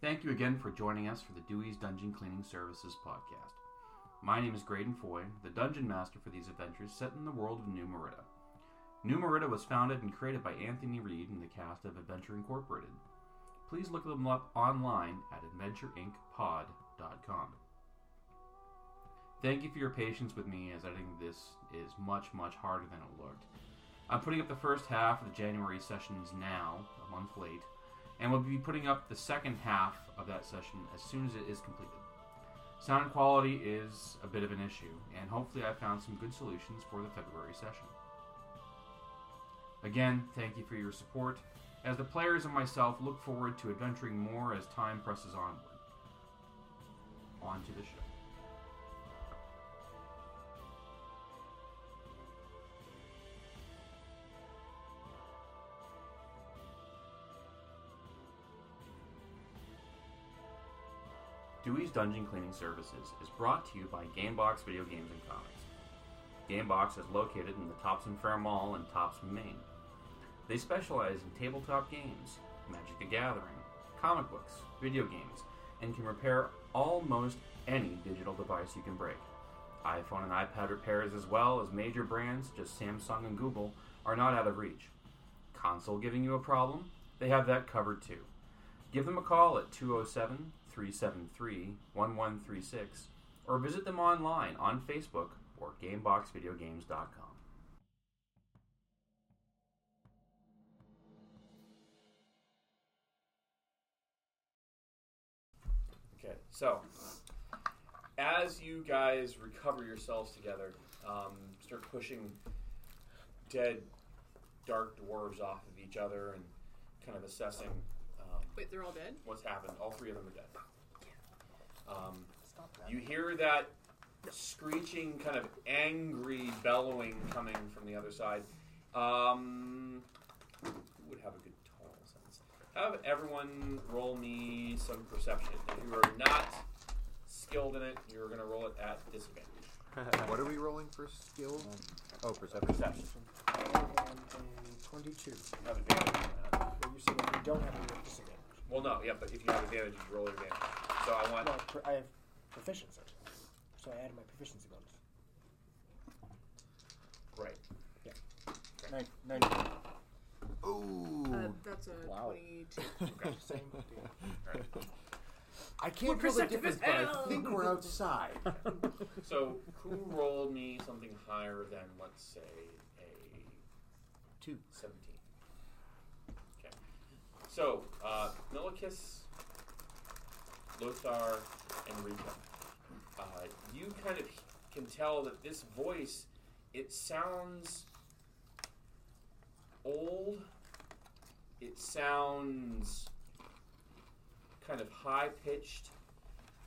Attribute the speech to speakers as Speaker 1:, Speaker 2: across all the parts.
Speaker 1: thank you again for joining us for the Dewey's Dungeon Cleaning Services podcast. My name is Graydon Foy, the dungeon master for these adventures set in the world of New Merida. New Merida was founded and created by Anthony Reed and the cast of Adventure Incorporated. Please look them up online at adventureincpod.com. Thank you for your patience with me as editing this is much, much harder than it looked. I'm putting up the first half of the January sessions now, a month late, and we'll be putting up the second half of that session as soon as it is completed. Sound quality is a bit of an issue, and hopefully, I found some good solutions for the February session. Again, thank you for your support, as the players and myself look forward to adventuring more as time presses onward. On to the show. Dewey's Dungeon Cleaning Services is brought to you by Gamebox Video Games and Comics. Gamebox is located in the Topsom Fair Mall in Topsom, Maine. They specialize in tabletop games, Magic the Gathering, comic books, video games, and can repair almost any digital device you can break. iPhone and iPad repairs, as well as major brands just Samsung and Google, are not out of reach. Console giving you a problem? They have that covered too. Give them a call at 207 373 1136 or visit them online on Facebook or GameboxVideogames.com.
Speaker 2: Okay, so as you guys recover yourselves together, um, start pushing dead dark dwarves off of each other and kind of assessing um,
Speaker 3: Wait, they're all dead?
Speaker 2: what's happened. All three of them are dead. Um, you hear that screeching, kind of angry bellowing coming from the other side. Um, who would have a good tonal sense? Have everyone roll me some perception. If you are not skilled in it, you're going to roll it at disadvantage.
Speaker 4: What are we rolling for skill? Oh, perception.
Speaker 2: Perception.
Speaker 5: Twenty-two.
Speaker 2: You have advantage on that.
Speaker 5: Well, you're saying that we don't have any disadvantage.
Speaker 2: Well, no, yeah, but if you have advantage, you roll your advantage. So I want
Speaker 5: No, per- I have proficiency, so I added my proficiency bonus.
Speaker 2: right.
Speaker 5: Nine, nine.
Speaker 4: Ooh.
Speaker 3: Uh, that's a
Speaker 4: Wow.
Speaker 3: 22.
Speaker 5: Same. deal.
Speaker 4: I can't
Speaker 3: We're
Speaker 4: tell the difference, but I
Speaker 3: perceptive
Speaker 4: think we're outside.
Speaker 2: So who rolled me something higher than let's say a
Speaker 4: Two.
Speaker 2: 17. Okay. So, uh, Milikis, Lothar, and Rika. Uh, you kind of can tell that this voice, it sounds old. It sounds kind of high pitched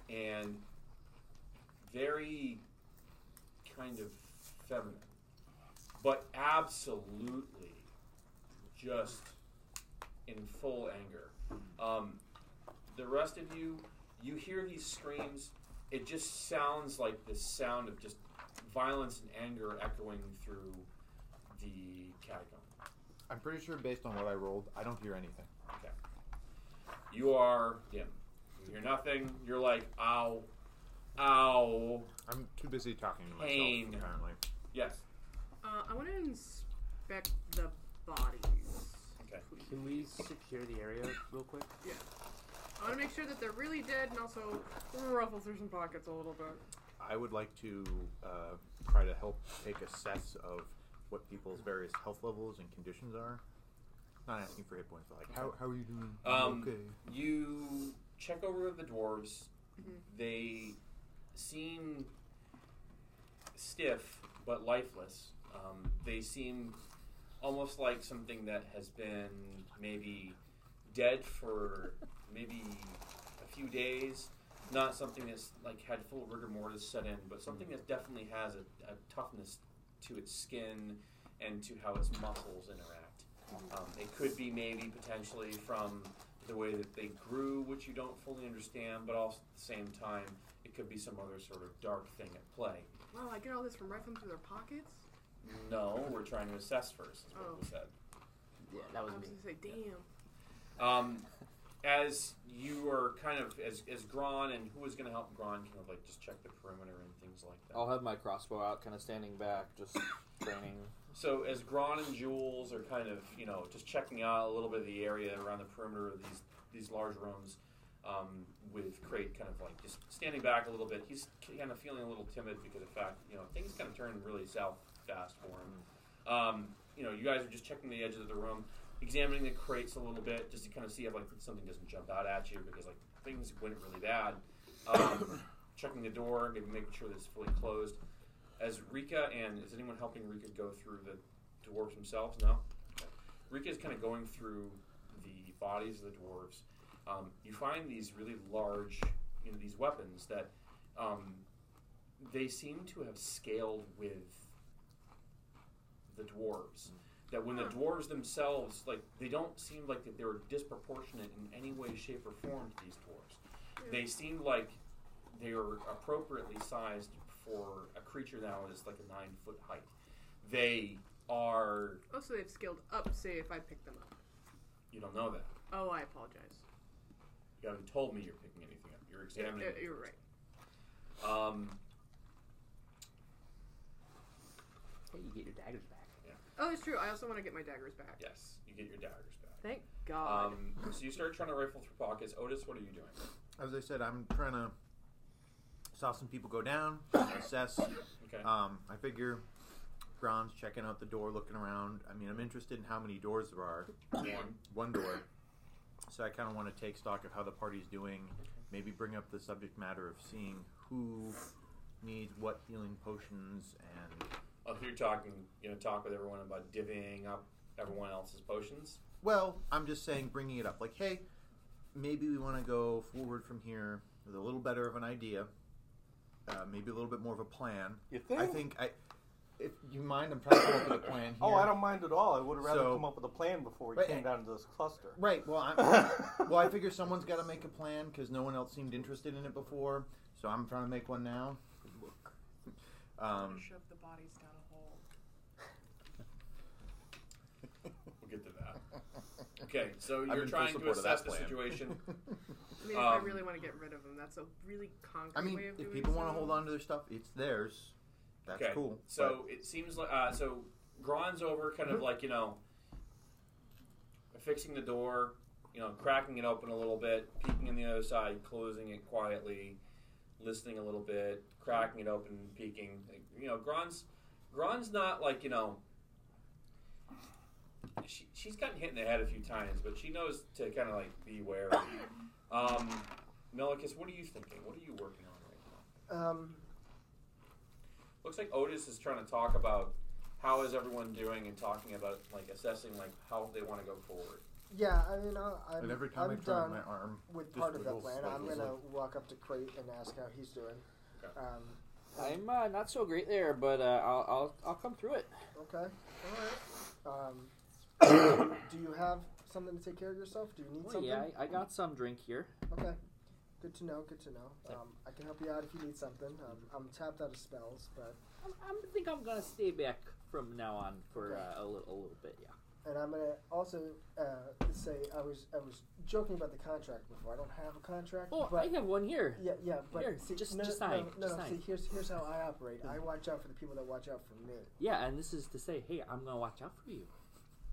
Speaker 2: and very kind of feminine, but absolutely just in full anger. Um, the rest of you, you hear these screams. It just sounds like the sound of just violence and anger echoing through the catacomb.
Speaker 4: I'm pretty sure based on what I rolled, I don't hear anything.
Speaker 2: Okay. You are dim. You hear nothing. You're like, ow, ow.
Speaker 4: I'm too busy talking to myself,
Speaker 2: Pain.
Speaker 4: apparently.
Speaker 2: Yes.
Speaker 3: Uh, I want to inspect the bodies.
Speaker 2: Okay.
Speaker 3: please.
Speaker 6: Can we secure the area real quick?
Speaker 3: I want to make sure that they're really dead and also ruffle through some pockets a little bit.
Speaker 4: I would like to uh, try to help take a assess of what people's various health levels and conditions are. Not asking for hit points, but like, how, how are you doing?
Speaker 2: Um,
Speaker 4: okay.
Speaker 2: You check over the dwarves. They seem stiff but lifeless. Um, they seem almost like something that has been maybe dead for maybe a few days. Not something that's like had full rigor mortis set in, but something that definitely has a, a toughness to its skin and to how its muscles interact. Um, it could be maybe potentially from the way that they grew, which you don't fully understand, but also at the same time, it could be some other sort of dark thing at play.
Speaker 3: Wow, I get all this from rifling through their pockets?
Speaker 2: No, we're trying to assess first, is what
Speaker 3: Oh.
Speaker 2: was said.
Speaker 6: Yeah, that
Speaker 3: I was going to say, damn.
Speaker 2: Um, as you are kind of as as Gron and who is going to help Gron kind of like just check the perimeter and things like that.
Speaker 7: I'll have my crossbow out, kind of standing back, just training.
Speaker 2: So as Gron and Jules are kind of you know just checking out a little bit of the area around the perimeter of these these large rooms, um, with Crate kind of like just standing back a little bit. He's kind of feeling a little timid because of the fact you know things kind of turn really south fast for him. Um, you know, you guys are just checking the edges of the room, examining the crates a little bit just to kind of see if like something doesn't jump out at you because like things went really bad. Um, checking the door, maybe making sure that it's fully closed as Rika and is anyone helping Rika go through the dwarves themselves? No. Rika is kind of going through the bodies of the dwarves. Um, you find these really large, you know, these weapons that um, they seem to have scaled with the dwarves.
Speaker 6: Mm-hmm.
Speaker 2: That when the
Speaker 3: Huh.
Speaker 2: dwarves themselves, like, they don't seem like that they were disproportionate in any way, shape, or form to these dwarves they seem like they are appropriately sized for a creature now that's like a nine foot height. They are
Speaker 3: Also, Oh, they've scaled up. Say if I pick them up.
Speaker 2: you don't know that.
Speaker 3: Oh, I apologize.
Speaker 2: You haven't told me you're picking anything up. You're
Speaker 3: Yeah,
Speaker 2: examining.
Speaker 3: you're right.
Speaker 2: it. Um,
Speaker 6: Hey, you get your daggers back.
Speaker 3: Oh, it's true. I also want to get my daggers back.
Speaker 2: yes, you get your daggers back.
Speaker 3: Thank God.
Speaker 2: Um, so you start trying to rifle through pockets. Otis, what are you doing?
Speaker 4: As I said, I'm trying to saw some people go down, assess.
Speaker 2: Okay.
Speaker 4: Um, I figure Gron's checking out the door, looking around. I mean, I'm interested in how many doors there are.
Speaker 2: One.
Speaker 4: One door. So I kind of want to take stock of how the party's doing. Maybe bring up the subject matter of seeing who needs what healing potions and
Speaker 2: Oh, so you're talking. You know, talk with everyone about divvying up everyone else's potions.
Speaker 4: Well, I'm just saying, bringing it up, like, hey, maybe we want to go forward from here with a little better of an idea, uh, maybe a little bit more of a plan.
Speaker 8: You
Speaker 4: I
Speaker 8: think?
Speaker 4: think I, if you mind, I'm trying to come up with a plan here.
Speaker 8: Oh, I don't mind at all. I would have rather
Speaker 4: So-
Speaker 8: come up with a plan before we
Speaker 4: Right,
Speaker 8: came
Speaker 4: and-
Speaker 8: down to this cluster.
Speaker 4: Right. Well, I'm, well, I figure someone's got to make a plan because no one else seemed interested in it before, so I'm trying to make one now. Um,
Speaker 3: shove the bodies down a hole.
Speaker 2: We'll get to that. Okay, so
Speaker 4: I'm
Speaker 2: you're
Speaker 4: in full
Speaker 2: trying to
Speaker 4: support of that
Speaker 2: assess the
Speaker 4: plan.
Speaker 2: situation.
Speaker 3: I mean, if I
Speaker 2: Um,
Speaker 3: really want to get rid of them, that's a really concrete
Speaker 4: I mean,
Speaker 3: way of doing
Speaker 4: if people want to
Speaker 3: so.
Speaker 4: hold on to their stuff, it's theirs. That's
Speaker 2: okay.
Speaker 4: cool.
Speaker 2: So it seems like uh, so Gron's over, kind
Speaker 4: Mm-hmm.
Speaker 2: of like you know, fixing the door, you know, cracking it open a little bit, peeking in the other side, closing it quietly, listening a little bit, cracking it open, peeking. You know, Gron's Gron's not like you know. She, she's gotten hit in the head a few times, but she knows to kind of like be wary. Um, Melicus, what are you thinking? What are you working on right now?
Speaker 6: Um,
Speaker 2: Looks like Otis is trying to talk about how is everyone doing and talking about like assessing like how they want to go forward.
Speaker 5: Yeah, I mean, I,
Speaker 4: but,
Speaker 5: I'm,
Speaker 4: and every time
Speaker 5: I'm
Speaker 4: I turn
Speaker 5: done
Speaker 4: my arm,
Speaker 5: with
Speaker 4: just
Speaker 5: part of that
Speaker 4: wiggles
Speaker 5: plan. I'm
Speaker 4: slightly.
Speaker 5: going to walk up to Crate and ask how he's doing.
Speaker 2: Okay.
Speaker 5: Um,
Speaker 7: I'm uh, not so great there, but uh, I'll, I'll I'll come through it.
Speaker 5: okay. All right. Um, do you have something to take care of yourself? Do you need
Speaker 7: Well,
Speaker 5: something?
Speaker 7: yeah, I, I got some drink here.
Speaker 5: Okay. Good to know. Good to know. Um, I can help you out if you need something. Um, I'm tapped out of spells, but
Speaker 7: I'm, I'm I think I'm gonna stay back from now on for
Speaker 5: Okay.
Speaker 7: uh, a little a little bit. Yeah.
Speaker 5: and I'm gonna also uh, say I was I was joking about the contract before. I don't have a contract.
Speaker 7: Oh,
Speaker 5: but
Speaker 7: I have one here.
Speaker 5: Yeah, yeah, but
Speaker 7: Here,
Speaker 5: see,
Speaker 7: just-
Speaker 5: no,
Speaker 7: just
Speaker 5: no,
Speaker 7: sign,
Speaker 5: no,
Speaker 7: just
Speaker 5: no,
Speaker 7: sign.
Speaker 5: see, here's here's how I operate. I watch out for the people that watch out for me.
Speaker 7: Yeah, and this is to say, hey, I'm gonna watch out for you.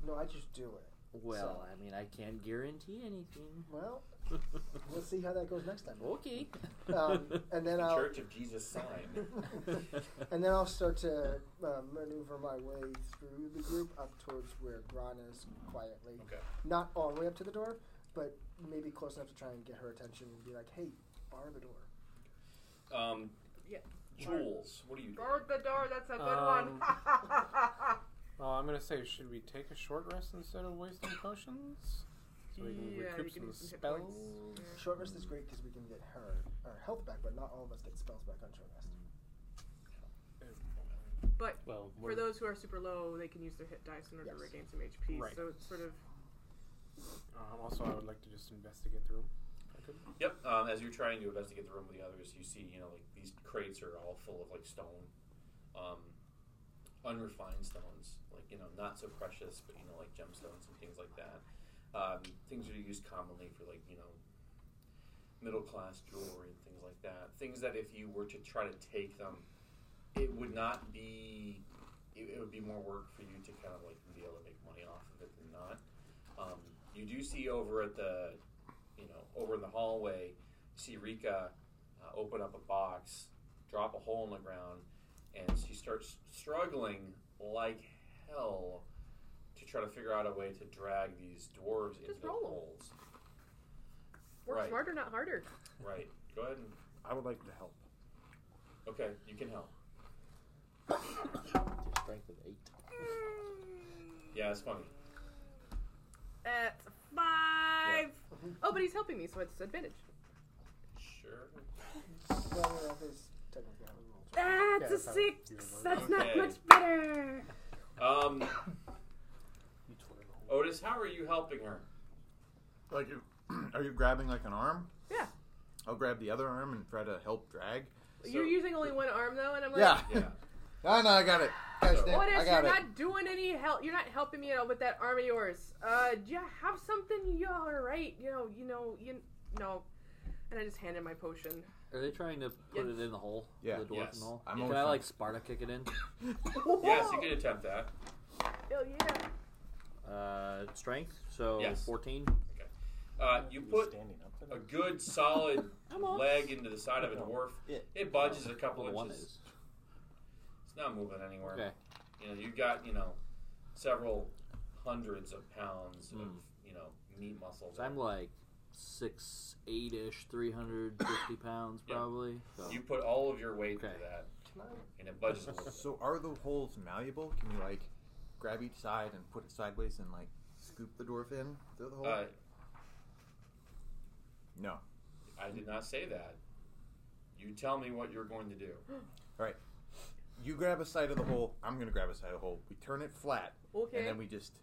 Speaker 5: No, I just do it.
Speaker 7: Well, I mean, I can't guarantee anything. Oh,
Speaker 5: Well, we'll see how that goes next time.
Speaker 7: okay.
Speaker 5: Um, and then
Speaker 2: The
Speaker 5: I'll
Speaker 2: Church of Jesus sign.
Speaker 5: and then I'll start to uh, maneuver my way through the group up towards where Gron is quietly.
Speaker 2: Okay.
Speaker 5: Not all the way up to the door, but maybe close enough to try and get her attention and be like, "Hey, bar the door."
Speaker 2: Um,
Speaker 3: Yeah.
Speaker 2: Jules, what are you doing?
Speaker 3: Guard the door. That's a good
Speaker 8: Um,
Speaker 3: one.
Speaker 8: Well, I'm gonna say, should we take a short rest instead of wasting potions? So we can
Speaker 3: Yeah,
Speaker 8: recoup
Speaker 3: you can
Speaker 8: some
Speaker 3: use hit points.
Speaker 8: spells.
Speaker 5: Short rest is great because we can get her our health back, but not all of us get spells back on short rest.
Speaker 3: But
Speaker 6: well,
Speaker 3: for
Speaker 6: we're,
Speaker 3: those who are super low, they can use their hit dice in order
Speaker 5: Yes.
Speaker 3: to regain some HP.
Speaker 8: Right.
Speaker 3: So it's sort of
Speaker 8: Um, also, I would like to just investigate the room. if I could.
Speaker 2: Yep. Um, as you're trying to investigate the room with the others, you see, you know, like these crates are all full of like stone, um, unrefined stones, like you know, not so precious, but you know, like gemstones and things like that. um, things that are used commonly for like you know middle class jewelry and things like that. Things that if you were to try to take them, it would not be. It, it would be more work for you to kind of like be able to make money off of it than not. Um, you do see over at the, you know, over in the hallway, you see Rika uh, open up a box, drop a hole in the ground, and she starts struggling like hell to try to figure out a way to drag these dwarves into the
Speaker 3: roll 'em.
Speaker 2: holes.
Speaker 3: Work
Speaker 2: Right.
Speaker 3: smarter, not harder.
Speaker 2: Right. Go ahead and
Speaker 4: I would like to help.
Speaker 2: okay, you can help.
Speaker 7: Your strength of eight.
Speaker 2: Yeah, it's funny.
Speaker 3: That's a five. Oh, but he's helping me, so it's advantage.
Speaker 2: Sure.
Speaker 5: Well, I don't know if it's technically how it rolls.
Speaker 3: That's
Speaker 7: Yeah,
Speaker 3: a
Speaker 7: that's how-
Speaker 3: six. That's not
Speaker 2: Okay.
Speaker 3: much better.
Speaker 2: Um,
Speaker 7: You twirl.
Speaker 2: Otis, how are you helping her?
Speaker 4: Like, you, are you grabbing like an arm?
Speaker 3: Yeah.
Speaker 4: I'll grab the other arm and try to help drag.
Speaker 3: You're using only one arm though, and I'm like,
Speaker 2: Yeah.
Speaker 4: Ah, no, no, I got it. Catch
Speaker 2: So-
Speaker 4: that.
Speaker 3: What
Speaker 4: I
Speaker 3: is?
Speaker 4: got
Speaker 3: You're
Speaker 4: it.
Speaker 3: not doing any help. You're not helping me at all with that arm of yours. Uh, do you have something? You all right? You know, you know, you no. And I just handed my potion.
Speaker 7: Are they trying to put it in the hole?
Speaker 4: Yeah.
Speaker 7: The dwarf
Speaker 2: Yes.
Speaker 7: in the hole?
Speaker 4: I'm
Speaker 7: Can
Speaker 4: always
Speaker 7: I
Speaker 4: trying-
Speaker 7: like Sparta kick it in?
Speaker 2: Yes, you can attempt that.
Speaker 3: Oh yeah.
Speaker 7: Uh, strength. So
Speaker 2: Yes.
Speaker 7: 14.
Speaker 2: Uh, you put
Speaker 9: standing up
Speaker 2: a good solid leg into the side of a dwarf.
Speaker 7: Yeah.
Speaker 2: It budges a couple
Speaker 7: Well, the one
Speaker 2: inches.
Speaker 7: is.
Speaker 2: It's not moving anywhere.
Speaker 7: Okay.
Speaker 2: You know, you've got you know several hundreds of pounds of
Speaker 7: Hmm.
Speaker 2: you know meat muscle.
Speaker 7: So I'm like six, eight ish, 350 pounds
Speaker 2: Yeah.
Speaker 7: probably. So.
Speaker 2: You put all of your weight
Speaker 7: Okay.
Speaker 2: into that,
Speaker 5: Can I
Speaker 2: and it budges a little bit.
Speaker 4: So are the holes malleable? Can you like grab each side and put it sideways and like scoop the dwarf in through the hole?
Speaker 2: Uh,
Speaker 4: no.
Speaker 2: I did not say that. You tell me what you're going to do.
Speaker 4: You grab a side of the hole. I'm gonna grab a side of the hole. We turn it flat,
Speaker 3: Okay.
Speaker 4: and then we just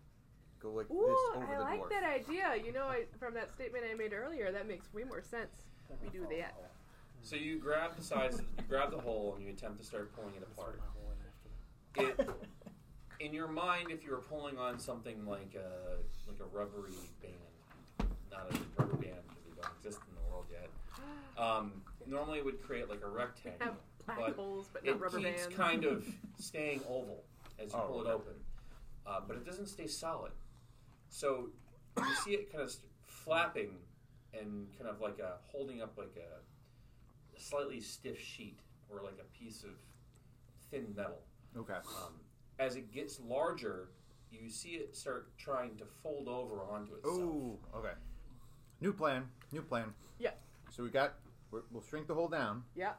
Speaker 4: go like
Speaker 3: Ooh,
Speaker 4: this over
Speaker 3: I
Speaker 4: the
Speaker 3: like
Speaker 4: dwarf.
Speaker 3: that idea. You know, I, from that statement I made earlier, that makes way more sense. We do that.
Speaker 2: So you grab the sides, you grab the hole, and you attempt to start pulling it apart. It, in your mind, if you were pulling on something like a like a rubbery band, not a rubber band because they don't exist in the world yet. Um, normally, it would create like a
Speaker 3: We
Speaker 2: rectangle.
Speaker 3: have black
Speaker 2: But
Speaker 3: holes, but
Speaker 2: It
Speaker 3: not rubber
Speaker 2: keeps
Speaker 3: bands.
Speaker 2: kind of staying oval as you
Speaker 4: Oh,
Speaker 2: pull it
Speaker 4: okay.
Speaker 2: open, uh, but it doesn't stay solid. So you see it kind of st- flapping and kind of like a holding up like a slightly stiff sheet or like a piece of thin metal.
Speaker 4: Okay.
Speaker 2: Um, as it gets larger, you see it start trying to fold over onto itself.
Speaker 4: Ooh. Okay. New plan. New plan.
Speaker 3: Yeah.
Speaker 4: So we got. We're, we'll shrink the hole down.
Speaker 3: Yeah.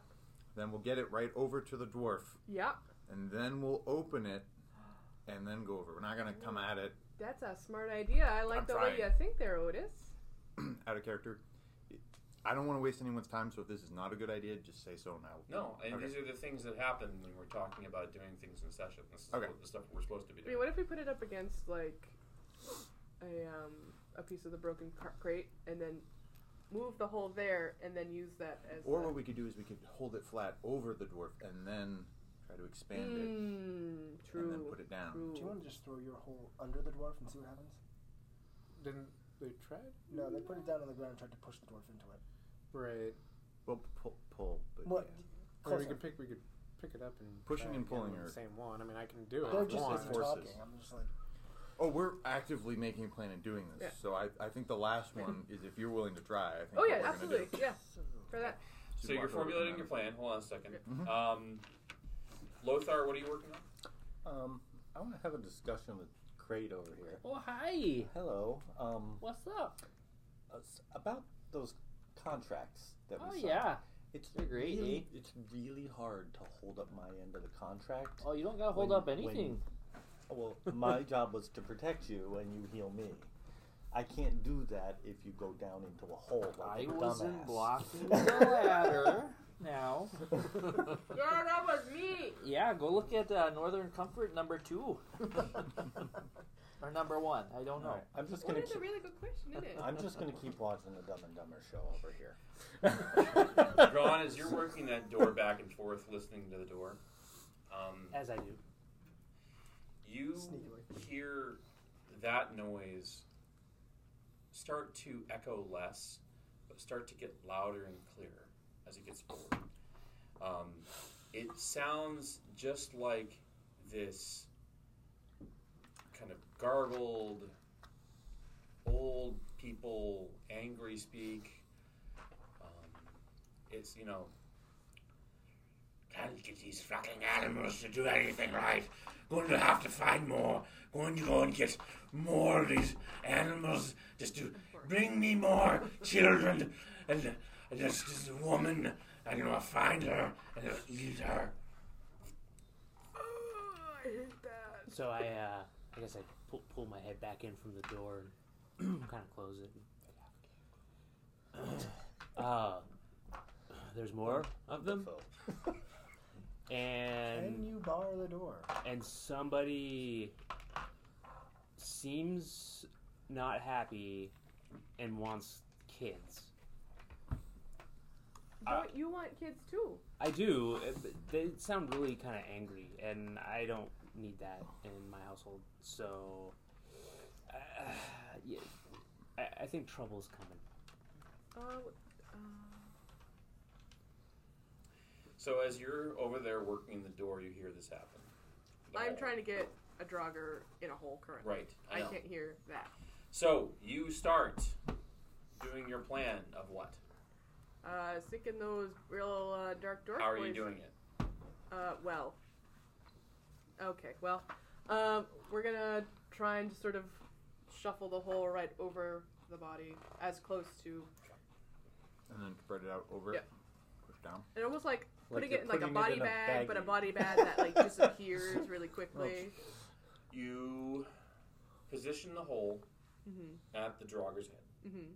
Speaker 4: Then we'll get it right over to the dwarf,
Speaker 3: Yeah,
Speaker 4: and then we'll open it, and then go over. We're not gonna come at it
Speaker 3: that's a smart idea. I like
Speaker 4: I'm
Speaker 3: the way
Speaker 4: trying.
Speaker 3: you think there, Otis.
Speaker 4: out of character. I don't want to waste anyone's time, so if this is not a good idea, just say so now.
Speaker 2: No, and
Speaker 4: Okay.
Speaker 2: these are the things that happen when we're talking about doing things in session. This is
Speaker 4: Okay.
Speaker 2: what- the stuff we're supposed to be
Speaker 3: I
Speaker 2: doing.
Speaker 3: mean, what if we put it up against like a um, a piece of the broken car- crate and then move the hole there and then use that as
Speaker 4: Or
Speaker 3: the-
Speaker 4: what we could do is we could hold it flat over the dwarf and then try to expand it
Speaker 3: Mm,
Speaker 4: and then
Speaker 3: true.
Speaker 4: put it down.
Speaker 3: True.
Speaker 5: Do you want to just throw your hole under the dwarf and see what happens?
Speaker 8: Didn't they try? to do
Speaker 5: No, they put
Speaker 8: that?
Speaker 5: it down on the ground and tried to push the dwarf into it.
Speaker 8: Right.
Speaker 4: Well, pull, pull but
Speaker 5: What?
Speaker 4: yeah.
Speaker 8: Or we
Speaker 5: Close
Speaker 8: could pick. We could pick it up and
Speaker 4: Pushing
Speaker 8: try
Speaker 4: and
Speaker 8: again
Speaker 4: pulling
Speaker 8: with
Speaker 4: are- Oh,
Speaker 8: the same one. I mean, I can do it.
Speaker 5: They're
Speaker 8: if I
Speaker 5: just
Speaker 8: want.
Speaker 5: busy
Speaker 4: Forces.
Speaker 5: talking. I'm just like,
Speaker 4: Oh, we're actively making a plan and doing this.
Speaker 3: Yeah.
Speaker 4: So I, I think the last one is if you're willing to try. I think
Speaker 3: Oh
Speaker 4: what
Speaker 3: yeah,
Speaker 4: we're gonna
Speaker 3: absolutely.
Speaker 4: do.
Speaker 3: Yeah, for that.
Speaker 2: So you're
Speaker 4: walk over
Speaker 2: formulating
Speaker 4: and
Speaker 2: your
Speaker 4: then-
Speaker 2: plan. Hold on a second.
Speaker 4: Mhm.
Speaker 2: Um, Lothar, what are you working on?
Speaker 9: Um, I want to have a discussion with Crate over here.
Speaker 7: Oh, hi.
Speaker 9: Hello. Um,
Speaker 7: What's up?
Speaker 9: it's about those contracts that we
Speaker 7: Oh,
Speaker 9: signed.
Speaker 7: yeah.
Speaker 9: It's
Speaker 7: They're great, eh?
Speaker 9: really, It's really hard to hold up my end of the contract.
Speaker 7: Oh, you don't got to hold
Speaker 9: When-
Speaker 7: up anything.
Speaker 9: Well, my job was to protect you and you heal me. I can't do that if you go down into a hole like
Speaker 7: I
Speaker 9: a
Speaker 7: wasn't
Speaker 9: dumbass.
Speaker 7: blocking the ladder. Now.
Speaker 3: Yeah, that was me.
Speaker 7: yeah, go look at uh, Northern Comfort number two. or number one. I don't know.
Speaker 9: Alright, I'm just
Speaker 3: Well,
Speaker 9: gonna
Speaker 3: that's a
Speaker 9: keep,
Speaker 3: really good question, isn't it?
Speaker 9: I'm just gonna keep watching the Dumb and Dumber show over here.
Speaker 2: Ron, as you're working that door back and forth, listening to the door, um,
Speaker 7: As I do.
Speaker 2: you
Speaker 5: Sneakily.
Speaker 2: hear that noise start to echo less, but start to get louder and clearer as it gets forward. Um, it sounds just like this kind of garbled, old people, angry speak. Um, it's, you know, can't get these fucking animals to do anything right. Going to have to find more. Going to go and get more of these animals just to bring me more children. And and this is a woman. And I'll find her and I'll eat her.
Speaker 3: Oh, I hate that.
Speaker 10: So I, uh, I guess I pull, pull my head back in from the door and kind of close it. Uh, there's more of them,
Speaker 5: Can
Speaker 10: and
Speaker 5: you bar the door?
Speaker 10: and somebody seems not happy and wants kids. Uh,
Speaker 3: Don't you want kids too?
Speaker 10: I do. uh, but They sound really kind of angry, and I don't need that in my household. So, uh, yeah, I, I think trouble's coming.
Speaker 3: Uh, uh,
Speaker 2: So as you're over there working the door, you hear this happen.
Speaker 3: I'm trying to get a drogger in a hole currently.
Speaker 2: Right. I,
Speaker 3: I
Speaker 2: know.
Speaker 3: can't hear that.
Speaker 2: So you start doing your plan of what?
Speaker 3: Uh, sticking those real uh, dark door.
Speaker 2: How are you doing it?
Speaker 3: Uh, well. Okay, well, um, we're gonna try and just sort of shuffle the hole right over the body, as close to,
Speaker 4: And then spread it out over
Speaker 3: Yeah.
Speaker 4: it. Push down.
Speaker 3: and almost like
Speaker 11: Like
Speaker 3: putting
Speaker 11: you're
Speaker 3: it in like a
Speaker 11: putting it
Speaker 3: body
Speaker 11: in a
Speaker 3: bag, but a
Speaker 11: baggie.
Speaker 3: body bag that like disappears really quickly.
Speaker 2: You position the hole
Speaker 3: Mm-hmm.
Speaker 2: at the drogger's end.
Speaker 3: Mm-hmm.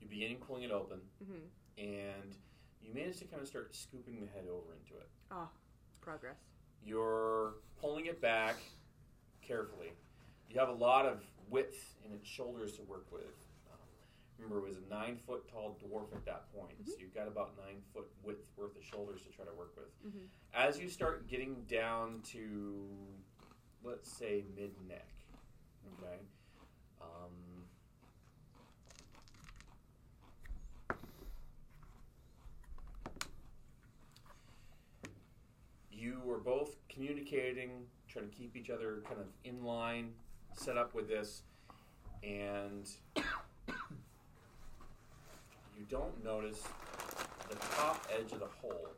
Speaker 2: You begin pulling it open,
Speaker 3: Mm-hmm.
Speaker 2: and you manage to kind of start scooping the head over into it.
Speaker 3: Ah, Progress.
Speaker 2: You're pulling it back carefully. You have a lot of width in its shoulders to work with. Um, remember, it was a nine foot tall dwarf at that point, so you've got about nine foot width worth of shoulders to try to work with.
Speaker 3: Mhm.
Speaker 2: As you start getting down to, let's say, mid neck, okay? Um, you were both communicating, trying to keep each other kind of in line, set up with this, and you don't notice the top edge of the hole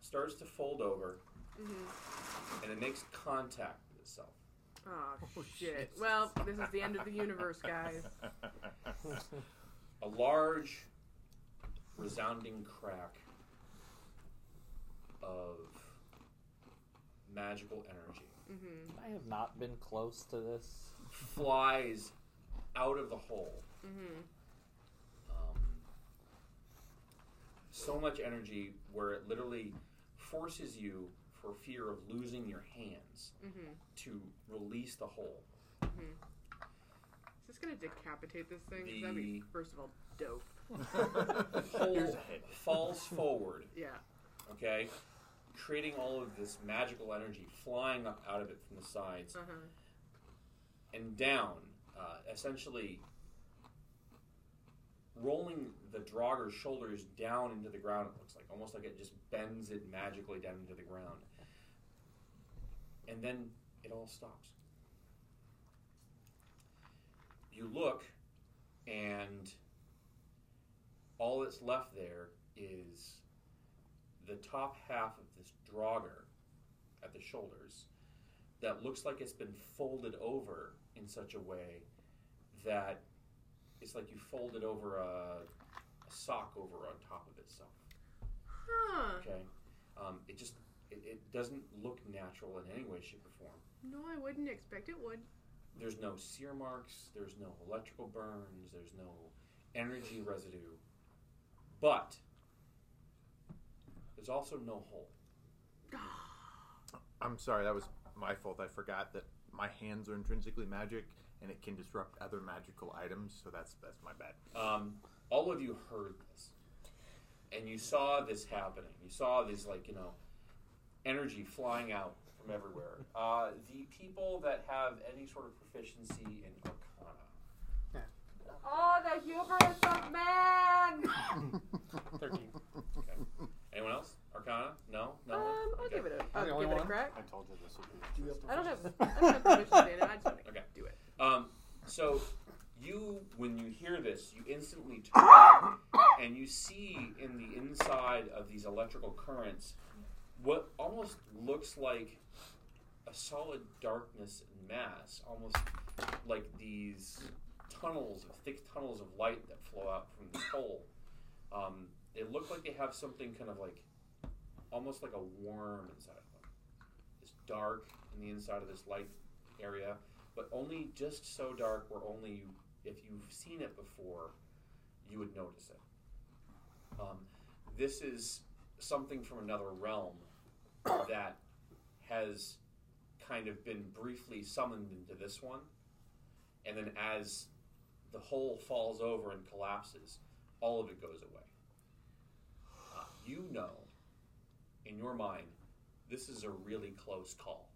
Speaker 2: starts to fold over
Speaker 3: Mm-hmm.
Speaker 2: and it makes contact with itself.
Speaker 3: Oh,
Speaker 4: Oh,
Speaker 3: shit.
Speaker 4: shit.
Speaker 3: Well, this is the end of the universe, guys.
Speaker 2: A large, resounding crack of magical energy
Speaker 3: Mm-hmm.
Speaker 6: I have not been close to this.
Speaker 2: flies out of the hole.
Speaker 3: Mm-hmm.
Speaker 2: um, so much energy where it literally forces you, for fear of losing your hands,
Speaker 3: Mm-hmm.
Speaker 2: to release the hole.
Speaker 3: Is this gonna decapitate this thing? 'Cause That'd be
Speaker 2: The-
Speaker 3: first of all dope.
Speaker 2: Hole
Speaker 4: Here's a head.
Speaker 2: falls forward,
Speaker 3: Yeah.
Speaker 2: okay, creating all of this magical energy flying up out of it from the sides
Speaker 3: Uh huh.
Speaker 2: and down, uh, essentially rolling the drogger's shoulders down into the ground. It looks like almost like it just bends it magically down into the ground, and then it all stops. You look, and all that's left there is the top half of this drogger at the shoulders that looks like it's been folded over in such a way that it's like you folded over a, a sock over on top of itself.
Speaker 3: Huh.
Speaker 2: Okay, um, it just it, it doesn't look natural in any way, shape, or form.
Speaker 3: No, I wouldn't expect it would.
Speaker 2: There's no sear marks. There's no electrical burns. There's no energy residue. But there's also no hole.
Speaker 4: I'm sorry, that was my fault. I forgot that my hands are intrinsically magic and it can disrupt other magical items, so that's that's my bad.
Speaker 2: um, all of you heard this and you saw this happening you saw this like you know energy flying out from everywhere. Uh, the people that have any sort of proficiency in Arcana.
Speaker 3: Oh, the hubris of man!
Speaker 8: 13.
Speaker 2: Anyone else? Arcana? No? No?
Speaker 3: um,
Speaker 2: one?
Speaker 3: I'll
Speaker 2: Okay.
Speaker 3: give it a,
Speaker 8: I'm
Speaker 3: I'll
Speaker 8: the only
Speaker 3: give it a
Speaker 8: one?
Speaker 3: crack.
Speaker 4: I told you this would be.
Speaker 5: Do you have
Speaker 3: I don't have, I don't have proficiency in it. I just want to
Speaker 2: Okay.
Speaker 3: do it.
Speaker 2: Um, so you, when you hear this, you instantly turn and you see in the inside of these electrical currents what almost looks like a solid darkness and mass, almost like these tunnels, thick tunnels of light that flow out from this hole. Um, they look like they have something kind of like, almost like a worm inside of them. It's dark in the inside of this light area, but only just so dark where only you, if you've seen it before, you would notice it. Um, this is something from another realm that has kind of been briefly summoned into this one, and then as the whole falls over and collapses, all of it goes away. Uh, you know, in your mind, this is a really close call.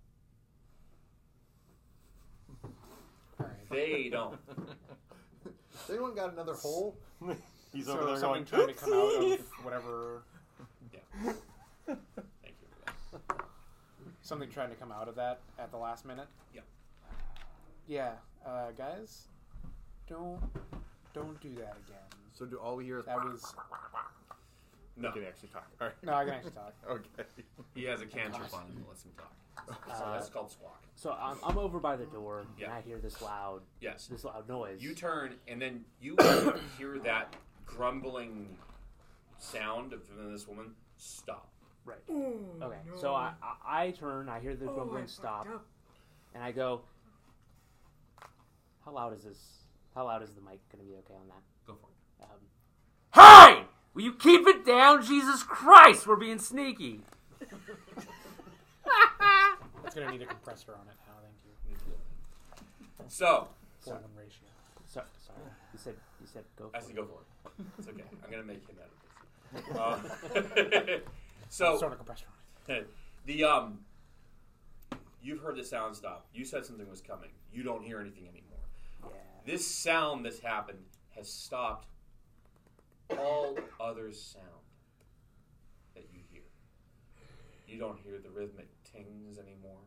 Speaker 2: They don't.
Speaker 4: Has anyone got another hole?
Speaker 11: He's
Speaker 8: so
Speaker 11: over there going.
Speaker 8: something trying to come out of whatever.
Speaker 2: Thank you for that.
Speaker 8: Something trying to come out of that at the last minute.
Speaker 2: Yeah.
Speaker 8: Yeah, uh, guys, don't don't do that again.
Speaker 4: So do all we hear is.
Speaker 8: That was
Speaker 2: No,
Speaker 4: Can actually talk. All right.
Speaker 8: no. I can actually talk.
Speaker 4: Okay.
Speaker 1: He has a cancer fund that lets him talk.
Speaker 2: so that's called squawk.
Speaker 10: Uh, So I'm, I'm over by the door,
Speaker 2: Yeah.
Speaker 10: and I hear this loud,
Speaker 2: Yes.
Speaker 10: this loud noise.
Speaker 2: You turn, and then you hear that grumbling sound of this woman stop.
Speaker 10: right. Okay. So I, I I turn. I hear the grumbling stop, and I go. How loud is this? How loud is the mic going to be? Okay on that.
Speaker 1: Go for it.
Speaker 10: Um, Hi! Will you keep it down? Jesus Christ! We're being sneaky.
Speaker 8: It's gonna need a compressor on it now. Thank you.
Speaker 2: So
Speaker 8: Four to one ratio.
Speaker 10: So, sorry. You said you said go. For
Speaker 2: I
Speaker 10: it.
Speaker 2: said, "Go for it." It's okay. I'm gonna make him edit this. Uh, so
Speaker 8: sort of compressor on
Speaker 2: the um, you've heard the sound stop. You said something was coming. You don't hear anything anymore.
Speaker 10: Yeah.
Speaker 2: This sound that's happened has stopped all other sound that you hear. You don't hear the rhythmic tings anymore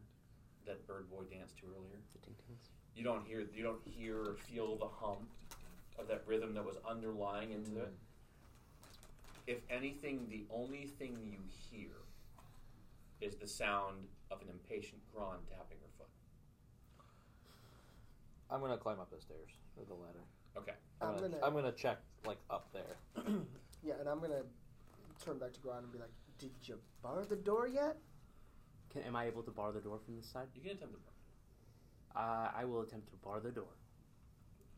Speaker 2: that Bird Boy danced to earlier.
Speaker 10: The ting-tings.
Speaker 2: You don't hear you don't hear or feel the hum of that rhythm that was underlying into it. If anything, the only thing you hear is the sound of an impatient Gron tapping her foot.
Speaker 7: I'm gonna climb up the stairs or the ladder.
Speaker 2: Okay.
Speaker 7: I'm
Speaker 5: I'm
Speaker 7: gonna,
Speaker 5: gonna-
Speaker 7: I'm gonna check like up there.
Speaker 5: Yeah, and I'm gonna turn back to Gron and be like, "Did you bar the door yet?"
Speaker 10: Can, am I able to bar the door from this side?
Speaker 2: You can attempt to
Speaker 10: Uh, I will attempt to bar the door.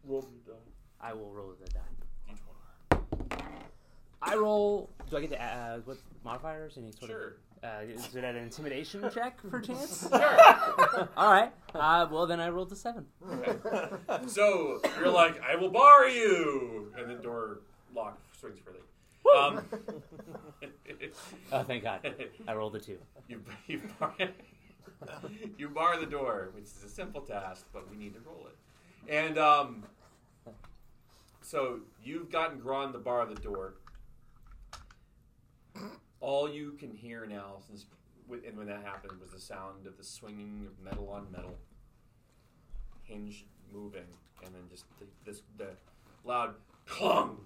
Speaker 2: roll the die.
Speaker 10: I will roll the die. I roll. Do I get the uh, what modifiers? Any sort
Speaker 2: Sure.
Speaker 10: of? Uh, is it an intimidation check for chance?
Speaker 2: Sure.
Speaker 10: All right. Uh, well, then I rolled a seven.
Speaker 2: So you're like, I will bar you, and the door lock swings freely. Um,
Speaker 10: Oh, thank God. I rolled a two.
Speaker 2: you, you, bar, you bar the door, which is a simple task, but we need to roll it. And um, so you've gotten Gron to bar the door. All you can hear now, since wh- and when that happened, was the sound of the swinging of metal on metal, hinge moving, and then just the, this the loud clung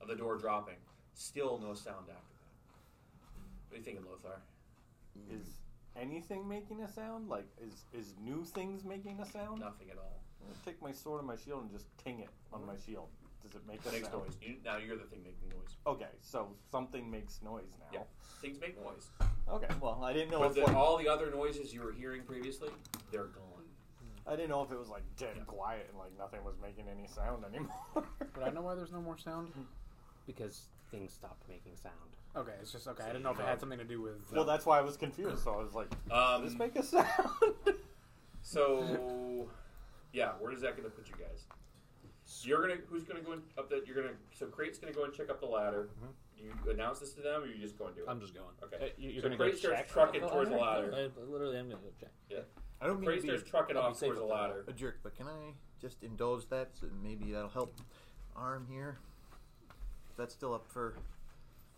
Speaker 2: of the door dropping. Still no sound after that. What do you think of Lothar?
Speaker 11: Is anything making a sound? Like, is is new things making a sound?
Speaker 2: Nothing at all.
Speaker 11: I'm gonna take my sword and my shield and just ting it on my shield. Does it make a
Speaker 2: makes
Speaker 11: sound?
Speaker 2: noise. You, now you're the thing making noise.
Speaker 11: Okay, so something makes noise now.
Speaker 2: Yeah. Things make noise.
Speaker 11: Okay, well, I didn't know
Speaker 2: But
Speaker 11: if
Speaker 2: the,
Speaker 11: like,
Speaker 2: all the other noises you were hearing previously, they're gone.
Speaker 11: I didn't know if it was like dead
Speaker 2: Yeah.
Speaker 11: quiet and like nothing was making any sound anymore.
Speaker 8: it. But I know why there's no more sound.
Speaker 10: Because things stopped making sound.
Speaker 8: Okay, it's just okay. I didn't know if it had something to do with.
Speaker 2: uh,
Speaker 11: well, that's why I was confused. So I was like,
Speaker 2: Um,
Speaker 11: does this make a sound?
Speaker 2: So, yeah, where is that going to put you guys? You're gonna who's gonna go in, up that you're gonna so crate's gonna go and check up the ladder. you
Speaker 11: Mm-hmm.
Speaker 2: announce this to them, or you just go and do it?
Speaker 10: I'm just going.
Speaker 2: Okay.
Speaker 10: Uh, you- you're
Speaker 2: so
Speaker 10: gonna go
Speaker 2: Crate starts
Speaker 10: check?
Speaker 2: trucking
Speaker 10: Oh, I
Speaker 2: towards the
Speaker 10: don't know.
Speaker 2: ladder.
Speaker 10: I literally am gonna go check.
Speaker 2: Yeah.
Speaker 4: I don't mean to
Speaker 2: Crate
Speaker 4: be
Speaker 2: starts trucking
Speaker 6: I'll be
Speaker 2: off
Speaker 6: safe
Speaker 2: towards the
Speaker 6: with that.
Speaker 2: ladder.
Speaker 4: a jerk, but can I just indulge that? So maybe that'll help. Arm here. If that's still up for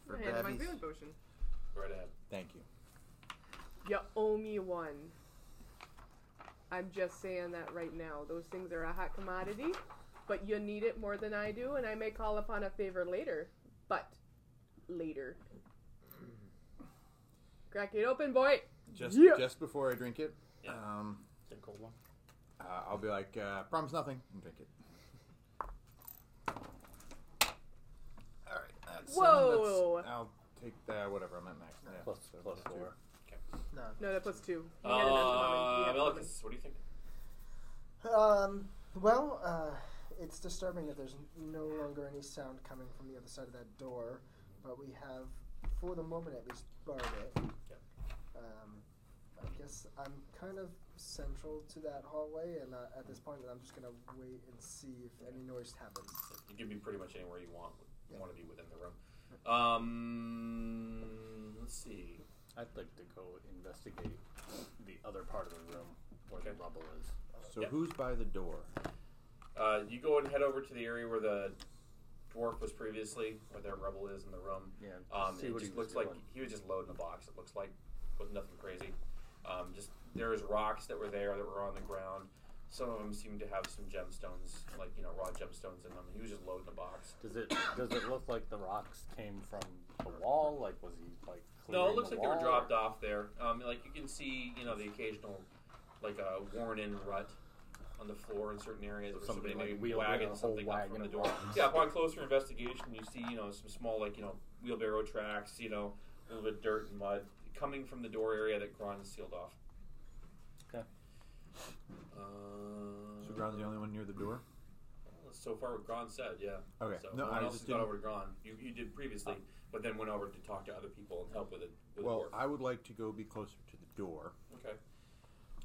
Speaker 4: for
Speaker 3: I hand my
Speaker 4: grabbies.
Speaker 3: healing potion.
Speaker 2: Right ahead.
Speaker 4: Thank you.
Speaker 3: You owe me one. I'm just saying that right now. Those things are a hot commodity, but you need it more than I do, and I may call upon a favor later. But later. Crack it open, boy.
Speaker 4: Just
Speaker 3: Yeah.
Speaker 4: just before I drink it,
Speaker 2: Yeah.
Speaker 4: um,
Speaker 2: Drink cold one.
Speaker 4: uh, I'll be like, uh, promise nothing, and drink it. All right. That's, um,
Speaker 3: Whoa.
Speaker 4: that's- I'll take that. Whatever. I'm at max. Yeah,
Speaker 11: Plus,
Speaker 4: so
Speaker 11: plus
Speaker 4: two.
Speaker 11: four.
Speaker 5: No.
Speaker 3: No, that puts two.
Speaker 2: Uh,
Speaker 3: You had enough of them, you had
Speaker 2: Melikis, what do you think?
Speaker 5: Um, well, uh, it's disturbing that there's no longer any sound coming from the other side of that door, but we have, for the moment at least, barred it.
Speaker 2: Yep.
Speaker 5: Um, I guess I'm kind of central to that hallway, and uh, at this point, I'm just gonna wait and see if any noise happens.
Speaker 2: You can be pretty much anywhere you want. You want to be within the room. Um, let's see.
Speaker 11: I'd like to go investigate the other part of the room where the
Speaker 2: Okay.
Speaker 11: rubble is.
Speaker 4: So
Speaker 2: Yeah.
Speaker 4: who's by the door?
Speaker 2: Uh, you go and head over to the area where the dwarf was previously, where that rubble is in the room.
Speaker 11: Yeah,
Speaker 2: Um,
Speaker 11: see
Speaker 2: it
Speaker 11: what he
Speaker 2: just
Speaker 11: was
Speaker 2: looks like
Speaker 11: doing.
Speaker 2: he was just loading a box. It looks like with nothing crazy. Um, just there's rocks that were there that were on the ground. Some of them seemed to have some gemstones, like you know raw gemstones in them. He was just loading a box.
Speaker 11: Does it does it look like the rocks came from the wall? Like was he like
Speaker 2: No, it
Speaker 11: clearing
Speaker 2: looks
Speaker 11: the
Speaker 2: like they were
Speaker 11: wall?
Speaker 2: dropped off there. Um, like you can see, you know, the occasional like a worn-in rut on the floor in certain areas, or
Speaker 11: somebody,
Speaker 2: somebody
Speaker 11: like,
Speaker 2: maybe
Speaker 11: wheeled in a
Speaker 2: wagging
Speaker 11: whole
Speaker 2: something up
Speaker 11: wagon
Speaker 2: from the
Speaker 11: of
Speaker 2: door.
Speaker 11: rocks.
Speaker 2: Yeah, upon closer investigation, you see, you know, some small like you know wheelbarrow tracks, you know, a little bit of dirt and mud coming from the door area that Gron sealed off.
Speaker 11: Okay.
Speaker 2: Um,
Speaker 4: So Gron's the only one near the door.
Speaker 2: So far, what Gron said, yeah.
Speaker 4: Okay.
Speaker 2: So
Speaker 4: No,
Speaker 2: no, one
Speaker 4: I
Speaker 2: else
Speaker 4: just
Speaker 2: has gone
Speaker 4: didn't-
Speaker 2: over to Gron. You, you did previously, but then went over to talk to other people and help with it. With
Speaker 4: Well,
Speaker 2: work.
Speaker 4: I would like to go be closer to the door.
Speaker 2: okay.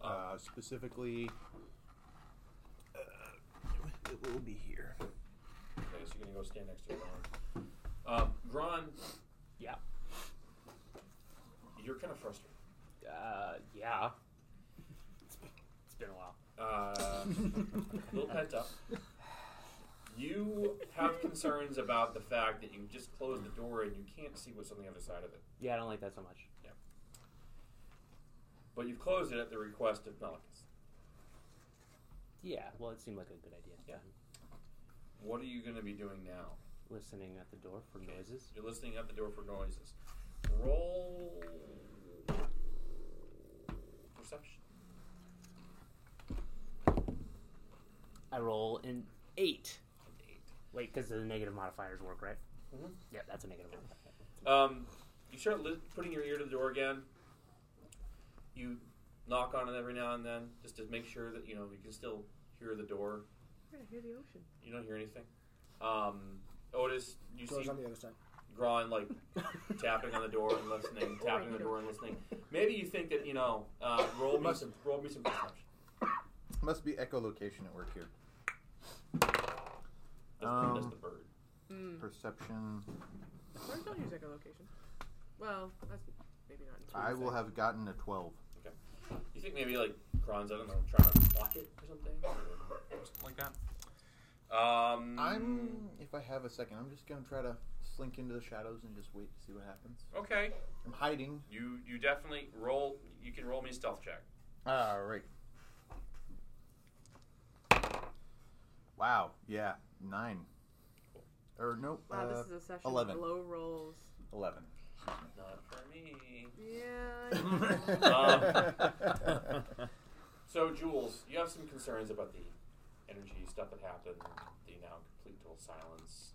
Speaker 4: Uh, specifically, uh, it will be here.
Speaker 2: Okay, so you're gonna go stand next to Gron. Um, Gron,
Speaker 10: Yeah.
Speaker 2: you're kind of frustrated.
Speaker 10: Uh, yeah. It's been, it's been a while.
Speaker 2: Uh, a little pent up. You have concerns about the fact that you just closed the door and you can't see what's on the other side of it.
Speaker 10: Yeah, I don't like that so much.
Speaker 2: But you've closed it at the request of Melicus.
Speaker 10: Yeah. Well, it seemed like a good idea.
Speaker 2: Yeah. What are you going to be doing now?
Speaker 10: Listening at the door for noises.
Speaker 2: You're listening at the door for noises. Roll perception.
Speaker 10: I roll an eight.
Speaker 2: Eight.
Speaker 10: Wait, because the negative modifiers work, right?
Speaker 2: Mhm.
Speaker 10: Yeah, that's a negative one.
Speaker 2: Um, you start li- putting your ear to the door again. You knock on it every now and then, just to make sure that you know you can still hear the door.
Speaker 3: We're gonna hear the ocean.
Speaker 2: You don't hear anything. Um, Otis, you
Speaker 5: Door's
Speaker 2: see
Speaker 5: on the other side.
Speaker 2: Gron like tapping on the door and listening, tapping on the door and listening. Maybe you think that you know. Uh, roll me
Speaker 4: Must-
Speaker 2: some. Roll me some perception.
Speaker 4: Must be echolocation at work here.
Speaker 2: That's, that's
Speaker 4: Um,
Speaker 2: the bird.
Speaker 3: Mm.
Speaker 4: Perception.
Speaker 3: Or don't use echolocation. Well, that's maybe not.
Speaker 4: I will have gotten a twelve.
Speaker 2: You think maybe like Gron's I don't know trying to lock it or something or something like that. Um,
Speaker 4: I'm. If I have a second, I'm just gonna try to slink into the shadows and just wait to see what happens.
Speaker 2: okay.
Speaker 4: I'm hiding.
Speaker 2: You you definitely roll. You can roll me a stealth check.
Speaker 4: All right. Wow. Yeah. Nine. Or nope.
Speaker 3: Wow,
Speaker 4: uh,
Speaker 3: this is a session
Speaker 4: 11.
Speaker 3: of low rolls.
Speaker 4: Eleven.
Speaker 2: Not for me.
Speaker 3: Yeah.
Speaker 2: Um, So Jules, you have some concerns about the energy stuff that happened, the now complete total silence.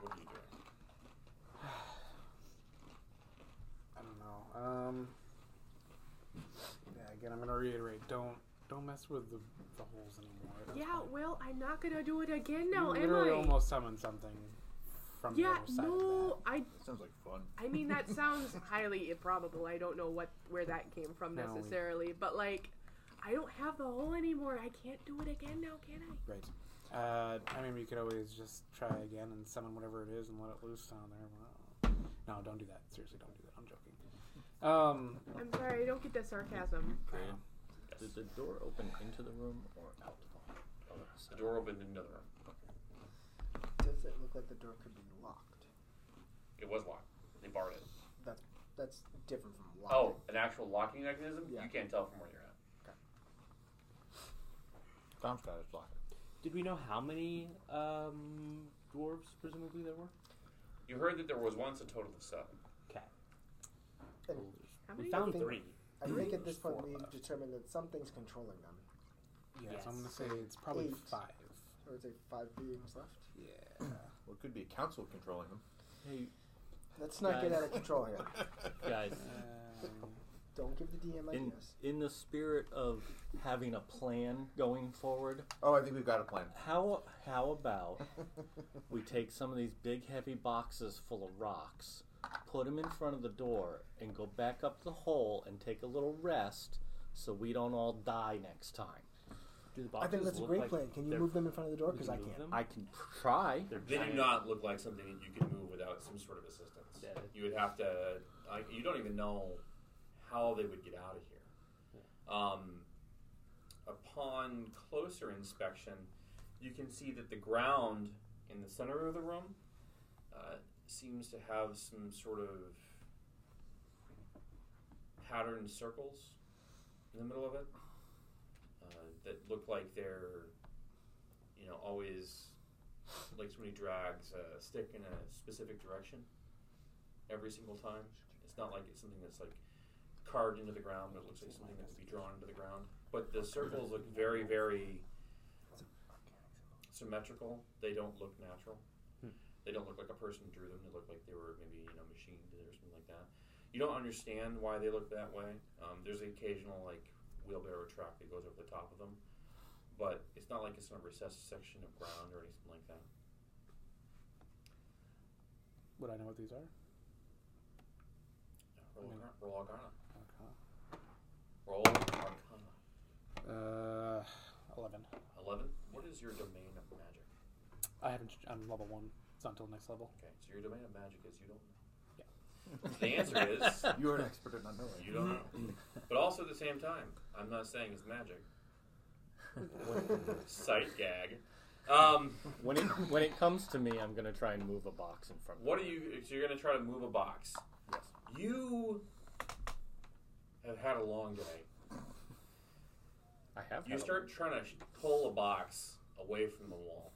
Speaker 2: What are you doing?
Speaker 8: I don't know. Um, yeah, again, I'm gonna reiterate: don't don't mess with the, the holes anymore. At this
Speaker 3: Yeah,
Speaker 8: point.
Speaker 3: well, I'm not gonna do it again
Speaker 8: You
Speaker 3: now, am
Speaker 8: literally
Speaker 3: I?
Speaker 8: almost summoned something from
Speaker 3: yeah,
Speaker 8: the other side
Speaker 3: no, I.
Speaker 4: Sounds like fun.
Speaker 3: I mean, that sounds highly improbable. I don't know what where that came from
Speaker 8: No, we-
Speaker 3: necessarily, but like, I don't have the hole anymore. I can't do it again now, can I?
Speaker 8: of that. Right. Uh, I mean, you could always just try again and summon whatever it is and let it loose down there. No, don't do that. Seriously, don't do that. I'm joking. Um,
Speaker 3: I'm sorry, I don't get that sarcasm.
Speaker 9: Brayden, did the door open into the room or out?
Speaker 2: The door opened into the room.
Speaker 5: Does it look like the door could be locked?
Speaker 2: It was locked. They barred it.
Speaker 5: That's that's different from locked.
Speaker 2: Oh, an actual locking mechanism?
Speaker 5: Yeah.
Speaker 2: You can't tell from where you're at.
Speaker 4: Dom's got his locker.
Speaker 10: Did we know how many um, dwarves presumably there were?
Speaker 2: You heard that there was once a total of seven.
Speaker 10: Okay.
Speaker 5: And
Speaker 10: How many found three.
Speaker 5: I think at this point we've determined that something's controlling them.
Speaker 8: yeah, so I'm gonna say it's probably
Speaker 5: Eight.
Speaker 8: five.
Speaker 5: I would say five beings left.
Speaker 8: Yeah.
Speaker 4: Well, it could be a council controlling them.
Speaker 9: Hey,
Speaker 5: Let's not get
Speaker 9: Guys.
Speaker 5: out of control here. Um,
Speaker 9: guys,
Speaker 5: Don't give the DM
Speaker 9: in
Speaker 5: ideas.
Speaker 9: in the spirit of having a plan going forward,
Speaker 4: Oh, I think we've got a plan.
Speaker 9: how how about we take some of these big heavy boxes full of rocks, put them in front of the door, and go back up the hole and take a little rest, so we don't all die next time.
Speaker 10: Do the
Speaker 5: I
Speaker 10: boxes
Speaker 5: think that's a
Speaker 10: look
Speaker 5: great
Speaker 10: like
Speaker 5: plan. Can you
Speaker 10: they're-
Speaker 5: move them in front of the door?
Speaker 10: we
Speaker 5: Because I
Speaker 10: move
Speaker 5: can't.
Speaker 10: them?
Speaker 9: I can try.
Speaker 10: They're
Speaker 2: They do
Speaker 10: giant.
Speaker 2: not look like something that you could move without some sort of assistance.
Speaker 10: Yeah, that-
Speaker 2: You would have to. Like, you don't even know how they would get out of here. Um, upon closer inspection, you can see that the ground in the center of the room uh, seems to have some sort of patterned circles in the middle of it uh, that look like they're, you know, always like somebody drags a stick in a specific direction every single time. It's not like it's something that's like carved into the ground, but it looks like something that would be drawn into the ground. But the circles look very, very symmetrical. They don't look natural. They don't look like a person drew them. They look like they were maybe you know machined or something like that. You don't understand why they look that way. Um, there's an occasional like wheelbarrow track that goes over the top of them, but it's not like it's in a recessed section of ground or anything like that.
Speaker 8: Would I know what these are?
Speaker 2: Roll,
Speaker 8: Okay.
Speaker 2: Arcana- roll Arcana.
Speaker 8: Okay.
Speaker 2: Roll Arcana.
Speaker 8: Uh, eleven.
Speaker 2: Eleven. What is your domain of magic?
Speaker 8: I haven't. I'm level one. It's not until next level.
Speaker 2: Okay, so your domain of magic is you don't know.
Speaker 8: Yeah.
Speaker 2: The answer is
Speaker 4: You are an expert at not knowing.
Speaker 2: you don't
Speaker 9: Mm-hmm.
Speaker 2: know. But also at the same time, I'm not saying it's magic. Sight gag. Um,
Speaker 9: When it when it comes to me, I'm gonna try and move a box in front. of
Speaker 2: what
Speaker 9: the
Speaker 2: are you? So you're gonna try to move a box.
Speaker 9: Yes.
Speaker 2: You have had a long day.
Speaker 9: I have.
Speaker 2: You
Speaker 9: had a-
Speaker 2: start trying to sh- pull a box away from the wall.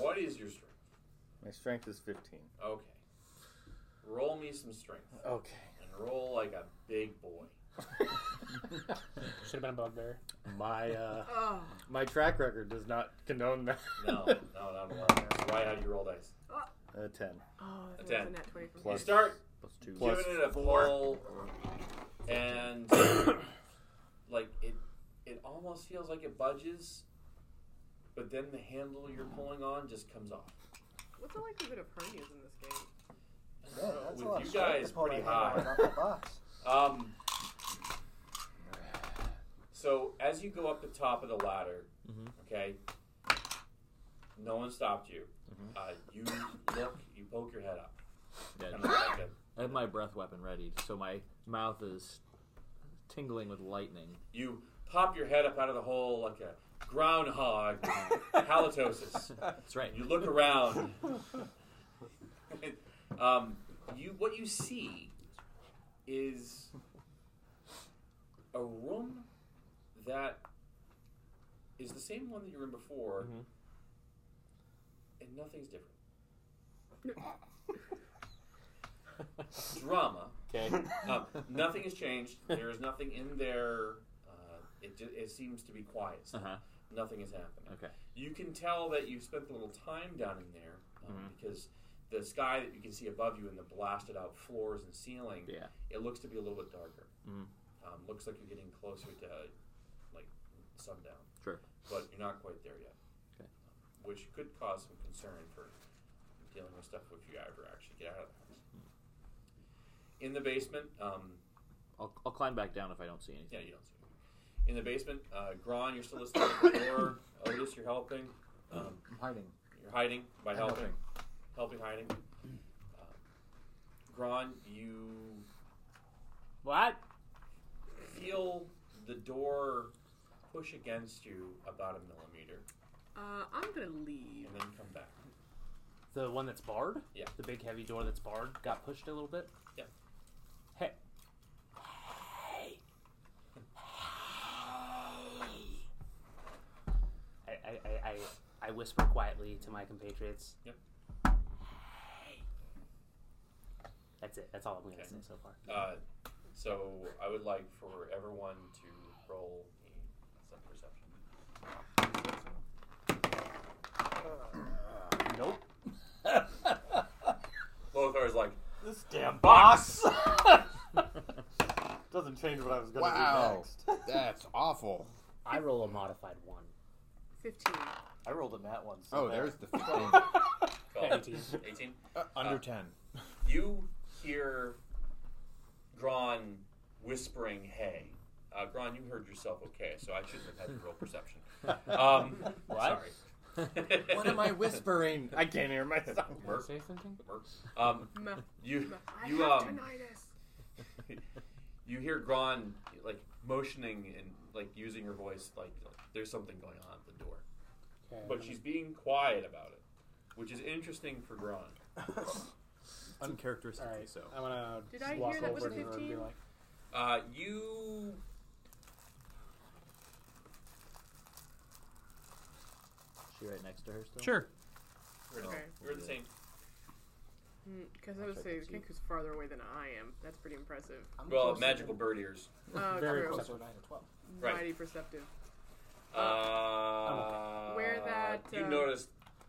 Speaker 2: What is your strength?
Speaker 9: My strength is 15.
Speaker 2: Okay. Roll me some strength
Speaker 9: Okay.
Speaker 2: and roll like a big boy.
Speaker 8: Should have been a bugbear.
Speaker 9: My uh,
Speaker 3: Oh,
Speaker 9: my track record does not condone that.
Speaker 2: No, no, not a lot. So why how do you roll dice?
Speaker 9: A 10
Speaker 3: oh, that was
Speaker 2: ten.
Speaker 3: a net 20 from
Speaker 2: You
Speaker 9: Plus-
Speaker 2: start
Speaker 9: plus two
Speaker 2: giving
Speaker 9: plus
Speaker 2: it a
Speaker 9: four.
Speaker 2: pull, and like it, it almost feels like it budges, but then the handle you're pulling on just comes off.
Speaker 3: What's the likelihood of hernias in this game?
Speaker 5: Yeah, that's a lot
Speaker 2: With
Speaker 5: of
Speaker 2: you
Speaker 5: strength to
Speaker 2: guys,
Speaker 5: pull
Speaker 2: pretty
Speaker 5: that hammer
Speaker 2: high.
Speaker 5: right off the box.
Speaker 2: Um, so as you go up the top of the ladder,
Speaker 9: Mhm.
Speaker 2: okay, no one stopped you. Uh, you look, you poke your head up.
Speaker 9: Yeah.
Speaker 2: Kinda like a-
Speaker 9: I have my breath weapon ready, so my mouth is tingling with lightning.
Speaker 2: You pop your head up out of the hole like a groundhog, halitosis.
Speaker 9: That's right.
Speaker 2: You look around. um, you what you see is a room that is the same one that you were in before,
Speaker 10: Mhm.
Speaker 9: Mm-hmm.
Speaker 2: and nothing's different. Drama.
Speaker 9: Okay.
Speaker 2: Um, nothing has changed. There is nothing in there. Uh, it, ju- it seems to be quiet. still.
Speaker 9: Uh-huh.
Speaker 2: Nothing is happening.
Speaker 9: Okay.
Speaker 2: You can tell that you spent a little time down in there um,
Speaker 9: Mhm.
Speaker 2: because the sky that you can see above you and the blasted out floors and ceiling,
Speaker 9: Yeah.
Speaker 2: it looks to be a little bit darker.
Speaker 9: Mhm.
Speaker 2: Um, looks like you're getting closer to like sundown,
Speaker 9: Sure.
Speaker 2: but you're not quite there yet.
Speaker 9: Okay.
Speaker 2: Which could cause some concern for dealing with stuff if you ever actually get out of the house.
Speaker 9: Hmm.
Speaker 2: In the basement, um,
Speaker 9: I'll, I'll climb back down if I don't see anything.
Speaker 2: yeah, you don't see. in the basement. Uh, Gron, you're still listening to the door. Otis, you're helping. Um,
Speaker 4: I'm hiding.
Speaker 2: You're hiding by
Speaker 4: I'm
Speaker 2: helping. Helping, hiding.
Speaker 9: Hmm.
Speaker 2: Um, Gron, you.
Speaker 10: What?
Speaker 2: Feel the door push against you about a millimeter
Speaker 3: Uh, I'm gonna leave.
Speaker 2: and then come back.
Speaker 10: The one that's barred?
Speaker 2: Yeah.
Speaker 10: The big heavy door that's barred got pushed a little bit?
Speaker 2: Yeah.
Speaker 10: Hey. I, I, I, I, I whisper quietly to my compatriots.
Speaker 2: Yep.
Speaker 10: That's it. That's all I'm going to
Speaker 2: Okay.
Speaker 10: say so far.
Speaker 2: Uh, so I would like for everyone to roll a some perception.
Speaker 11: Nope.
Speaker 2: Lothar's like,
Speaker 11: This damn box! Doesn't change what I was going to do
Speaker 12: Wow,
Speaker 11: next.
Speaker 12: that's awful.
Speaker 10: I roll a modified one.
Speaker 3: 15.
Speaker 11: I rolled a nat one.
Speaker 12: Oh, there's the 15.
Speaker 2: 12,
Speaker 10: 18.
Speaker 2: 18.
Speaker 4: under
Speaker 2: Uh,
Speaker 4: 10.
Speaker 2: You hear Gron whispering, hey. Uh, Gron, you heard yourself okay, so I shouldn't have had to roll perception. Um,
Speaker 11: What?
Speaker 2: Sorry.
Speaker 11: what am I whispering? I can't hear myself.
Speaker 2: Merc.
Speaker 10: Say something?
Speaker 2: Merc. Um,
Speaker 3: Meh.
Speaker 2: you,
Speaker 3: Meh. I
Speaker 2: you,
Speaker 3: have
Speaker 2: um,
Speaker 3: tinnitus.
Speaker 2: you hear Gron like motioning and like using her voice like there's something going on at the door. But she's being quiet about it, which is interesting for Gron.
Speaker 4: Uncharacteristically
Speaker 8: Alright,
Speaker 4: so.
Speaker 8: I'm gonna
Speaker 3: Did I
Speaker 8: walk
Speaker 3: hear that
Speaker 8: over
Speaker 3: was a
Speaker 8: to her and be
Speaker 3: 15?
Speaker 8: like,
Speaker 2: Uh, you.
Speaker 11: She right next to her still?
Speaker 10: Sure.
Speaker 2: We're,
Speaker 9: Oh,
Speaker 2: the-
Speaker 3: Okay.
Speaker 2: we're the same.
Speaker 3: Because I was saying, Kenku's farther away than I am. That's pretty impressive.
Speaker 5: I'm
Speaker 2: Well,
Speaker 5: closer
Speaker 2: magical
Speaker 5: than-
Speaker 2: bird ears.
Speaker 3: Oh,
Speaker 8: Very
Speaker 3: true.
Speaker 8: close.
Speaker 5: Except for 9 and 12.
Speaker 2: Right.
Speaker 3: Mighty perceptive.
Speaker 2: Uh,
Speaker 3: Where that,
Speaker 2: you
Speaker 3: uh,
Speaker 2: noticed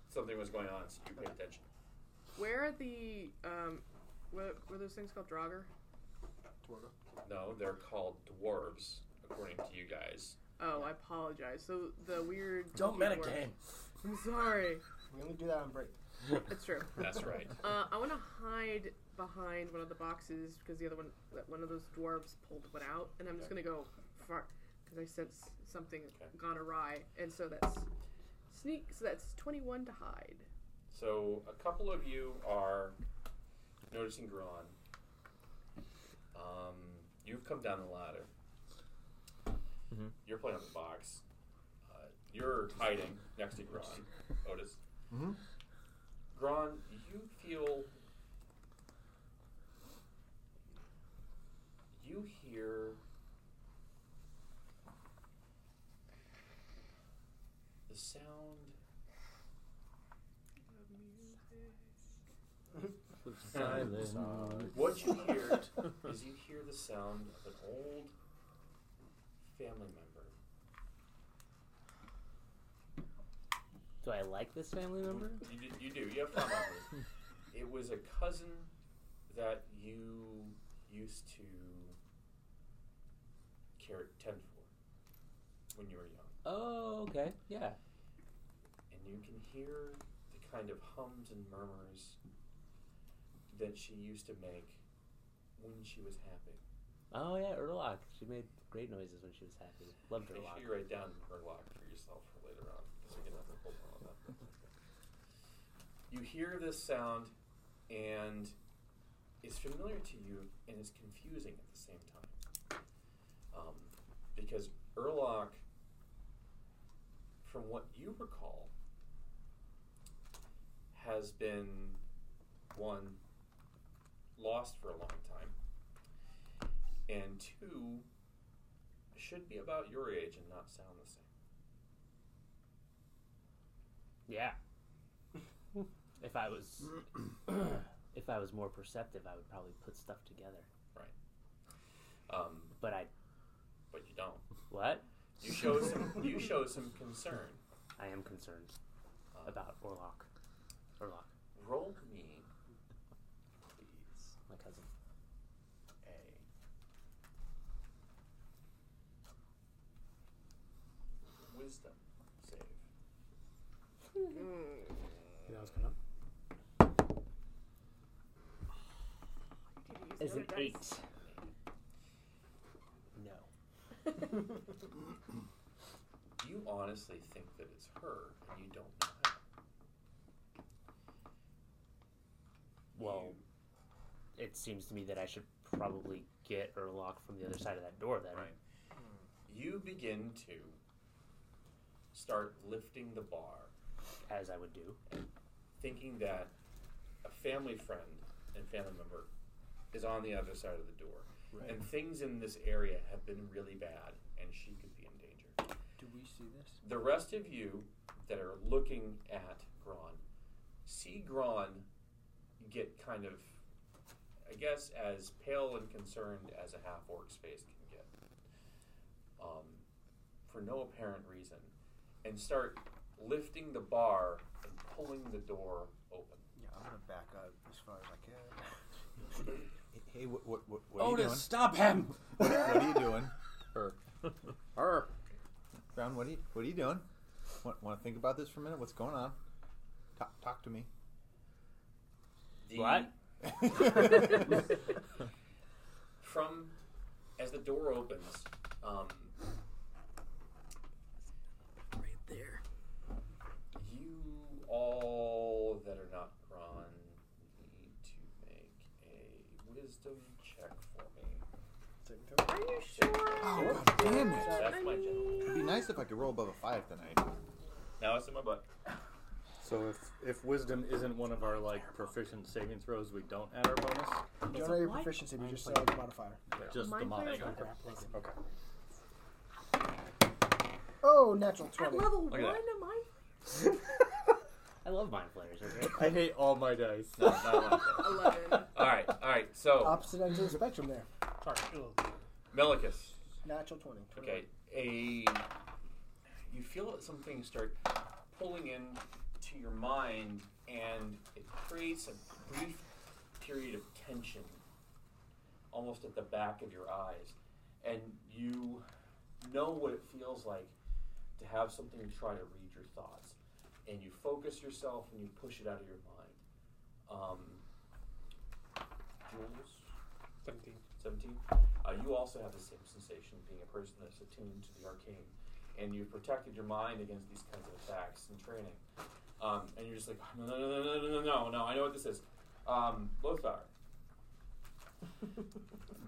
Speaker 2: something was going on, so you paid attention.
Speaker 3: Where are the um, what were those things called? Draugr.
Speaker 2: No, they're called dwarves, according to you guys.
Speaker 3: Oh, I apologize. So the weird.
Speaker 11: Don't
Speaker 3: weird
Speaker 11: metagame.
Speaker 3: word- I'm sorry.
Speaker 5: We only do that on break.
Speaker 3: It's true.
Speaker 2: That's right.
Speaker 3: Uh, I want to hide behind one of the boxes because the other one, that one of those dwarves pulled one out, and I'm just gonna go far because I sense something
Speaker 2: Okay.
Speaker 3: gone awry, and so that's sneak. So that's 21 to hide.
Speaker 2: So a couple of you are noticing Gron. Um, you've come down the ladder.
Speaker 9: Mm-hmm.
Speaker 4: Mhm.
Speaker 2: You're playing on the box. Uh, you're hiding next to Gron. Otis.
Speaker 4: Mm-hmm.
Speaker 2: Gron, you feel. You hear. The sound. What you hear is you hear the sound of an old family member.
Speaker 10: Do I like this family member?
Speaker 2: You do. You, do. you have fond memories. It was a cousin that you used to care tend for when you were young,
Speaker 10: Oh, okay. Yeah.
Speaker 2: and you can hear the kind of hums and murmurs that she used to make when she was happy.
Speaker 10: Oh, yeah, Erlock. She made great noises when she was happy. Loved
Speaker 2: Make sure
Speaker 10: Erlock.
Speaker 2: you write down her lock for yourself for later on, because we're gonna have to hold on that. You hear this sound, and it's familiar to you, and it's confusing at the same time, um, because Erlock, from what you recall, has been one lost for a long time, and two should be about your age and not sound the same.
Speaker 10: Yeah. if I was, if I was more perceptive, I would probably put stuff together.
Speaker 2: Um,
Speaker 10: But I,
Speaker 2: but you don't.
Speaker 10: what?
Speaker 2: You show some. You show some concern.
Speaker 10: I am concerned
Speaker 2: Uh,
Speaker 10: about Orlok. Orlok,
Speaker 2: roll me, please,
Speaker 10: my cousin.
Speaker 2: a wisdom save.
Speaker 3: Mm.
Speaker 8: that was gonna.
Speaker 3: You didn't use
Speaker 10: Is
Speaker 3: the
Speaker 10: an
Speaker 3: other
Speaker 10: eight.
Speaker 3: dice.
Speaker 10: No.
Speaker 2: You honestly think that it's her, and you don't know how.
Speaker 10: Well, it seems to me that I should probably get Erlock from the other side of that door then.
Speaker 2: Right. You begin to start lifting the bar.
Speaker 10: As I would do.
Speaker 2: Thinking that a family friend and family member is on the other side of the door.
Speaker 13: Right.
Speaker 2: And things in this area have been really bad, and she could be in danger.
Speaker 13: Do we see this?
Speaker 2: The rest of you that are looking at Gron see Gron get kind of, I guess, as pale and concerned as a half orc's face can get, um, for no apparent reason, and start lifting the bar and pulling the door open.
Speaker 13: Yeah, I'm gonna back up as far as I can.
Speaker 4: Hey, what, what, what, what are you
Speaker 13: Otis,
Speaker 4: doing?
Speaker 13: stop him!
Speaker 4: What, what are you doing? Her. Her. Brown, what are you, what are you doing? Want, want to think about this for a minute? What's going on? Talk, talk to me.
Speaker 2: What? From as the door opens, um, right there. You all that are not Ron need to make a wisdom check for me.
Speaker 3: Are you sure?
Speaker 4: Oh, God damn it.
Speaker 2: That's my general.
Speaker 4: It'd be nice if I could roll above a five tonight.
Speaker 2: Now it's in my butt.
Speaker 9: So if if wisdom isn't one of our like proficient saving throws, we don't add our bonus.
Speaker 5: You don't know your proficiency, but you just saw the modifier.
Speaker 9: Just the
Speaker 5: Mind
Speaker 9: modifier.
Speaker 5: players are
Speaker 9: Okay.
Speaker 5: Oh, natural
Speaker 3: At
Speaker 5: 20.
Speaker 3: level
Speaker 9: Look
Speaker 3: one,
Speaker 9: at
Speaker 3: am
Speaker 9: that.
Speaker 3: I?
Speaker 10: I love mind flayers, okay?
Speaker 9: I hate all my dice.
Speaker 2: No, not one. All right, all right. So
Speaker 5: Opposite ends of the spectrum there.
Speaker 2: Melicus.
Speaker 5: Natural 20. 20.
Speaker 2: Okay, a you feel something start pulling in to your mind, and it creates a brief period of tension, almost at the back of your eyes, and you know what it feels like to have something try to read your thoughts, and you focus yourself and you push it out of your mind. Um, Jules.
Speaker 8: 17.
Speaker 2: 17. Uh, you also have the same sensation being a person that's attuned to the arcane. And you've protected your mind against these kinds of attacks and training. Um, and you're just like, no, no, no, no, no, no, no, no, I know what this is. Um, Lothar.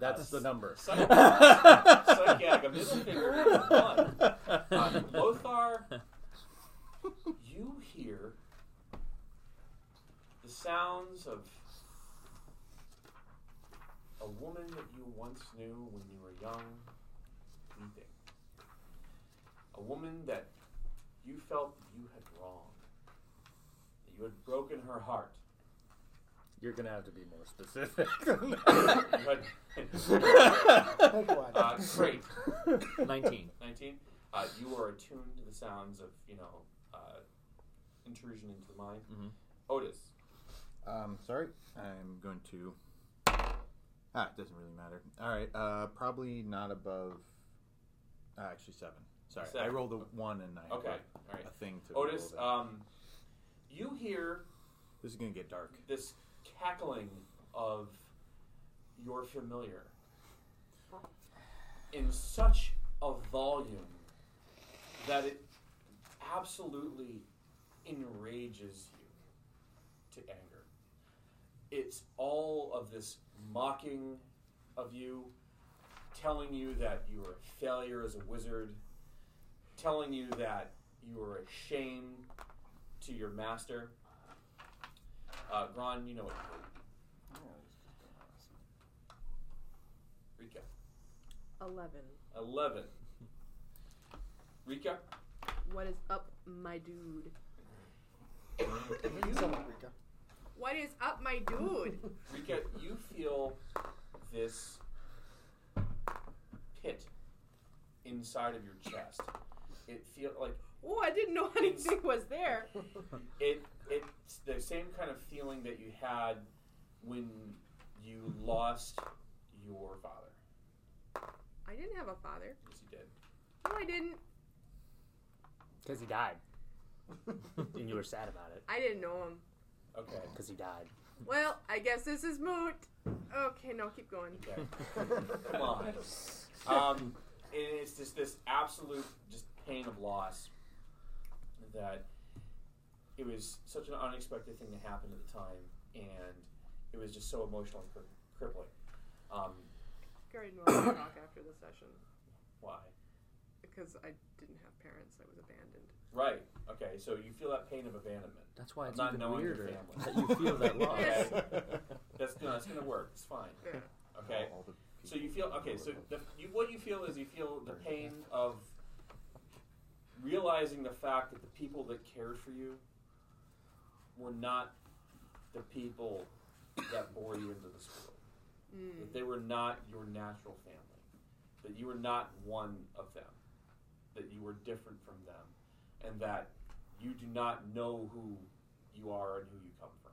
Speaker 9: That's the number.
Speaker 2: Psych Psychag, a middle finger and a one. Uh, Lothar, you hear the sounds of a woman that you once knew when you were young weeping. A woman that you felt you had wronged, that you had broken her heart.
Speaker 9: You're gonna have to be more specific. than
Speaker 2: But-
Speaker 9: that.
Speaker 2: uh, great.
Speaker 9: 19.
Speaker 2: 19. Uh, you are attuned to the sounds of, you know, uh, intrusion into the mind.
Speaker 4: Mhm.
Speaker 2: Otis.
Speaker 4: Um, sorry, I'm going to. Ah, it doesn't really matter. All right, uh, probably not above. Uh, actually, seven. Sorry, I
Speaker 2: Seven.
Speaker 4: rolled a one and I
Speaker 2: Okay.
Speaker 4: got
Speaker 2: All right.
Speaker 4: a thing to
Speaker 2: Otis,
Speaker 4: roll that.
Speaker 2: um, you hear
Speaker 4: this is gonna get dark.
Speaker 2: this cackling of your familiar in such a volume that it absolutely enrages you to anger. It's all of this mocking of you, telling you that you are a failure as a wizard, telling you that you are a shame to your master. Uh, Gron, you know what to do. Rika.
Speaker 3: 11.
Speaker 2: 11. Rika,
Speaker 3: What is up, my dude? What is up, my dude?
Speaker 2: Rika, you feel this pit inside of your chest. It feels like
Speaker 3: Oh, I didn't know anything was there.
Speaker 2: it it's the same kind of feeling that you had when you lost your father.
Speaker 3: I didn't have a father.
Speaker 2: Yes, you did.
Speaker 3: No, I didn't.
Speaker 10: Because he died. and you were sad about it.
Speaker 3: I didn't know him.
Speaker 2: Okay.
Speaker 10: Because he died.
Speaker 3: Well, I guess this is moot. Okay, no, keep going.
Speaker 2: Okay. Come on. Um, and it's just this absolute just pain of loss that it was such an unexpected thing to happen at the time, and it was just so emotional and cri- crippling. Um,
Speaker 3: Gary and I talk after the session
Speaker 2: why?
Speaker 3: because I didn't have parents. I was abandoned.
Speaker 2: Right. Okay. So you feel that pain of abandonment.
Speaker 10: That's why
Speaker 2: of
Speaker 10: it's
Speaker 2: not
Speaker 10: even
Speaker 2: knowing
Speaker 10: weirder
Speaker 2: your
Speaker 10: that
Speaker 2: family.
Speaker 10: you feel that loss.
Speaker 2: Okay. that's no, that's gonna work. It's fine.
Speaker 3: Yeah.
Speaker 2: Okay.
Speaker 4: All the
Speaker 2: So you feel okay. So the, you, what you feel is you feel the pain of realizing the fact that the people that cared for you were not the people that bore you into this world.
Speaker 3: Mm.
Speaker 2: That they were not your natural family. That you were not one of them. That you were different from them, and that you do not know who you are and who you come from.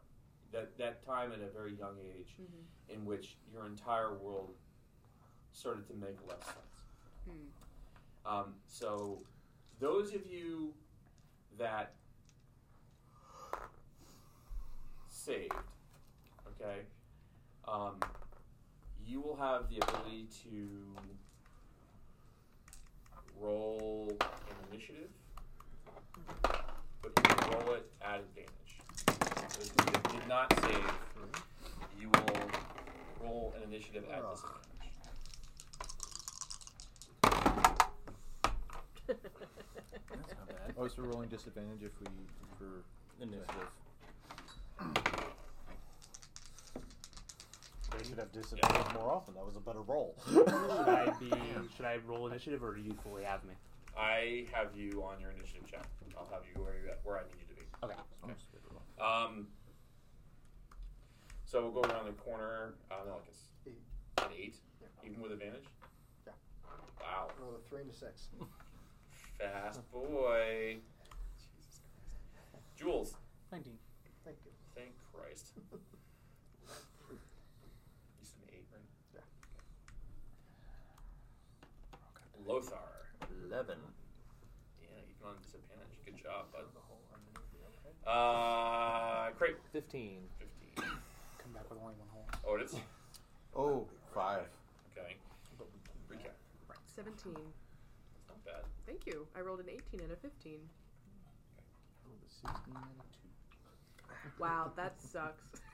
Speaker 2: That that time at a very young age,
Speaker 3: Mhm.
Speaker 2: in which your entire world started to make less sense.
Speaker 3: Hmm.
Speaker 2: Um, so, those of you that saved, okay, um, you will have the ability to roll an initiative, but you can roll it at advantage. Those of you that did not save, you will roll an initiative at disadvantage.
Speaker 4: Oh, so we're rolling disadvantage if we for
Speaker 9: Initiative.
Speaker 11: They should have disadvantage more often. That was a better roll.
Speaker 10: should I be? Should I roll initiative, or do you fully have me?
Speaker 2: I have you on your initiative check. I'll have you where you at, where I need you to be.
Speaker 10: Okay.
Speaker 2: Um. So we'll go around the corner. Uh, Melikis.
Speaker 5: Eight.
Speaker 2: An eight, even with advantage.
Speaker 5: Yeah.
Speaker 2: Wow,
Speaker 5: Roll a three and a six.
Speaker 2: fast boy. Jules.
Speaker 8: Nineteen.
Speaker 5: Thank you.
Speaker 2: Thank Christ. you said an eight, right?
Speaker 5: Yeah.
Speaker 2: Lothar.
Speaker 9: Eleven.
Speaker 2: Yeah, even on disadvantage. Good job, bud. Uh, Craig.
Speaker 10: Fifteen.
Speaker 2: Fifteen.
Speaker 8: Come back with only one hole.
Speaker 2: Otis.
Speaker 4: Oh, five.
Speaker 2: Okay. Recap.
Speaker 3: Seventeen.
Speaker 2: That's not bad.
Speaker 3: Thank you. I rolled an eighteen and a fifteen. Wow, that sucks.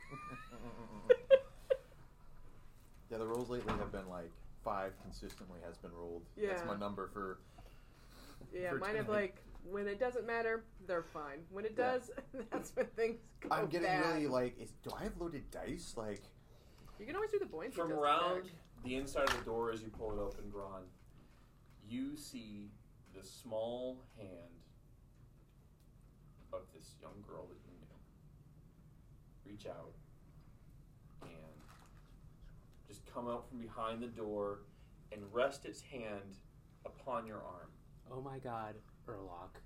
Speaker 4: Yeah, the rolls lately have been like five consistently has been rolled. That's
Speaker 3: Yeah.
Speaker 4: my number for.
Speaker 3: Yeah,
Speaker 4: for
Speaker 3: mine have
Speaker 4: tonight.
Speaker 3: like when it doesn't matter, they're fine. When it
Speaker 4: Yeah.
Speaker 3: does, that's when things go
Speaker 4: I'm getting
Speaker 3: bad.
Speaker 4: really like, is, do I have loaded dice? Like,
Speaker 3: You can always do the buoyancy
Speaker 2: From
Speaker 3: test
Speaker 2: around
Speaker 3: back.
Speaker 2: the inside of the door as you pull it open, Gron, you see the small hand of this young girl that you knew reach out and just come out from behind the door and rest its hand upon your arm.
Speaker 10: Oh my God, Urlock,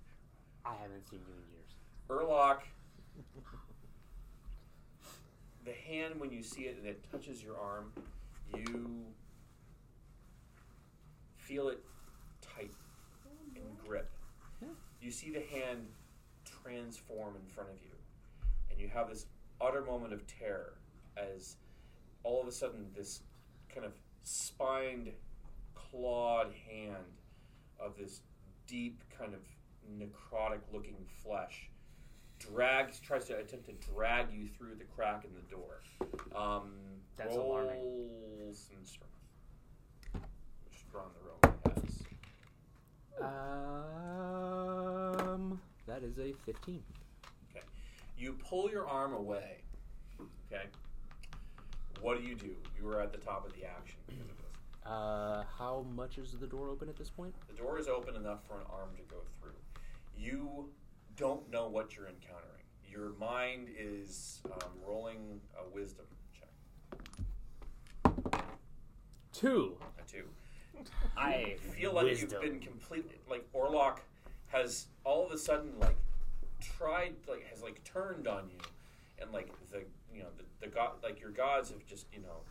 Speaker 10: I haven't seen you in years.
Speaker 2: Urlock, the hand, when you see it and it touches your arm, you feel it tight and grip. You see the hand transform in front of you, and you have this utter moment of terror as all of a sudden this kind of spined, clawed hand of this deep kind of necrotic looking flesh drags tries to attempt to drag you through the crack in the door. Um,
Speaker 10: That's
Speaker 2: roll
Speaker 10: alarming.
Speaker 2: some strength. Which Ron the Roman has.
Speaker 10: Um, that is a fifteen.
Speaker 2: Okay. You pull your arm away. Okay. What do you do? You were at the top of the action. because of this.
Speaker 10: Uh, how much is the door open at this point?
Speaker 2: The door is open enough for an arm to go through. You don't know what you're encountering. Your mind is um, rolling a wisdom check.
Speaker 10: Two.
Speaker 2: A two.
Speaker 10: I
Speaker 2: You feel like
Speaker 10: wisdom.
Speaker 2: you've been completely like Orlok has all of a sudden like tried like has like turned on you, and like the you know the, the god like your gods have just you know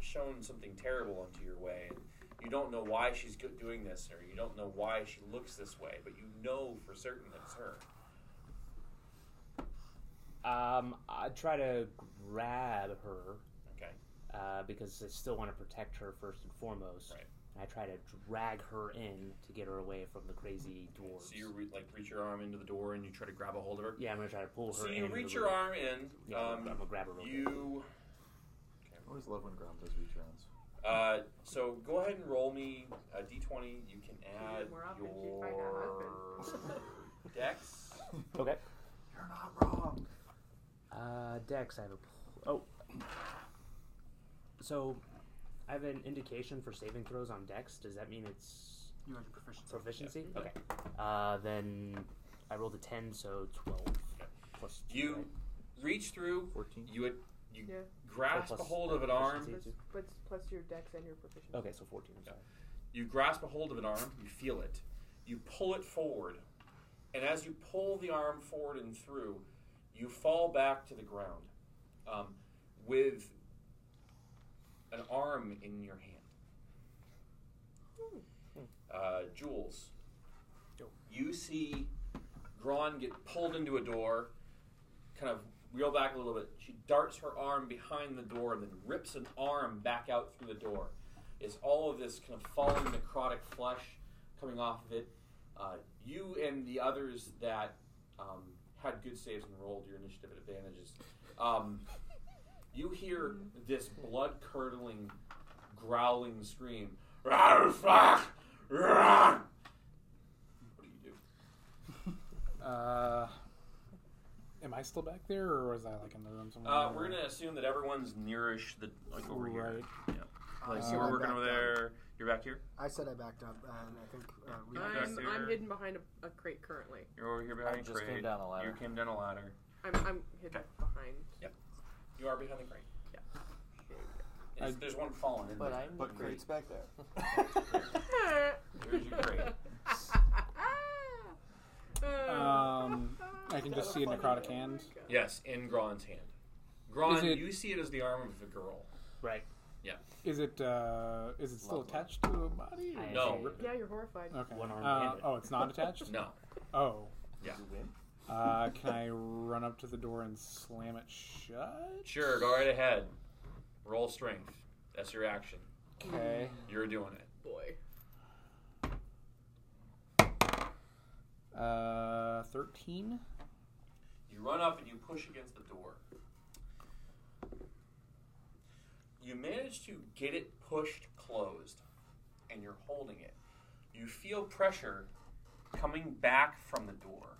Speaker 2: shown something terrible into your way, and you don't know why she's go- doing this, or you don't know why she looks this way, but you know for certain that it's her.
Speaker 10: Um, I try to grab her.
Speaker 2: Okay.
Speaker 10: Uh, because I still want to protect her first and foremost.
Speaker 2: Right.
Speaker 10: And I try to drag her in to get her away from the crazy dwarves.
Speaker 2: So you re- like reach your arm into the door and you try to grab a hold of her.
Speaker 10: Yeah, I'm gonna try to pull her.
Speaker 2: So you
Speaker 10: in
Speaker 2: reach
Speaker 10: the
Speaker 2: your
Speaker 10: room.
Speaker 2: arm in.
Speaker 10: Yeah,
Speaker 2: um,
Speaker 10: I'm gonna grab her. Real
Speaker 2: you.
Speaker 10: quick.
Speaker 4: I always love when Grom does reach rounds.
Speaker 2: Uh, so go ahead and roll me a d20. You can add
Speaker 3: more often she'd find
Speaker 2: your dex.
Speaker 10: Okay.
Speaker 5: You're not wrong.
Speaker 10: Uh, Dex, I have a. pl- Oh. So, I have an indication for saving throws on Dex. Does that mean it's.
Speaker 8: You have your proficiency.
Speaker 10: Proficiency? Okay. Uh, then I rolled a 10, so 12. Plus two,
Speaker 2: You
Speaker 10: right?
Speaker 2: reach through. You had, you
Speaker 3: Yeah.
Speaker 2: grasp
Speaker 10: Oh, plus
Speaker 2: a hold of
Speaker 10: the
Speaker 2: an arm.
Speaker 10: proficiency,
Speaker 3: But it's plus your dex and your proficiency.
Speaker 10: Okay, so 14. I'm sorry.
Speaker 2: You grasp a hold of an arm. You feel it. You pull it forward, and as you pull the arm forward and through, you fall back to the ground, um, with an arm in your hand. uh, Jules. You see Gron get pulled into a door, kind of reel back a little bit. She darts her arm behind the door and then rips an arm back out through the door. It's all of this kind of falling necrotic flesh coming off of it. Uh, you and the others that um, had good saves and rolled your initiative at advantages. Um, you hear this blood curdling, growling scream. "Rawr, fuck! Rawr!" What do you do?
Speaker 8: Uh, am I still back there, or was I like in the room somewhere?
Speaker 2: Uh, we're gonna assume that everyone's nearish the like over here.
Speaker 8: Right.
Speaker 2: Yeah. Like
Speaker 5: Uh,
Speaker 2: you
Speaker 5: I
Speaker 2: were working
Speaker 5: backed
Speaker 2: over there. You're back here.
Speaker 5: I said I backed up, and I think uh, we.
Speaker 3: I'm,
Speaker 2: Back
Speaker 3: I'm
Speaker 2: there.
Speaker 3: hidden behind a, a crate currently.
Speaker 2: You're over here behind.
Speaker 11: I
Speaker 2: the
Speaker 11: just came
Speaker 2: crate.
Speaker 11: down a ladder.
Speaker 2: You came down a ladder.
Speaker 3: I'm, I'm hidden behind.
Speaker 2: Yep. You are behind the crate.
Speaker 3: Yeah.
Speaker 2: It's- there's one falling in there.
Speaker 11: But crate's back there.
Speaker 2: Here's your crate.
Speaker 8: Um, I can just see a necrotic hand.
Speaker 2: Yes, in Gron's hand. Gron,
Speaker 8: Is it-
Speaker 2: you see it as the arm of a girl.
Speaker 10: Right.
Speaker 2: Yeah.
Speaker 8: Is it uh, is it still attached to a body? or-
Speaker 2: No.
Speaker 3: Yeah, you're horrified.
Speaker 8: Okay.
Speaker 10: One arm
Speaker 8: Uh,
Speaker 10: bandit.
Speaker 8: oh, it's not attached.
Speaker 2: No.
Speaker 8: Oh.
Speaker 2: Yeah.
Speaker 8: Uh, can I run up to the door and slam it shut?
Speaker 2: Sure, go right ahead. Roll strength. That's your action.
Speaker 8: Okay.
Speaker 2: You're doing it.
Speaker 3: Boy.
Speaker 8: Uh, thirteen.
Speaker 2: You run up and you push against the door. You manage to get it pushed closed, and you're holding it. You feel pressure coming back from the door.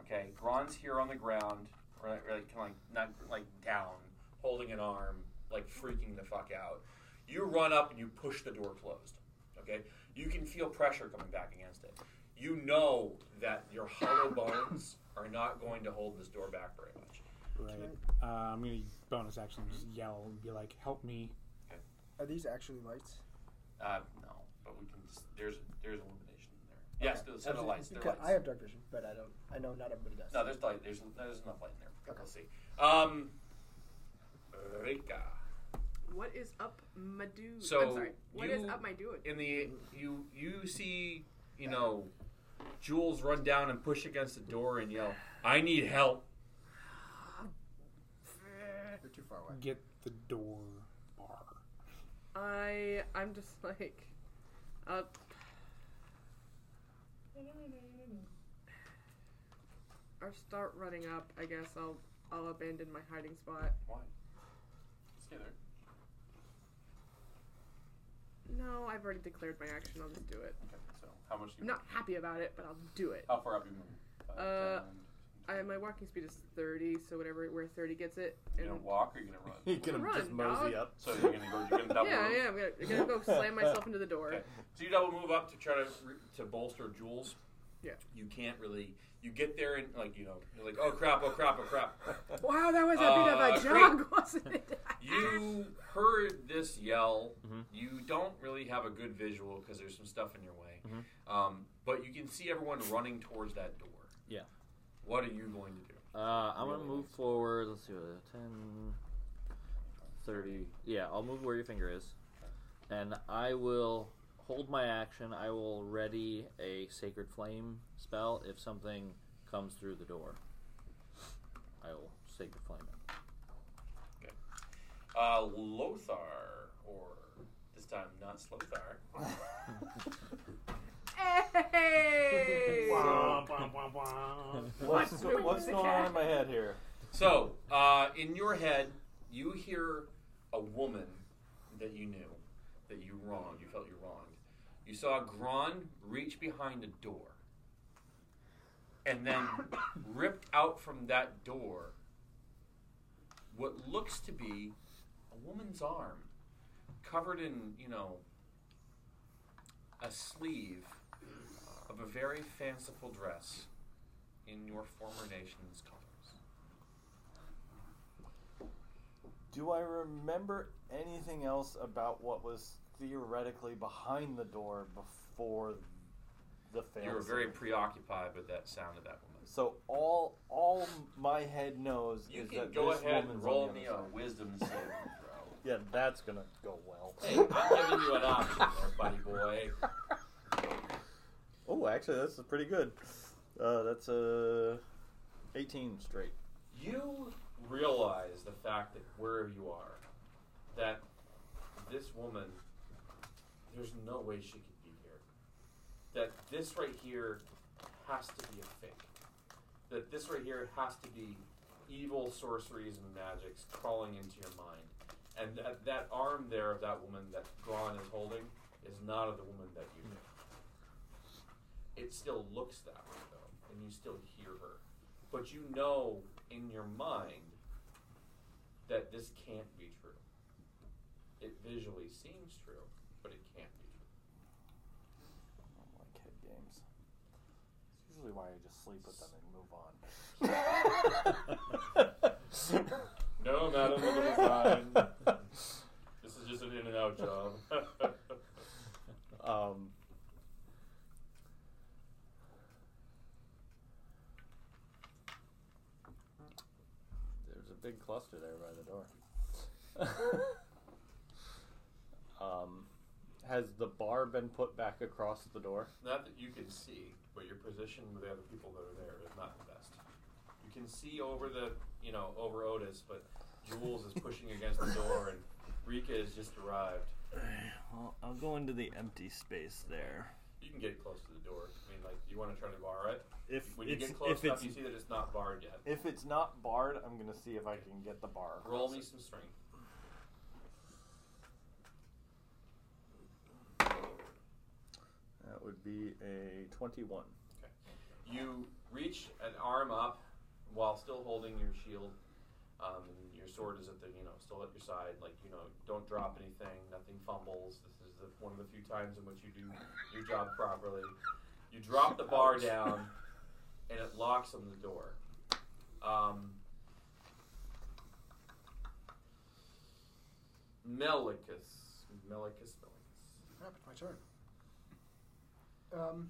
Speaker 2: Okay, Gron's here on the ground, or like, or like, kinda like not like down, holding an arm, like freaking the fuck out. You run up and you push the door closed. Okay, you can feel pressure coming back against it. You know that your hollow bones are not going to hold this door back very much.
Speaker 8: Right. Uh, I'm gonna bonus action just yell and be like, "Help me!"
Speaker 5: Are these actually lights?
Speaker 2: Uh, no, but we can. s there's there's illumination in there. Yes, there's set of lights. There are
Speaker 5: Because
Speaker 2: lights.
Speaker 5: I have dark vision, but I don't. I know not everybody does.
Speaker 2: No, there's light. There's there's enough light in there. Let's see. Um, Rika.
Speaker 3: What is up my dude?
Speaker 2: So
Speaker 3: I'm sorry. What is
Speaker 2: you-
Speaker 3: up my dude?
Speaker 2: in the you you see you know Jules run down and push against the door and yell, "I need help!"
Speaker 5: They're too far away.
Speaker 8: Get the door bar.
Speaker 3: I I'm just like uh I'll start running up. I guess I'll I'll abandon my hiding spot.
Speaker 2: Why? Stay there.
Speaker 3: No, I've already declared my action. I'll just do it.
Speaker 2: So how much? Do
Speaker 3: I'm
Speaker 2: you
Speaker 3: not happy about it, but I'll do it.
Speaker 2: How far up you move?
Speaker 3: Uh, I, my walking speed is 30, so whatever where 30 gets it.
Speaker 2: You
Speaker 3: And
Speaker 2: gonna walk or you gonna run?
Speaker 11: You're gonna
Speaker 3: Run,
Speaker 11: just mosey
Speaker 3: dog.
Speaker 11: up.
Speaker 2: So you're gonna go. You're gonna double.
Speaker 3: yeah,
Speaker 2: move?
Speaker 3: yeah, I'm gonna, I'm gonna go slam myself into the door.
Speaker 2: Okay. So you double move up to try to re- to bolster Jules.
Speaker 3: Yeah.
Speaker 2: You can't really. You get there and like you know you're like oh crap oh crap oh crap.
Speaker 3: Wow, that was a bit
Speaker 2: Uh,
Speaker 3: of a jog, wasn't it?
Speaker 2: You heard this yell.
Speaker 11: Mm-hmm.
Speaker 2: You don't really have a good visual because there's some stuff in your way,
Speaker 11: Mm-hmm.
Speaker 2: um, but you can see everyone running towards that door.
Speaker 7: Yeah.
Speaker 2: What are you going to do?
Speaker 7: Uh, I'm gonna move forward. Let's see, what, 10, 30. Yeah, I'll move where your finger is, and I will hold my action. I will ready a sacred flame spell if something comes through the door. I will sacred flame it.
Speaker 2: Uh, Lothar, or this time, not Slothar.
Speaker 3: Hey!
Speaker 8: Wah, wah, wah, wah.
Speaker 9: What's- what's going on in my head here?
Speaker 2: So, uh, in your head, you hear a woman that you knew, that you wronged, you felt you wronged. You saw Gron reach behind a door, and then ripped out from that door what looks to be a woman's arm, covered in, you know, a sleeve of a very fanciful dress in your former nation's colors.
Speaker 9: Do I remember anything else about what was theoretically behind the door before the fail?
Speaker 2: You were very
Speaker 9: safe?
Speaker 2: preoccupied with that sound of that woman.
Speaker 9: So all all my head knows
Speaker 2: You
Speaker 9: is
Speaker 2: can
Speaker 9: that
Speaker 2: go
Speaker 9: this
Speaker 2: ahead and
Speaker 9: woman's
Speaker 2: roll
Speaker 9: on the
Speaker 2: me
Speaker 9: other
Speaker 2: a
Speaker 9: side.
Speaker 2: wisdom saving throw.
Speaker 9: Yeah, that's gonna go well.
Speaker 2: Hey, I'm giving you an option there, buddy boy.
Speaker 9: Oh, actually, that's pretty good. Uh, that's a uh, eighteen straight.
Speaker 2: You realize the fact that wherever you are, that this woman, there's no way she could be here. That this right here has to be a fake. That this right here has to be evil sorceries and magics crawling into your mind. And that, that arm there of that woman that Gron is holding is not of the woman that you knew. It still looks that way, though, and you still hear her. But you know in your mind that this can't be true. It visually seems true, but it can't be
Speaker 9: I
Speaker 2: true.
Speaker 9: don't like head games. It's usually why I just sleep with them and move on.
Speaker 2: No, madam, it is fine. this is just an in and out job.
Speaker 9: um, there's a big cluster there by the door. um, has the bar been put back across the door?
Speaker 2: not that you can see, but your position with the other people that are there is not the best. You can see over the, you know, over Otis, but Jules is pushing against the door, and Rika has just arrived.
Speaker 11: Well, I'll go into the empty space there.
Speaker 2: You can get close to the door. I mean, like, you want to try to bar it?
Speaker 9: If
Speaker 2: when you
Speaker 9: it's-
Speaker 2: get close
Speaker 9: if
Speaker 2: enough,
Speaker 9: it's-
Speaker 2: you see that it's not barred yet.
Speaker 9: If it's not barred, I'm gonna see if I can get the bar.
Speaker 2: Roll
Speaker 9: across
Speaker 2: me
Speaker 9: it.
Speaker 2: some strength.
Speaker 9: That would be a twenty-one.
Speaker 2: You reach an arm up while still holding your shield. Um, and your sword is at the you know still at your side. Like you know, don't drop anything. Nothing fumbles. This is the, one of the few times in which you do your job properly. You drop the bar
Speaker 9: Ouch.
Speaker 2: down, and it locks on the door. Um, Melicus, Melicus, Melicus.
Speaker 5: Crap, it's my turn. Um.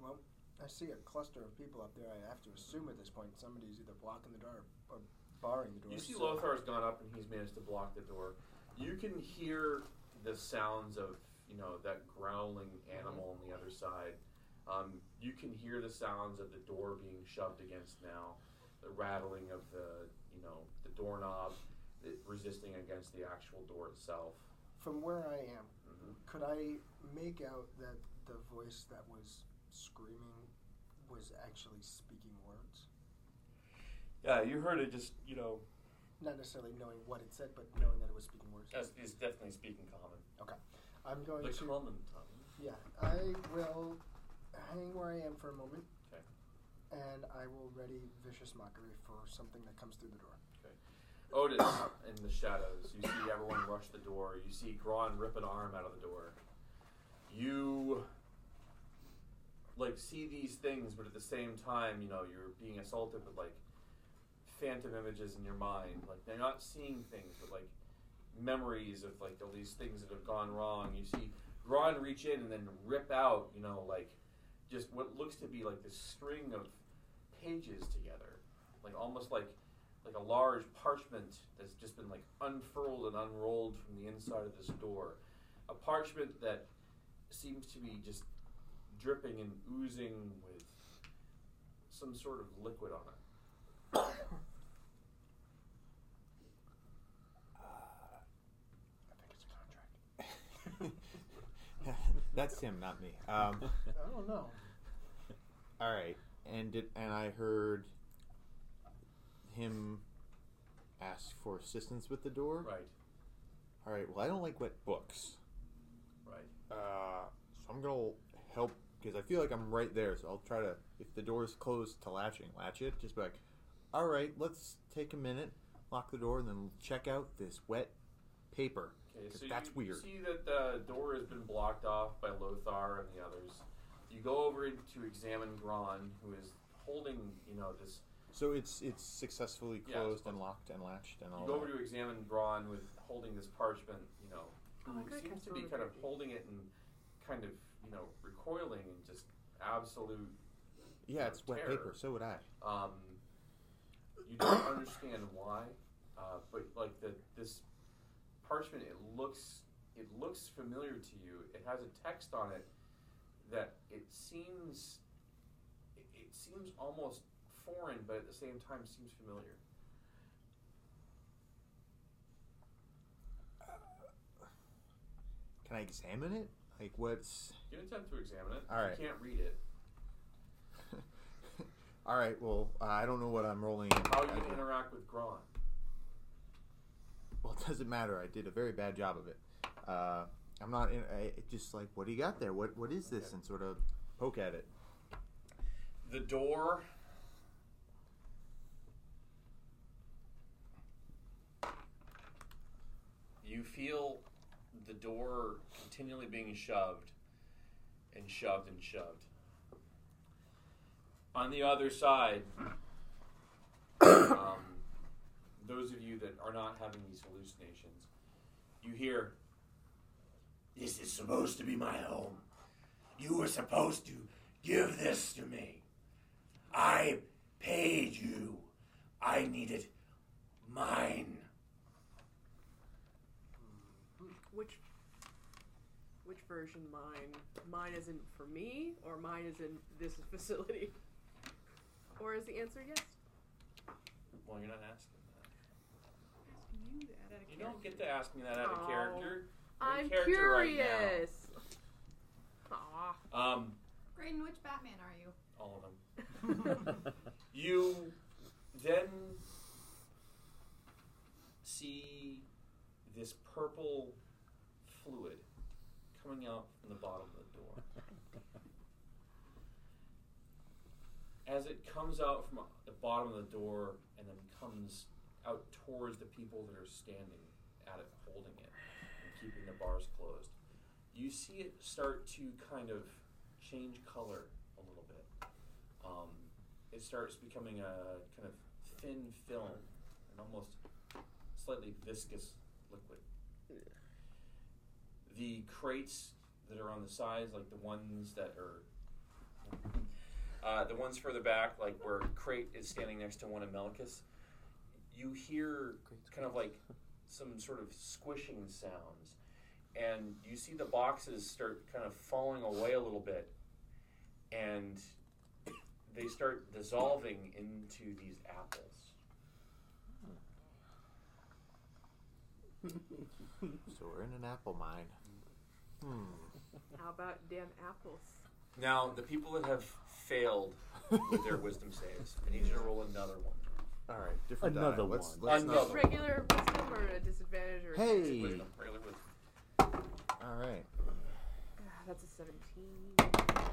Speaker 5: Well, I see a cluster of people up there. I have to assume at this point somebody's either blocking the door or barring the door.
Speaker 2: You see
Speaker 5: so-
Speaker 2: Lothar's gone up and he's managed to block the door. You can hear the sounds of, you know, that growling animal on the other side. Um, you can hear the sounds of the door being shoved against now, the rattling of the, you know, the doorknob it resisting against the actual door itself.
Speaker 5: From where I am,
Speaker 2: Mhm.
Speaker 5: could I make out that the voice that was screaming was actually speaking words?
Speaker 2: Yeah, you heard it just, you know.
Speaker 5: Not necessarily knowing what it said, but knowing that it was speaking words.
Speaker 2: It's, it's definitely speaking common.
Speaker 5: Okay. I'm going
Speaker 2: the
Speaker 5: to.
Speaker 2: common tongue.
Speaker 5: Yeah, I will hang where I am for a moment.
Speaker 2: Okay.
Speaker 5: And I will ready vicious mockery for something that comes through the door.
Speaker 2: Okay. Otis in the shadows. You see everyone rush the door. You see Gron rip an arm out of the door. You like see these things, but at the same time, you know you're being assaulted with like phantom images in your mind. Like they're not seeing things, but like memories of like all these things that have gone wrong. You see Gron reach in and then rip out. You know like just what looks to be like this string of pages together, like almost like like a large parchment that's just been like unfurled and unrolled from the inside of this door. A parchment that seems to be just dripping and oozing with some sort of liquid on it.
Speaker 5: I think it's
Speaker 4: That's him, not me. Um,
Speaker 5: I don't know.
Speaker 4: all right, and did, and I heard him ask for assistance with the door.
Speaker 2: Right.
Speaker 4: All right. Well, I don't like wet books.
Speaker 2: Right.
Speaker 4: Uh, so I'm gonna help because I feel like I'm right there. So I'll try to, if the door is closed to latching, latch it. Just be like, all right, let's take a minute, lock the door, and then check out this wet paper.
Speaker 1: Okay,
Speaker 4: 'cause
Speaker 1: so
Speaker 4: that's
Speaker 1: you
Speaker 4: weird.
Speaker 1: see that the door has been blocked off by Lothar and the others. You go over to examine Gron, who is holding, you know, this.
Speaker 4: So it's it's successfully
Speaker 1: Yeah, it's
Speaker 4: closed and locked and latched and all
Speaker 1: You go
Speaker 4: that.
Speaker 1: over to examine Gron with holding this parchment, you know,
Speaker 3: Oh, I
Speaker 1: who
Speaker 3: got
Speaker 1: seems to
Speaker 3: Castor
Speaker 1: be kind of
Speaker 3: Regredi.
Speaker 1: holding it and kind of, you know, recoiling and just absolute. you
Speaker 4: yeah,
Speaker 1: know,
Speaker 4: it's wet
Speaker 1: terror.
Speaker 4: paper. So would I.
Speaker 1: Um, you don't understand why, uh, but like the this parchment, it looks it looks familiar to you. It has a text on it that it seems it, it seems almost foreign, but at the same time seems familiar.
Speaker 4: Can I examine it? Like what's?
Speaker 1: You can attempt to examine it.
Speaker 4: All right.
Speaker 1: You can't read it.
Speaker 4: All right. Well, uh, I don't know what I'm rolling.
Speaker 1: How you interact with Gron?
Speaker 4: well, it doesn't matter. I did a very bad job of it. Uh, I'm not in. I, it just like, what do you got there? What what is this? And sort of poke at it.
Speaker 2: The door you feel the door continually being shoved and shoved and shoved. On the other side, um, those of you that are not having these hallucinations, you hear, This is supposed to be my home. You were supposed to give this to me. I paid you. I need it mine.
Speaker 3: Which which version mine? Mine isn't for me, or mine is in this facility. Or is the answer yes?
Speaker 2: Well, you're not asking that.
Speaker 3: You that out of
Speaker 2: You don't get to ask me that out of
Speaker 3: Oh.
Speaker 2: character. You're in
Speaker 3: I'm
Speaker 2: character
Speaker 3: curious. Aw.
Speaker 2: Right now. Um,
Speaker 14: Graydon, which Batman are you?
Speaker 2: all of them. you then see this purple fluid coming out from the bottom of the door. As it comes out from the bottom of the door and then comes out towards the people that are standing at it, holding it, and keeping the bars closed, you see it start to kind of change color a little bit. Um, it starts becoming a kind of thin film, an almost slightly viscous liquid. The crates that are on the sides, like the ones that are, uh, the ones further back, like where crate is standing next to one of Melkus, you hear kind of like some sort of squishing sounds, and you see the boxes start kind of falling away a little bit, and they start dissolving into these apples.
Speaker 4: so we're in an apple mine. Hmm.
Speaker 3: How about damn apples?
Speaker 2: Now, the people that have failed with their wisdom saves, I need you to roll another one.
Speaker 4: All right, different
Speaker 2: Another
Speaker 4: die. Let's,
Speaker 2: one.
Speaker 4: let's
Speaker 2: Another
Speaker 4: not-
Speaker 2: one.
Speaker 3: Regular wisdom or a disadvantage or
Speaker 4: Hey.
Speaker 2: Wisdom, regular wisdom.
Speaker 4: All right.
Speaker 3: Ah, that's a seventeen.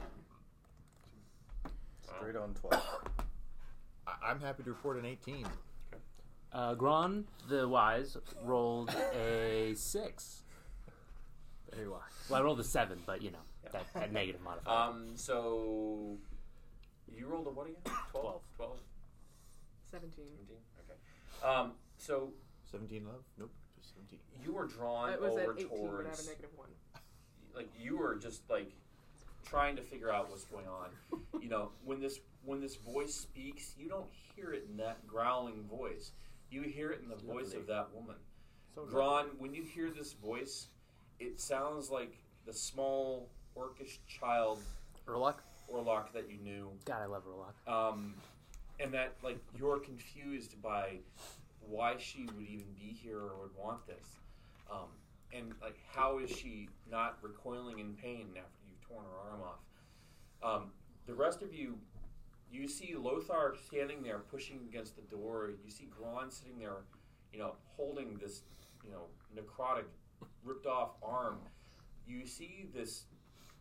Speaker 11: Straight on twelve.
Speaker 4: I, I'm happy to report an 18.
Speaker 10: Uh, Gron the Wise rolled a six. Very wise. Well, I rolled a seven, but you know that, that negative modifier.
Speaker 1: Um, so you rolled a what again? 12? 12?
Speaker 3: Seventeen.
Speaker 1: 17? Okay. Um, so
Speaker 4: 17 love? Nope, just 17.
Speaker 1: you were drawn
Speaker 3: It was
Speaker 1: over
Speaker 3: at eighteen, but I have a
Speaker 1: towards
Speaker 3: negative one.
Speaker 1: like you were just like trying to figure out what's going on. you know, when this when this voice speaks, you don't hear it in that growling voice. You hear it in the voice of that woman.
Speaker 2: So
Speaker 1: Gron,
Speaker 2: lovely.
Speaker 1: when you hear this voice, it sounds like the small orcish child
Speaker 10: Urlock.
Speaker 1: Orlock that you knew.
Speaker 10: God, I love Urlock.
Speaker 2: Um,
Speaker 1: and that like you're confused by why she would even be here or would want this. Um,
Speaker 2: and like how is she not recoiling in pain after you've torn her arm off? Um, the rest of you, you see Lothar standing there pushing against the door. You see Gron sitting there, you know, holding this, you know, necrotic, ripped off arm. You see this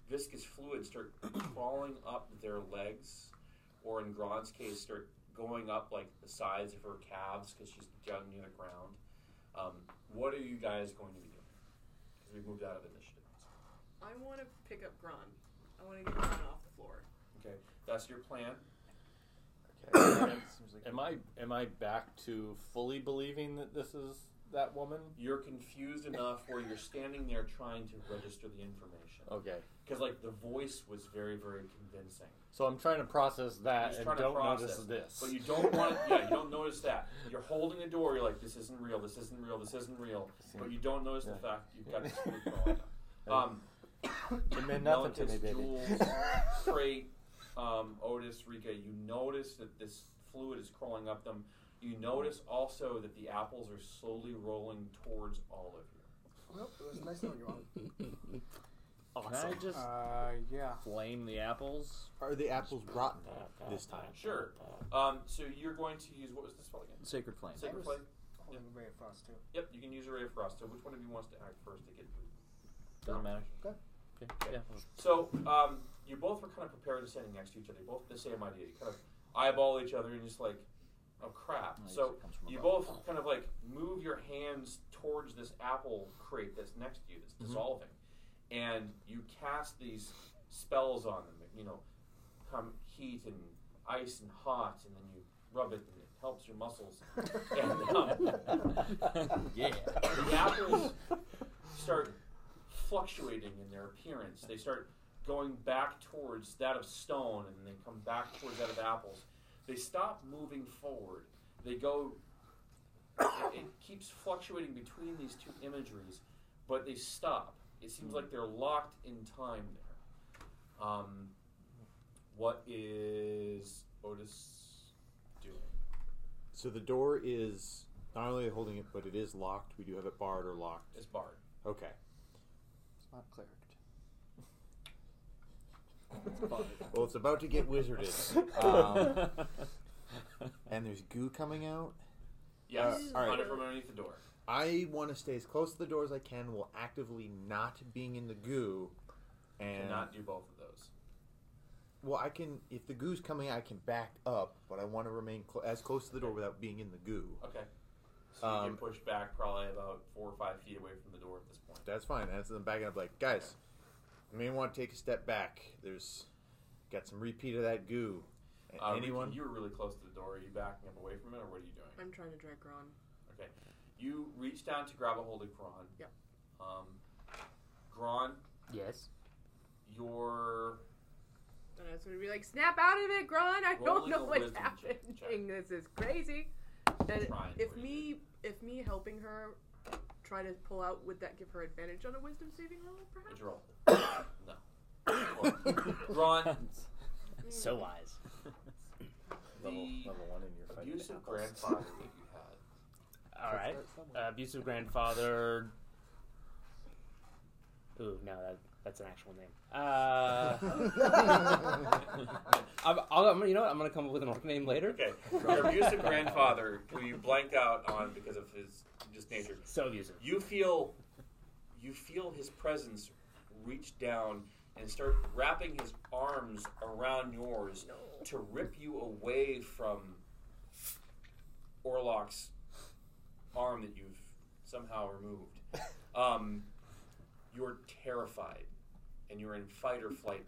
Speaker 2: viscous fluid start crawling up their legs, or in Gron's case, start going up like the sides of her calves because she's down near the ground. Um, what are you guys going to be doing? Because we've moved out of initiative.
Speaker 15: I want to pick up Gron. I want to get Gron off the floor.
Speaker 2: Okay, that's your plan.
Speaker 9: am I am I back to fully believing that this is that woman?
Speaker 2: You're confused enough where you're standing there trying to register the information.
Speaker 9: Okay.
Speaker 2: Because like the voice was very, very convincing.
Speaker 9: So I'm trying to process that
Speaker 2: Just
Speaker 9: and
Speaker 2: trying to
Speaker 9: don't
Speaker 2: process,
Speaker 9: notice this.
Speaker 2: But you don't want to, yeah, you don't notice that. You're holding the door, you're like, this isn't real, this isn't real, this isn't real. But you don't notice the
Speaker 9: Yeah.
Speaker 2: fact you've got this food going on. Um,
Speaker 9: It meant nothing to me,
Speaker 2: Melanchus,
Speaker 9: baby.
Speaker 2: Jules, Freight, um, Otis, Rika, you notice that this fluid is crawling up them. You notice also that the apples are slowly rolling towards all of you.
Speaker 5: Well, it was nice knowing you all.
Speaker 9: Can I
Speaker 5: Awesome.
Speaker 9: just
Speaker 8: uh, yeah.
Speaker 9: flame the apples?
Speaker 4: Are the apples rotten this time?
Speaker 2: Sure. Um, so you're going to use what was the spell again?
Speaker 9: Sacred Flame.
Speaker 2: Sacred
Speaker 5: was
Speaker 2: Flame.
Speaker 5: holding Ray of Frost too.
Speaker 2: Yep, you can use a ray of frost. So which one of you wants to act first to get
Speaker 9: Doesn't matter.
Speaker 5: Okay.
Speaker 9: Okay. Yeah.
Speaker 2: So um, you both were kind of prepared to standing next to each other. You both had the same idea. You kind of eyeball each other and just like, oh crap.
Speaker 9: Nice,
Speaker 2: So
Speaker 9: it comes from
Speaker 2: you
Speaker 9: above.
Speaker 2: both kind of like move your hands towards this apple crate that's next to you that's
Speaker 9: Mhm.
Speaker 2: dissolving, and you cast these spells on them. You know, come heat and ice and hot, and then you rub it and it helps your muscles. and, um,
Speaker 9: Yeah.
Speaker 2: the apples start fluctuating in their appearance. They start going back towards that of stone and they come back towards that of apples. They stop moving forward. They go, it, it keeps fluctuating between these two imageries, but they stop. It seems like they're locked in time there. Um, what is Otis doing?
Speaker 4: Uh, So the door is not only holding it, but it is locked. We do have it barred or locked.
Speaker 2: It's barred.
Speaker 4: Okay.
Speaker 8: It's not cleric.
Speaker 4: Well, it's about to get wizarded. Um, and there's goo coming out.
Speaker 2: Yes,
Speaker 4: Uh, all right.
Speaker 2: on it from underneath the door.
Speaker 4: I want to stay as close to the door as I can while actively not being in the goo. And
Speaker 2: Cannot do both of those.
Speaker 4: well, I can if the goo's coming, I can back up, but I want to remain clo as close to the door without being in the goo.
Speaker 2: Okay. So you
Speaker 4: Um,
Speaker 2: get pushed back probably about four or five feet away from the door at this point.
Speaker 4: That's fine. That's in the back. I'm like, guys, you may want to take a step back. There's got some repeat of that goo. And
Speaker 2: Uh, Ricky,
Speaker 4: anyone?
Speaker 2: you were really close to the door. Are you backing up away from it, or what are you doing?
Speaker 15: I'm trying to drag Gron.
Speaker 2: Okay. You reach down to grab a hold of Gron.
Speaker 15: Yep.
Speaker 2: Um, Gron,
Speaker 6: Yes.
Speaker 2: your
Speaker 3: And I was going to be like, snap out of it, Gron. I
Speaker 2: Rolling
Speaker 3: don't know
Speaker 2: a
Speaker 3: what's
Speaker 2: wisdom
Speaker 3: happening.
Speaker 2: check-
Speaker 3: This is crazy. And
Speaker 2: Trying
Speaker 3: if
Speaker 2: for you.
Speaker 3: me, if me helping her try to pull out, would that give her advantage on a wisdom saving roll,
Speaker 2: what'd
Speaker 3: perhaps?
Speaker 2: you roll? no.
Speaker 4: Uh,
Speaker 2: Well, Gron,
Speaker 6: so wise.
Speaker 2: Level-
Speaker 9: level one in your fight.
Speaker 2: abusive grandfather that you had.
Speaker 10: All right. Uh, abusive grandfather. Ooh, no, that, that's an actual name. Uh, I'm, I'll, I'm, you know what? I'm gonna come up with an orc name later.
Speaker 2: Okay. Your abusive grandfather, who you blanked out on because of his just nature.
Speaker 10: So abusive.
Speaker 2: You feel, you feel his presence reach down and start wrapping his arms around yours to rip you away from Orlok's arm that you've somehow removed. Um, you're terrified, and you're in fight or flight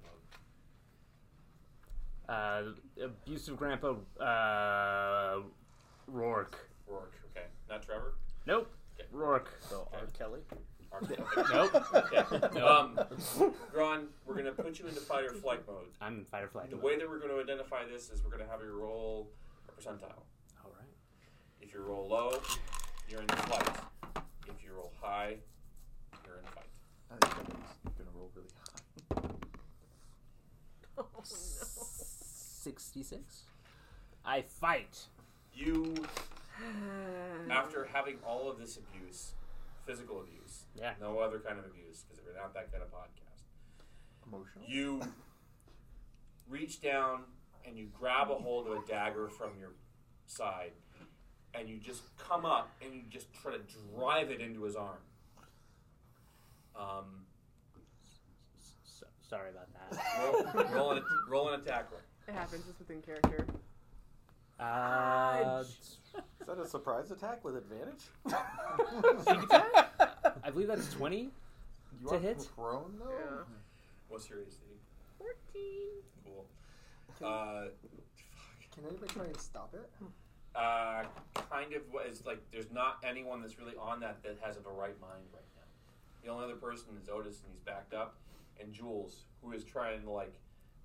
Speaker 2: mode.
Speaker 10: Uh, abusive grandpa. Uh, Rourke.
Speaker 2: Rourke, okay, not Trevor.
Speaker 10: Nope. Rourke.
Speaker 9: So R. Kelly.
Speaker 2: Are-
Speaker 10: Nope.
Speaker 2: Okay.
Speaker 10: Nope.
Speaker 2: Um, Gron, we're going to put you into fight or flight mode.
Speaker 10: I'm in fight or flight.
Speaker 2: The
Speaker 10: mode.
Speaker 2: way that we're going to identify this is we're going to have you roll a percentile.
Speaker 10: All right.
Speaker 2: If you roll low, you're in flight. If you roll high, you're in fight.
Speaker 4: I think somebody's gonna roll really high.
Speaker 3: Oh, no.
Speaker 6: 66?
Speaker 2: I fight. You, after having all of this abuse, physical abuse.
Speaker 10: Yeah.
Speaker 2: No other kind of abuse because we're not that kind of podcast.
Speaker 4: Emotional.
Speaker 2: You reach down and you grab a hold of a dagger from your side, and you just come up and you just try to drive it into his arm. Um,
Speaker 10: So, sorry about
Speaker 2: roll,
Speaker 10: that.
Speaker 2: roll, an, roll an attack roll.
Speaker 3: It happens. It's within character.
Speaker 10: Uh,
Speaker 11: Is that a surprise attack with advantage?
Speaker 10: I believe that's 20
Speaker 11: You
Speaker 10: to
Speaker 11: are
Speaker 10: hit.
Speaker 11: prone, though?
Speaker 3: Yeah.
Speaker 5: Hmm.
Speaker 2: What's your AC?
Speaker 3: 14.
Speaker 2: Cool. Uh,
Speaker 5: Can anybody try and stop it?
Speaker 2: uh, kind of what is like there's not anyone that's really on that that has of a right mind right now. The only other person is Otis and he's backed up, and Jules who is trying to like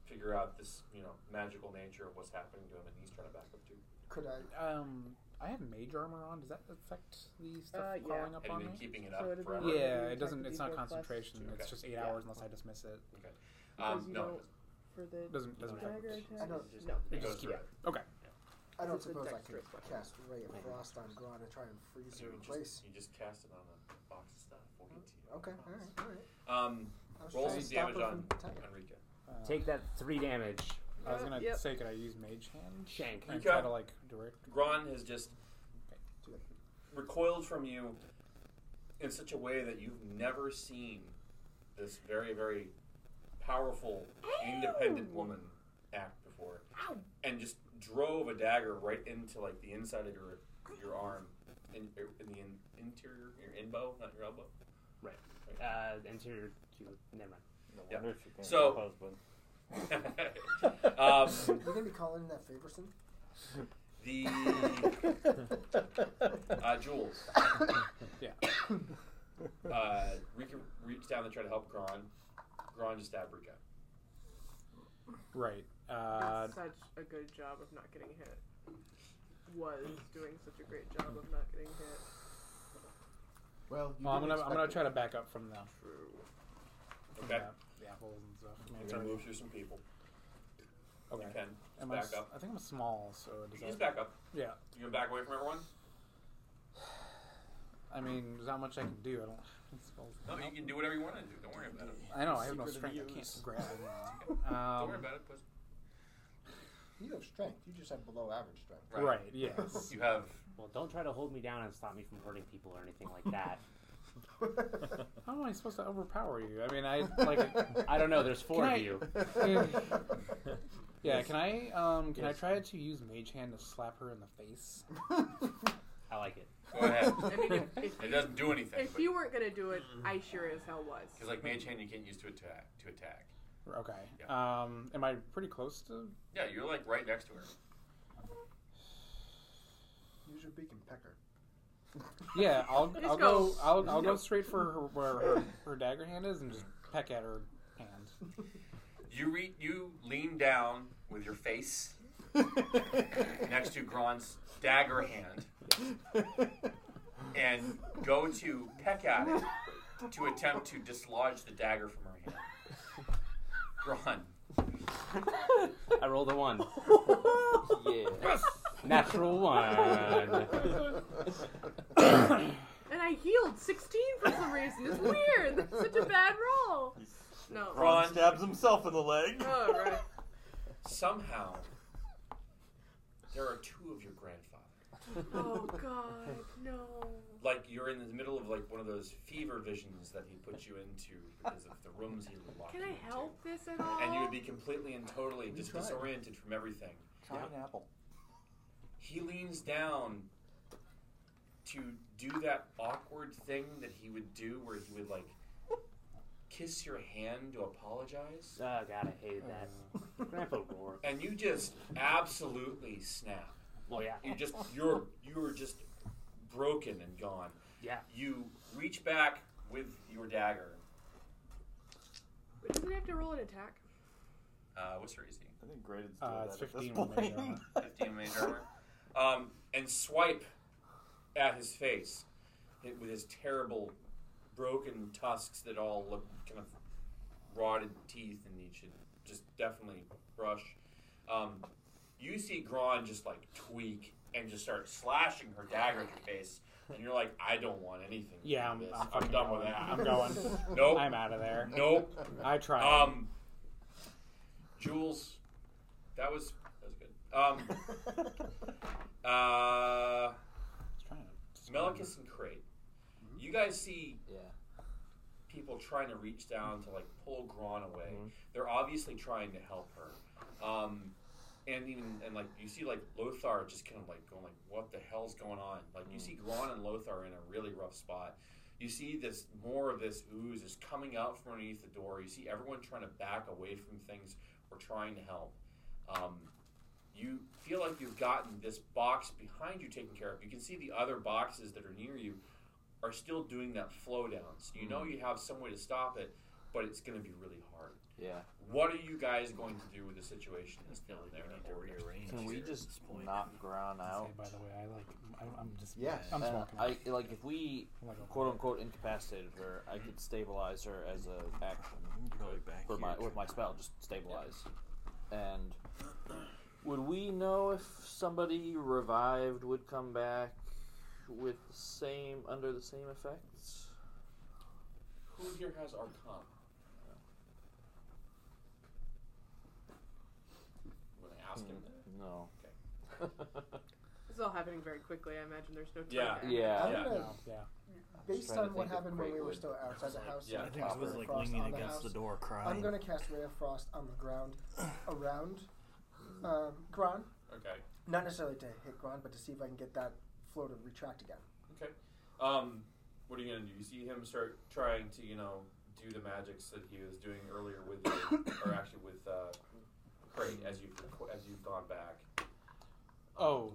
Speaker 2: figure out this you know magical nature of what's happening to him, and he's trying to back up too.
Speaker 5: Could I?
Speaker 8: Um, I have mage armor on. Does that affect the stuff
Speaker 3: Uh, yeah.
Speaker 8: crawling up
Speaker 2: Have you
Speaker 8: on
Speaker 2: been
Speaker 8: me?
Speaker 2: keeping it up
Speaker 3: So it'd be
Speaker 2: forever?
Speaker 3: like-
Speaker 8: Yeah,
Speaker 3: Attack
Speaker 8: it doesn't.
Speaker 3: the
Speaker 8: It's not
Speaker 3: D4 plus.
Speaker 8: concentration.
Speaker 2: Okay.
Speaker 8: It's just eight
Speaker 3: Yeah.
Speaker 8: hours unless I dismiss it.
Speaker 2: Okay.
Speaker 3: Because
Speaker 2: Um,
Speaker 3: you
Speaker 2: no,
Speaker 3: don't for the
Speaker 8: Doesn't- doesn't affect
Speaker 3: dagger
Speaker 8: it.
Speaker 3: attack.
Speaker 5: I don't-
Speaker 3: No.
Speaker 8: It
Speaker 2: goes
Speaker 8: just keep
Speaker 2: through
Speaker 8: it. Okay.
Speaker 5: I don't
Speaker 3: It's a
Speaker 5: suppose I could
Speaker 3: dexterous weapon.
Speaker 5: cast Ray of Frost on Gron and try and freeze
Speaker 2: So
Speaker 5: her
Speaker 2: you
Speaker 5: in place.
Speaker 2: just, you just cast it on a box of stuff. We'll get to you.
Speaker 5: Okay, all right, all right.
Speaker 2: Um,
Speaker 5: I was
Speaker 2: roll
Speaker 5: trying
Speaker 2: some
Speaker 5: to stop
Speaker 2: damage
Speaker 5: her
Speaker 2: on
Speaker 5: from attacking.
Speaker 2: Enrique.
Speaker 8: Uh,
Speaker 10: Take that three damage.
Speaker 8: I was gonna
Speaker 3: Yep.
Speaker 8: say, could I use mage hand?
Speaker 10: Shank.
Speaker 8: And
Speaker 2: You
Speaker 8: try
Speaker 2: got-
Speaker 8: to like direct.
Speaker 2: Gron has just recoiled from you in such a way that you've never seen this very, very powerful, independent woman act before, and just drove a dagger right into like the inside of your your arm, in, in the in, interior, your inbow, not your elbow.
Speaker 10: Right. Uh, interior. cube. Never mind.
Speaker 11: No
Speaker 2: Yeah.
Speaker 11: wonder she can't
Speaker 2: So-
Speaker 11: have a husband.
Speaker 2: um,
Speaker 5: You're gonna be calling in that favor soon.
Speaker 2: the uh, Jules.
Speaker 8: Yeah.
Speaker 2: Uh, Rika reached down to try to help Gron. Gron just stabbed Rika.
Speaker 8: Right. Uh,
Speaker 3: Did such a good job of not getting hit. Was doing such a great job of not getting hit.
Speaker 4: Well, you
Speaker 8: well, I'm
Speaker 4: didn't
Speaker 8: gonna I'm gonna
Speaker 4: expect
Speaker 8: try
Speaker 4: it.
Speaker 8: to back up from the
Speaker 3: True.
Speaker 8: from
Speaker 2: Okay.
Speaker 8: the apples and stuff. I mean,
Speaker 2: We're
Speaker 8: it's
Speaker 2: gonna
Speaker 8: already-
Speaker 2: move through some people.
Speaker 8: okay.
Speaker 2: You can just
Speaker 8: Am I,
Speaker 2: back
Speaker 8: s-
Speaker 2: up.
Speaker 8: I think I'm small, so
Speaker 2: You
Speaker 8: does
Speaker 2: can just
Speaker 8: that-
Speaker 2: back up.
Speaker 8: yeah.
Speaker 2: You can back away from everyone.
Speaker 8: I mean, there's not much I can do. I don't. it's all-
Speaker 2: No, you can do whatever you want to do. Don't worry about it.
Speaker 8: I know I have no
Speaker 11: Secret
Speaker 8: strength. I
Speaker 11: abuse.
Speaker 8: can't grab it.
Speaker 2: Okay. Don't
Speaker 8: Um,
Speaker 2: worry about it. Puss.
Speaker 13: You have strength. You just have below average strength.
Speaker 8: Right. right yes.
Speaker 2: You have.
Speaker 10: Well, don't try to hold me down and stop me from hurting people or anything like that.
Speaker 8: How am I supposed to overpower you? I mean, I like.
Speaker 10: I don't know. There's four
Speaker 8: Can
Speaker 10: of
Speaker 8: I-
Speaker 10: you.
Speaker 8: Yeah, can I um can
Speaker 10: Yes.
Speaker 8: I try to use mage hand to slap her in the face?
Speaker 10: I like it.
Speaker 2: Go ahead.
Speaker 3: I mean, if, if,
Speaker 2: It doesn't do anything.
Speaker 3: if you weren't gonna do it, I sure as hell was.
Speaker 2: Because like mage hand, you can't use to attack. To attack.
Speaker 8: Okay. Um am I pretty close to
Speaker 2: Yeah, you're like right next to her.
Speaker 13: Use your beak and peck her.
Speaker 8: Yeah, I'll
Speaker 3: Just
Speaker 8: I'll
Speaker 3: go.
Speaker 8: go, I'll I'll go straight for her where her, her dagger hand is and just peck at her hand.
Speaker 2: You re- you lean down with your face next to Gron's dagger hand and go to peck at it to attempt to dislodge the dagger from her hand. Gron,
Speaker 10: I rolled a one.
Speaker 7: Yeah.
Speaker 10: Natural one.
Speaker 3: And I healed 16 for some reason. It's weird. That's such a bad roll. No.
Speaker 11: Ron
Speaker 2: Ron.
Speaker 11: stabs himself in the leg.
Speaker 3: Oh, right.
Speaker 2: somehow there are two of your grandfather.
Speaker 3: Oh, God. No.
Speaker 2: Like you're in the middle of like one of those fever visions that he put you into because of the rooms he locked
Speaker 3: Can
Speaker 2: you
Speaker 3: I
Speaker 2: into.
Speaker 3: help this at all?
Speaker 2: And you would be completely and totally just
Speaker 11: tried.
Speaker 2: disoriented from everything.
Speaker 11: Try an apple.
Speaker 2: he leans down to do that awkward thing that he would do where he would like kiss your hand to apologize
Speaker 10: Oh god, I hated that. Grandpa Rourke.
Speaker 2: and you just absolutely snap
Speaker 10: Well, yeah,
Speaker 2: you just you're you're just broken and gone
Speaker 10: yeah.
Speaker 2: you reach back with your dagger
Speaker 3: But doesn't it have to roll an attack?
Speaker 2: uh, what's your AC
Speaker 11: I think graded
Speaker 8: Uh,
Speaker 11: uh,
Speaker 8: it's
Speaker 11: that at this
Speaker 8: 15 with mage
Speaker 11: point.
Speaker 8: armor.
Speaker 2: 15 mage armor um, and swipe at his face hit with his terrible broken tusks that all look kind of rotted teeth and he should just definitely brush um, you see Gron just like tweak and just start slashing her dagger at your face And you're like, I don't want anything. to
Speaker 10: Yeah,
Speaker 2: do with
Speaker 10: I'm-
Speaker 2: this. I'm
Speaker 10: I'm fucking
Speaker 2: done with
Speaker 10: going.
Speaker 2: that.
Speaker 10: I'm going.
Speaker 2: Nope.
Speaker 10: I'm outta there.
Speaker 2: Nope.
Speaker 10: I tried.
Speaker 2: Um, Jules, that was that was good. Um, uh, Melicus and Crate. You guys see people trying to reach down to like pull Gron away. They're obviously trying to help her. Um, and even and like you see like Lothar just kind of like going like what the hell's going on? Like you see Gron and Lothar in a really rough spot. You see this more of this ooze is coming out from underneath the door. You see everyone trying to back away from things or trying to help. Um, you feel like you've gotten this box behind you taken care of. You can see the other boxes that are near you are still doing that flow down. So you
Speaker 7: Mm-hmm.
Speaker 2: know you have some way to stop it, but it's going to be really hard.
Speaker 7: Yeah.
Speaker 2: What are you guys going to do with the situation that's down there?
Speaker 7: Can we just knock Gron out?
Speaker 8: By the way, I like. I, I'm just.
Speaker 7: Uh,
Speaker 8: I'm just walking.
Speaker 7: I like if we quote unquote incapacitated her, I could stabilize her as a action for my, with my spell, just stabilize. And would we know if somebody revived would come back with the same under the same effects?
Speaker 2: Who here has Arcana? When I ask him that.
Speaker 7: Hmm. No.
Speaker 3: This is all happening very quickly. I imagine there's no time.
Speaker 7: Yeah.
Speaker 3: there.
Speaker 7: Yeah.
Speaker 5: I'm
Speaker 7: Yeah.
Speaker 5: gonna,
Speaker 7: Yeah.
Speaker 5: Based
Speaker 7: Trying to
Speaker 5: on what
Speaker 7: think of
Speaker 5: happened when we were
Speaker 7: Greatwood.
Speaker 5: still outside the house,
Speaker 7: Yeah, I
Speaker 5: and
Speaker 7: think I
Speaker 5: Clockwork
Speaker 7: was, like,
Speaker 5: Frost
Speaker 7: leaning
Speaker 5: on the
Speaker 7: against
Speaker 5: house,
Speaker 7: the door crying.
Speaker 5: I'm gonna cast Ray of Frost on the ground, around um, Gron.
Speaker 2: Okay.
Speaker 5: Not necessarily to hit Gron, but to see if I can get that flow to retract again.
Speaker 2: Okay. Um, what are you gonna do? You see him start trying to, you know, do the magics that he was doing earlier with, you, or actually with uh, Crate as you have as you've gone back.
Speaker 8: Oh,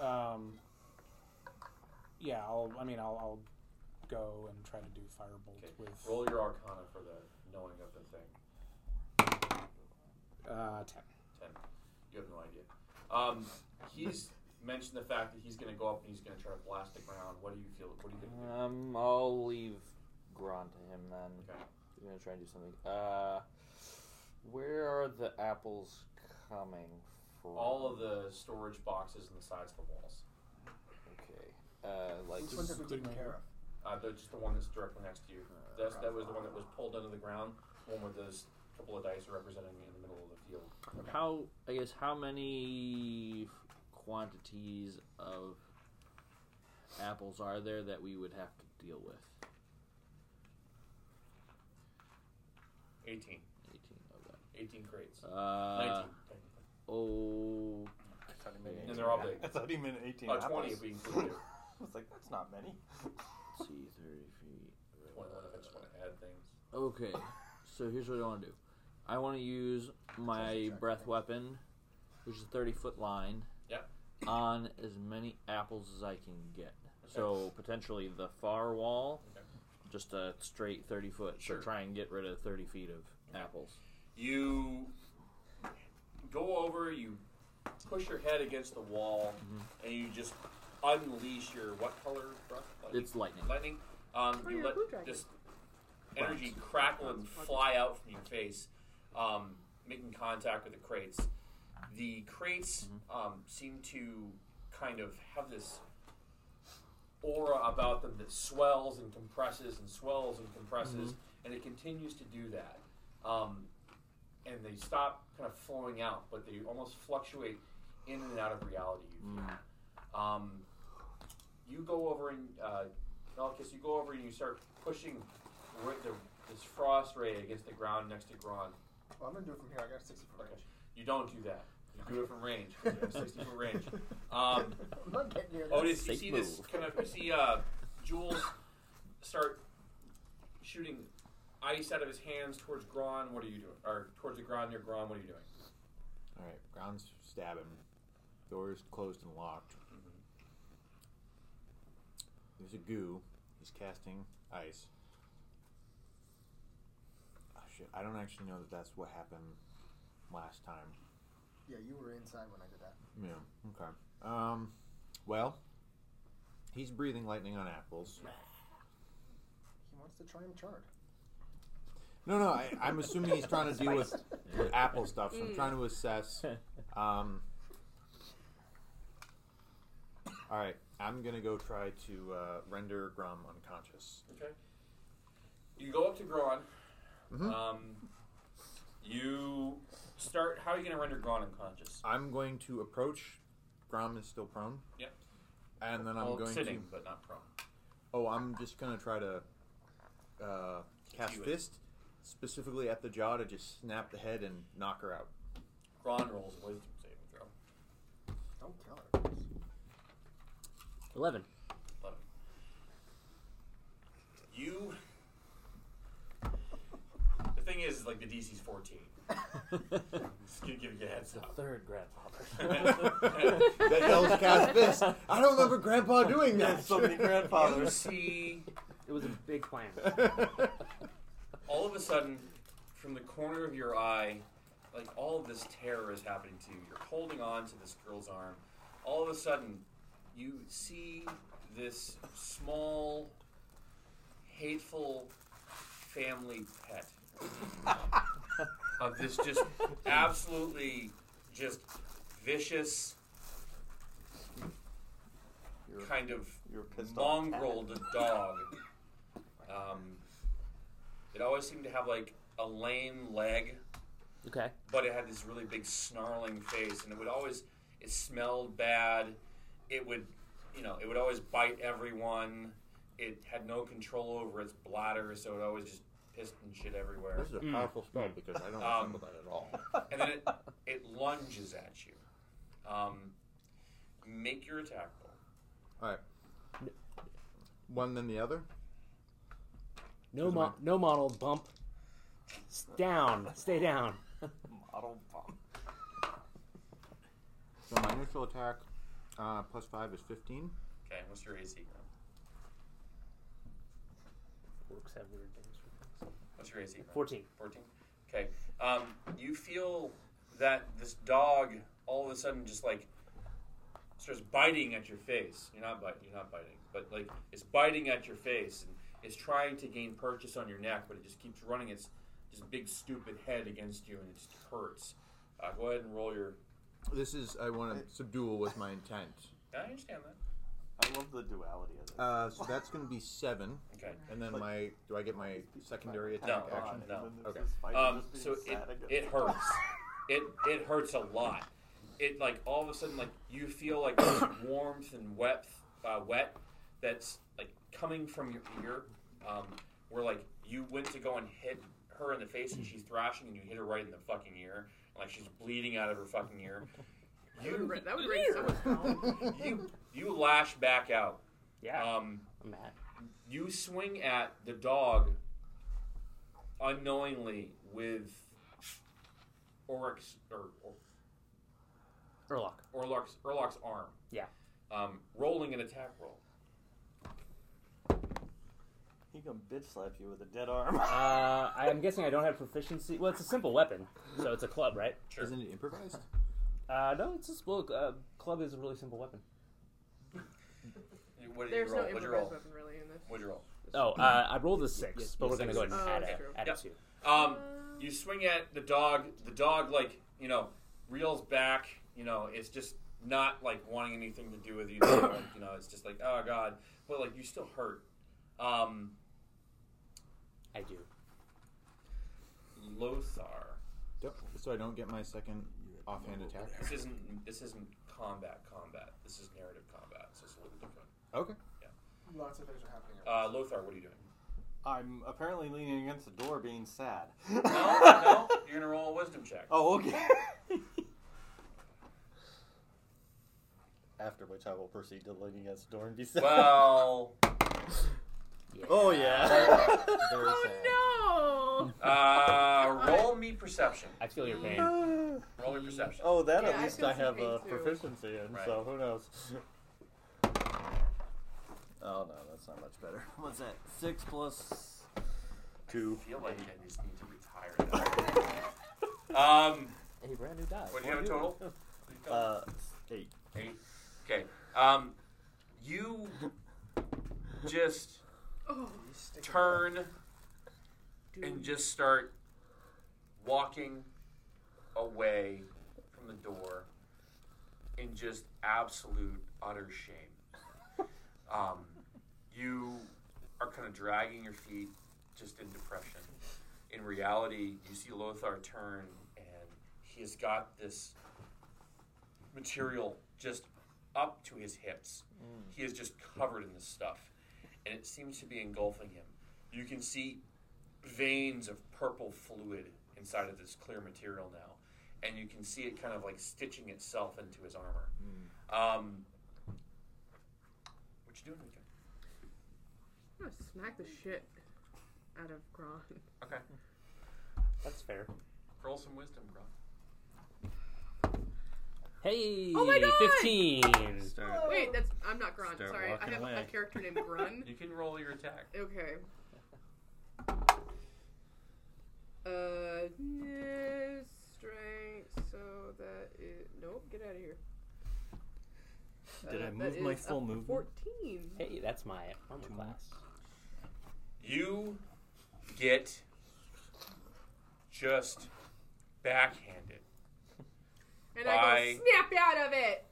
Speaker 8: um, yeah. I'll. I mean, I'll. I'll go and try to do firebolt with
Speaker 2: Roll your Arcana for the knowing of the thing.
Speaker 8: uh, ten.
Speaker 2: Ten. You have no idea. Um, he's mentioned the fact that he's gonna go up and he's gonna try to blast the ground. What do you feel? What do you think?
Speaker 7: Um, I'll leave Gron to him then.
Speaker 2: Okay.
Speaker 7: I'm gonna try and do something. Uh, where are the apples coming from?
Speaker 2: All of the storage boxes on the sides of the walls.
Speaker 7: Okay. Uh, like
Speaker 5: Which ones have we taken care of?
Speaker 2: Uh, the, just the one that's directly next to you.
Speaker 7: Uh,
Speaker 2: That's, that was the one that was pulled under the ground. One with those couple of dice representing in the middle of the field.
Speaker 7: How I guess how many quantities of apples are there that we would have to deal with?
Speaker 2: Eighteen.
Speaker 7: Eighteen. Okay.
Speaker 2: Eighteen crates.
Speaker 7: Uh,
Speaker 2: Nineteen.
Speaker 7: oh.
Speaker 2: And they're all big.
Speaker 11: I thought he meant 18
Speaker 2: Uh,
Speaker 11: apples.
Speaker 2: 20 if we include it.
Speaker 11: I was like, that's not many.
Speaker 7: Let's see, thirty feet.
Speaker 2: Twenty-one. If I just want to add things.
Speaker 7: Okay, so here's what I want to do. I want to use my breath weapon, which is a 30 foot line,
Speaker 2: Yep.
Speaker 7: on as many apples as I can get. So potentially the far wall, just a straight 30 foot. So try and get rid of 30 feet of apples.
Speaker 2: You go over, you push your head against the wall,
Speaker 7: Mm-hmm.
Speaker 2: and you just unleash your what color breath?
Speaker 7: It's lightning.
Speaker 2: Lightning. Um,
Speaker 7: Oh,
Speaker 2: you
Speaker 7: you're
Speaker 2: let
Speaker 7: a blue dragon.
Speaker 2: just energy crackle and fly out from your face, um, making contact with the crates. The crates
Speaker 7: Mm-hmm.
Speaker 2: um, seem to kind of have this aura about them that swells and compresses and swells and compresses,
Speaker 7: Mhm.
Speaker 2: and it continues to do that. Um, and they stop kind of flowing out, but they almost fluctuate in and out of reality. You feel. Um, you go over and uh, Malchus, you go over and you start pushing ri- the, this frost ray against the ground next to Gron.
Speaker 5: Well, I'm gonna do it from here. I got a 60 foot range.
Speaker 2: You don't do that. You do it from range. You have 60 foot range. Um,
Speaker 5: I'm not getting near that.
Speaker 2: Otis, you
Speaker 5: Safe
Speaker 2: see this
Speaker 5: move.
Speaker 2: kind of you see uh, Jules start shooting ice out of his hands towards Gron. What are you doing? Or towards the ground near Gron? What are you doing?
Speaker 4: All right, ground's stabbing. Door's closed and locked.
Speaker 2: Mm-hmm.
Speaker 4: There's a goo. He's casting ice. Oh, shit. I don't actually know that that's what happened last time.
Speaker 5: Yeah, you were inside when I did that.
Speaker 4: Yeah. Okay. Um. Well, he's breathing lightning on apples.
Speaker 5: He wants to try and chard.
Speaker 4: No, no. I, I'm assuming he's trying to deal with,
Speaker 5: Spice.
Speaker 4: with apple stuff. So I'm
Speaker 5: Mm.
Speaker 4: trying to assess. Um. All right. I'm gonna go try to uh, render Grom unconscious.
Speaker 2: Okay. You go up to Gron.
Speaker 4: Mhm.
Speaker 2: Um, you start. How are you going to render Gron unconscious?
Speaker 4: I'm going to approach. Grom is still prone.
Speaker 2: Yep.
Speaker 4: And then I'm
Speaker 2: Well,
Speaker 4: going
Speaker 2: sitting,
Speaker 4: to.
Speaker 2: but not prone.
Speaker 4: Oh, I'm just gonna try to uh, cast
Speaker 2: you it.
Speaker 4: fist specifically at the jaw to just snap the head and knock her out.
Speaker 2: Gron rolls a wisdom saving throw.
Speaker 5: Don't kill her.
Speaker 6: Eleven.
Speaker 2: Eleven. You. The thing is, like the DC's fourteen. Just gonna give you a heads up.
Speaker 6: Third grandfather.
Speaker 4: That yells cast fist. I don't remember Grandpa doing that.
Speaker 2: You see
Speaker 10: It was a big plan.
Speaker 2: all of a sudden, from the corner of your eye, like all of this terror is happening to you. You're holding on to this girl's arm. All of a sudden, you see this small, hateful family pet of this just absolutely just vicious kind of mongrel dog. Um, it always seemed to have like a lame leg,
Speaker 6: Okay.
Speaker 2: but it had this really big snarling face, and it would always it smelled bad. It would, you know, it would always bite everyone. It had no control over its bladder, so it always just pissed and shit everywhere.
Speaker 4: This is a powerful spell because I don't
Speaker 2: Hmm. Um,
Speaker 4: remember that at all.
Speaker 2: and then it it lunges at you. Um, make your attack roll.
Speaker 4: All right. One then the other.
Speaker 10: No, mo- no model bump. S- Down. Stay down.
Speaker 11: Model bomb.
Speaker 4: So my initial attack uh, plus five is fifteen.
Speaker 2: Okay, what's your AC?
Speaker 10: Works have weird things.
Speaker 2: What's your AC? Grant?
Speaker 10: 14.
Speaker 2: 14. Okay. Um, you feel that this dog all of a sudden just like starts biting at your face. You're not biting. You're not biting. But like it's biting at your face and it's trying to gain purchase on your neck, but it just keeps running its just big stupid head against you and it just hurts. Uh, go ahead and roll your.
Speaker 4: This is I want to subdue with my intent.
Speaker 2: I understand that.
Speaker 11: I love the duality of it.
Speaker 4: Uh, so that's going to be seven.
Speaker 2: Okay.
Speaker 4: And then my do I get my secondary attack
Speaker 2: No,
Speaker 4: action?
Speaker 2: no.
Speaker 4: Okay.
Speaker 2: Um, so it, it hurts. It it hurts a lot. It like all of a sudden like you feel like this warmth and wet uh, wet that's like coming from your ear. Um, where like you went to go and hit her in the face and she's thrashing and you hit her right in the fucking ear. Like she's bleeding out of her fucking ear.
Speaker 3: That would ra- that would raise so much hell.
Speaker 2: you you lash back out.
Speaker 10: Yeah.
Speaker 2: Um,
Speaker 10: I'm mad.
Speaker 2: You swing at the dog unknowingly with Oryx or, or
Speaker 10: Urlock.
Speaker 2: Orlok's, Orlok's arm.
Speaker 10: Yeah.
Speaker 2: Um, rolling an attack roll.
Speaker 11: He can bitch slap you with a dead arm.
Speaker 10: Uh, I'm guessing I don't have proficiency. Well, it's a simple weapon, so it's a club, right?
Speaker 2: Sure.
Speaker 4: Isn't it improvised?
Speaker 10: Uh, no, it's just well, uh, club is a really simple weapon.
Speaker 2: What did
Speaker 3: There's
Speaker 2: you roll?
Speaker 3: no
Speaker 2: What'd you
Speaker 3: improvised
Speaker 2: roll?
Speaker 3: weapon really in this.
Speaker 2: What'd you roll?
Speaker 10: Oh, uh, I rolled a six,
Speaker 2: Yes,
Speaker 10: but we're gonna
Speaker 2: six.
Speaker 10: go ahead and add
Speaker 3: Oh, that's
Speaker 10: it.
Speaker 3: true.
Speaker 10: Add
Speaker 2: Yep.
Speaker 10: it to.
Speaker 2: Um, you swing at the dog. The dog, like you know, reels back. You know, it's just not like wanting anything to do with you. like, you know, it's just like, oh god. But like, you still hurt. Um,
Speaker 10: I do.
Speaker 2: Lothar.
Speaker 4: Yep. So I don't get my second offhand attack.
Speaker 2: This isn't this isn't combat combat. This is narrative combat. So it's a little different.
Speaker 4: Okay.
Speaker 5: Lots of things are happening. at
Speaker 2: Uh,
Speaker 5: once.
Speaker 2: Lothar, what are you doing?
Speaker 11: I'm apparently leaning against the door, being sad.
Speaker 2: No, no, you're gonna roll a wisdom check.
Speaker 11: Oh, okay. After which I will proceed to leaning against the door and be sad.
Speaker 2: Well,
Speaker 11: Oh yeah.
Speaker 4: Very
Speaker 9: Oh,
Speaker 3: No.
Speaker 2: uh, roll me perception.
Speaker 10: I feel your pain.
Speaker 2: Roll me perception.
Speaker 11: Oh, that
Speaker 3: Yeah,
Speaker 11: at
Speaker 3: I
Speaker 11: least
Speaker 3: feel
Speaker 11: I have
Speaker 3: something
Speaker 11: a
Speaker 3: too.
Speaker 11: proficiency in,
Speaker 2: Right.
Speaker 11: so who knows? oh no, that's not much better. What's that? Six plus two.
Speaker 2: I feel like I just need to retire that. um,
Speaker 10: A brand new die.
Speaker 2: what do you have a total?
Speaker 11: Uh, eight.
Speaker 2: Eight. Okay. Um, you just
Speaker 3: Oh,
Speaker 5: You stick it
Speaker 2: turn
Speaker 3: dude.
Speaker 2: and just start walking away from the door in just absolute utter shame. Um, of dragging your feet just in depression. In reality, you see Lothar turn, and he has got this material just up to his hips.
Speaker 13: Mm.
Speaker 2: He is just covered in this stuff, and it seems to be engulfing him. You can see veins of purple fluid inside of this clear material now, and you can see it kind of like stitching itself into his armor. Um, what you doing, Mika?
Speaker 3: I'm gonna smack the shit out of Gron.
Speaker 2: Okay.
Speaker 10: That's fair.
Speaker 2: Roll some wisdom, Gron.
Speaker 10: Hey,
Speaker 3: Oh my God!
Speaker 10: 15.
Speaker 3: Wait, that's I'm not Gron.
Speaker 10: Start
Speaker 3: Sorry, I
Speaker 10: walking
Speaker 3: have a
Speaker 10: away.
Speaker 3: character named Grun.
Speaker 2: You can roll your attack.
Speaker 3: Okay. Uh, yeah, strength. So that is nope. Get out of here.
Speaker 6: Did
Speaker 3: Uh,
Speaker 6: I
Speaker 3: that
Speaker 6: move my
Speaker 3: is a
Speaker 6: full movement?
Speaker 3: Fourteen.
Speaker 10: Hey, that's my armor class.
Speaker 2: You get just backhanded
Speaker 3: And I
Speaker 2: by
Speaker 3: go snap out of it.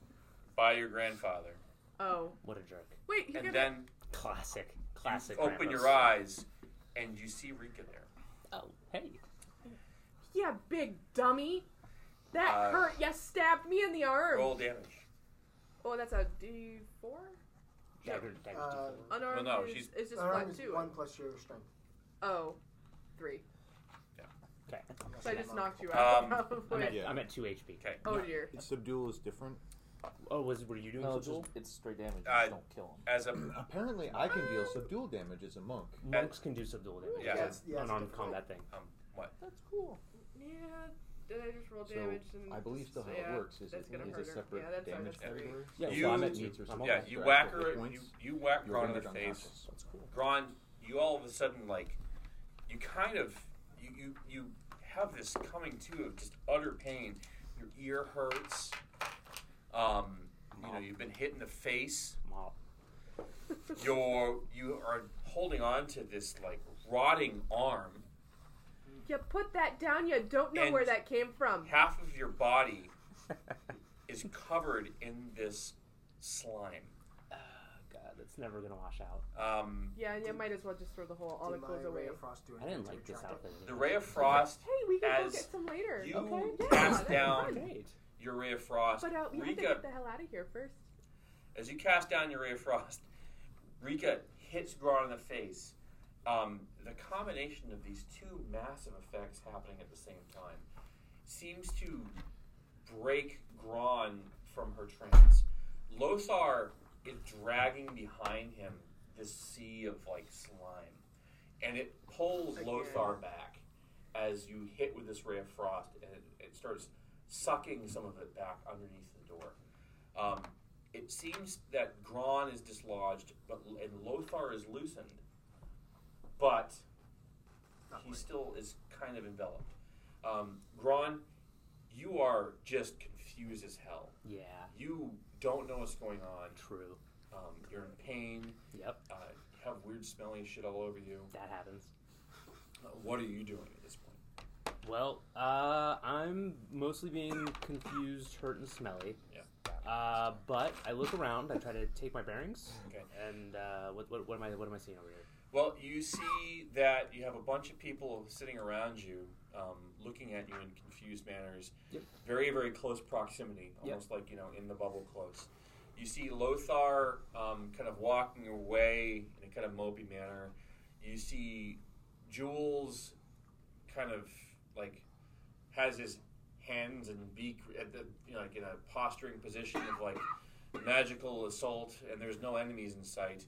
Speaker 2: by your grandfather.
Speaker 3: Oh,
Speaker 10: What a jerk.
Speaker 3: wait. He
Speaker 2: and
Speaker 3: got
Speaker 2: then
Speaker 10: Classic. Classic.
Speaker 2: open
Speaker 10: Krampus.
Speaker 2: your eyes and you see Rika there.
Speaker 10: Oh, hey.
Speaker 3: yeah, big dummy. That
Speaker 2: Uh,
Speaker 3: hurt. You stabbed me in the arm.
Speaker 2: Roll damage.
Speaker 3: Oh, that's a D four.
Speaker 10: Dagger, dagger,
Speaker 5: Uh,
Speaker 3: Unarmed
Speaker 2: Well, no,
Speaker 3: is,
Speaker 2: she's-
Speaker 3: is just
Speaker 5: unarmed
Speaker 3: one
Speaker 5: is
Speaker 3: two.
Speaker 5: One plus your strength.
Speaker 3: Oh, three.
Speaker 10: Okay.
Speaker 3: So I just knocked you out.
Speaker 10: Um, I'm,
Speaker 3: probably.
Speaker 10: at,
Speaker 4: Yeah.
Speaker 10: I'm at 2 HP.
Speaker 2: Okay.
Speaker 3: Oh dear.
Speaker 4: Subdual is different.
Speaker 10: Oh, was were you doing
Speaker 4: No,
Speaker 10: something?
Speaker 4: just-
Speaker 7: It's straight damage.
Speaker 2: Uh,
Speaker 7: don't kill him.
Speaker 2: As a
Speaker 4: Apparently, I can deal subdual damage as a monk.
Speaker 10: Monks can do subdual damage.
Speaker 4: Yeah.
Speaker 10: It's
Speaker 4: Yeah,
Speaker 10: an
Speaker 4: it's
Speaker 10: unarmed
Speaker 4: different.
Speaker 10: combat thing.
Speaker 2: Um, what?
Speaker 5: Oh.
Speaker 7: That's cool.
Speaker 3: Yeah. Did I just roll
Speaker 4: So,
Speaker 3: damage? and
Speaker 4: I believe still how it
Speaker 3: yeah,
Speaker 4: works is
Speaker 3: that's
Speaker 4: it
Speaker 3: gonna
Speaker 4: is a
Speaker 3: hurt her.
Speaker 4: separate
Speaker 3: yeah, that's
Speaker 4: damage
Speaker 3: fine, that's fine.
Speaker 4: category.
Speaker 2: Yeah,
Speaker 4: Yeah,
Speaker 2: you,
Speaker 4: so I'm at nukes or something.
Speaker 2: yeah, you
Speaker 4: You're
Speaker 2: whack
Speaker 4: at
Speaker 2: her. You,
Speaker 4: points.
Speaker 2: you whack
Speaker 4: You're
Speaker 2: Gron in
Speaker 4: rendered
Speaker 2: the face.
Speaker 4: unconscious. That's cool.
Speaker 2: Gron, you all of a sudden like, you kind of you you, you have this coming to of just utter pain. Your ear hurts. Um, you know you've been hit in the face.
Speaker 10: Mop.
Speaker 2: You're you are holding on to this like rotting arm.
Speaker 3: You put that down. You don't know
Speaker 2: And-
Speaker 3: where that came from.
Speaker 2: Half of your body is covered in this slime.
Speaker 10: Oh, God, that's never going to wash out.
Speaker 2: Um,
Speaker 3: Yeah, and you might as well just throw the whole all
Speaker 5: Did
Speaker 3: it goes
Speaker 5: my
Speaker 3: away.
Speaker 5: ray of frost do
Speaker 10: I
Speaker 5: anything
Speaker 10: didn't
Speaker 5: to
Speaker 10: like this
Speaker 5: retract it?
Speaker 10: outfit.
Speaker 2: the ray of frost
Speaker 3: Hey, we can go
Speaker 2: as
Speaker 3: get some later.
Speaker 2: you
Speaker 3: okay, yeah,
Speaker 2: cast
Speaker 3: that's
Speaker 2: down
Speaker 3: fine.
Speaker 2: your ray of frost.
Speaker 3: But uh, we have to
Speaker 2: Rika,
Speaker 3: get the hell out of here first.
Speaker 2: as you cast down your ray of frost, Rika hits Gron in the face. Um, the combination of these two massive effects happening at the same time seems to break Gron from her trance. Lothar is dragging behind him this sea of like slime, and it pulls
Speaker 3: Again.
Speaker 2: Lothar back as you hit with this ray of frost, and it, it starts sucking some of it back underneath the door. Um, it seems that Gron is dislodged, but and Lothar is loosened, but he still is kind of enveloped. Um, Gron, you are just confused as hell.
Speaker 10: Yeah.
Speaker 2: You don't know what's going on.
Speaker 10: True.
Speaker 2: Um, you're in pain.
Speaker 10: Yep.
Speaker 2: Uh, you have weird smelling shit all over you.
Speaker 10: That happens.
Speaker 2: Uh, what are you doing at this point?
Speaker 10: Well, uh, I'm mostly being confused, hurt, and smelly.
Speaker 2: Yeah.
Speaker 10: Uh, but I look around. I try to take my bearings.
Speaker 2: Okay.
Speaker 10: And uh, what, what, what am I what am I seeing over here?
Speaker 2: Well, you see that you have a bunch of people sitting around you, um, looking at you in confused manners.
Speaker 10: Yep.
Speaker 2: Very, very close proximity,
Speaker 10: Yep.
Speaker 2: almost like you know in the bubble close. You see Lothar um, kind of walking away in a kind of mopey manner. You see Jules kind of like has his hands and beak at the, you know, like in a posturing position of like magical assault, and there's no enemies in sight.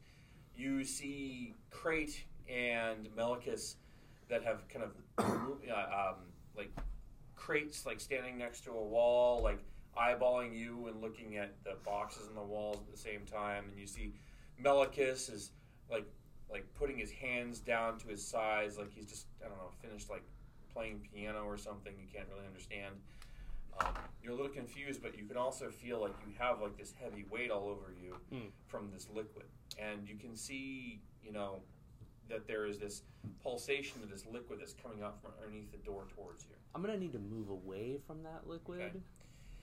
Speaker 2: You see Crate and Melicus that have kind of uh, um, like crates like standing next to a wall, like eyeballing you and looking at the boxes on the walls at the same time, and you see Melicus is like like putting his hands down to his sides, like he's just I don't know finished like playing piano or something. You can't really understand. Um, you're a little confused, but you can also feel like you have like this heavy weight all over you
Speaker 10: Hmm.
Speaker 2: from this liquid, and you can see you know that there is this pulsation of this liquid that's coming up from underneath the door towards you.
Speaker 10: I'm gonna need to move away from that liquid.
Speaker 2: Okay.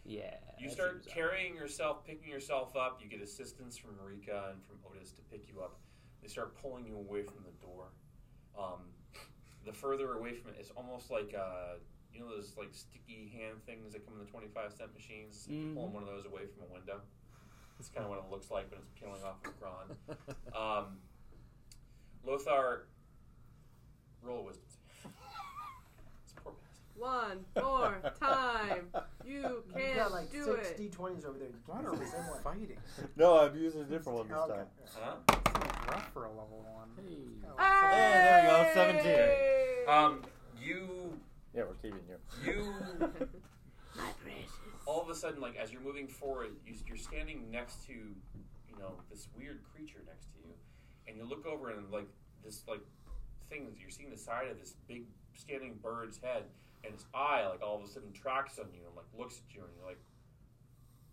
Speaker 10: Yeah.
Speaker 2: You
Speaker 10: that
Speaker 2: start
Speaker 10: seems-
Speaker 2: carrying yourself, picking yourself up. You get assistance from Rika and from Otis to pick you up. They start pulling you away from the door. Um, the further away from it, it's almost like uh, you know those like sticky hand things that come in the twenty-five cent machines. It's like you're Pulling one of those away from a window. That's kind of what it looks like when it's peeling off of Gron. Um, Lothar, roll wisdom.
Speaker 3: One more time. You
Speaker 5: You've
Speaker 3: can
Speaker 5: got like
Speaker 3: do
Speaker 5: six
Speaker 3: it.
Speaker 5: D20s over there.
Speaker 8: What are we fighting?
Speaker 11: No, I'm using a different one this
Speaker 8: Okay.
Speaker 11: time.
Speaker 2: Huh?
Speaker 8: It's rough for a level one.
Speaker 11: Hey, there you go, 17.
Speaker 2: Um, you.
Speaker 11: Yeah, we're keeping you.
Speaker 2: You. All of a sudden, like as you're moving forward, you- you're standing next to, you know, this weird creature next to you, and you look over and like this like thing you're seeing the side of this big standing bird's head, and its eye like all of a sudden tracks on you and like looks at you, and you're like,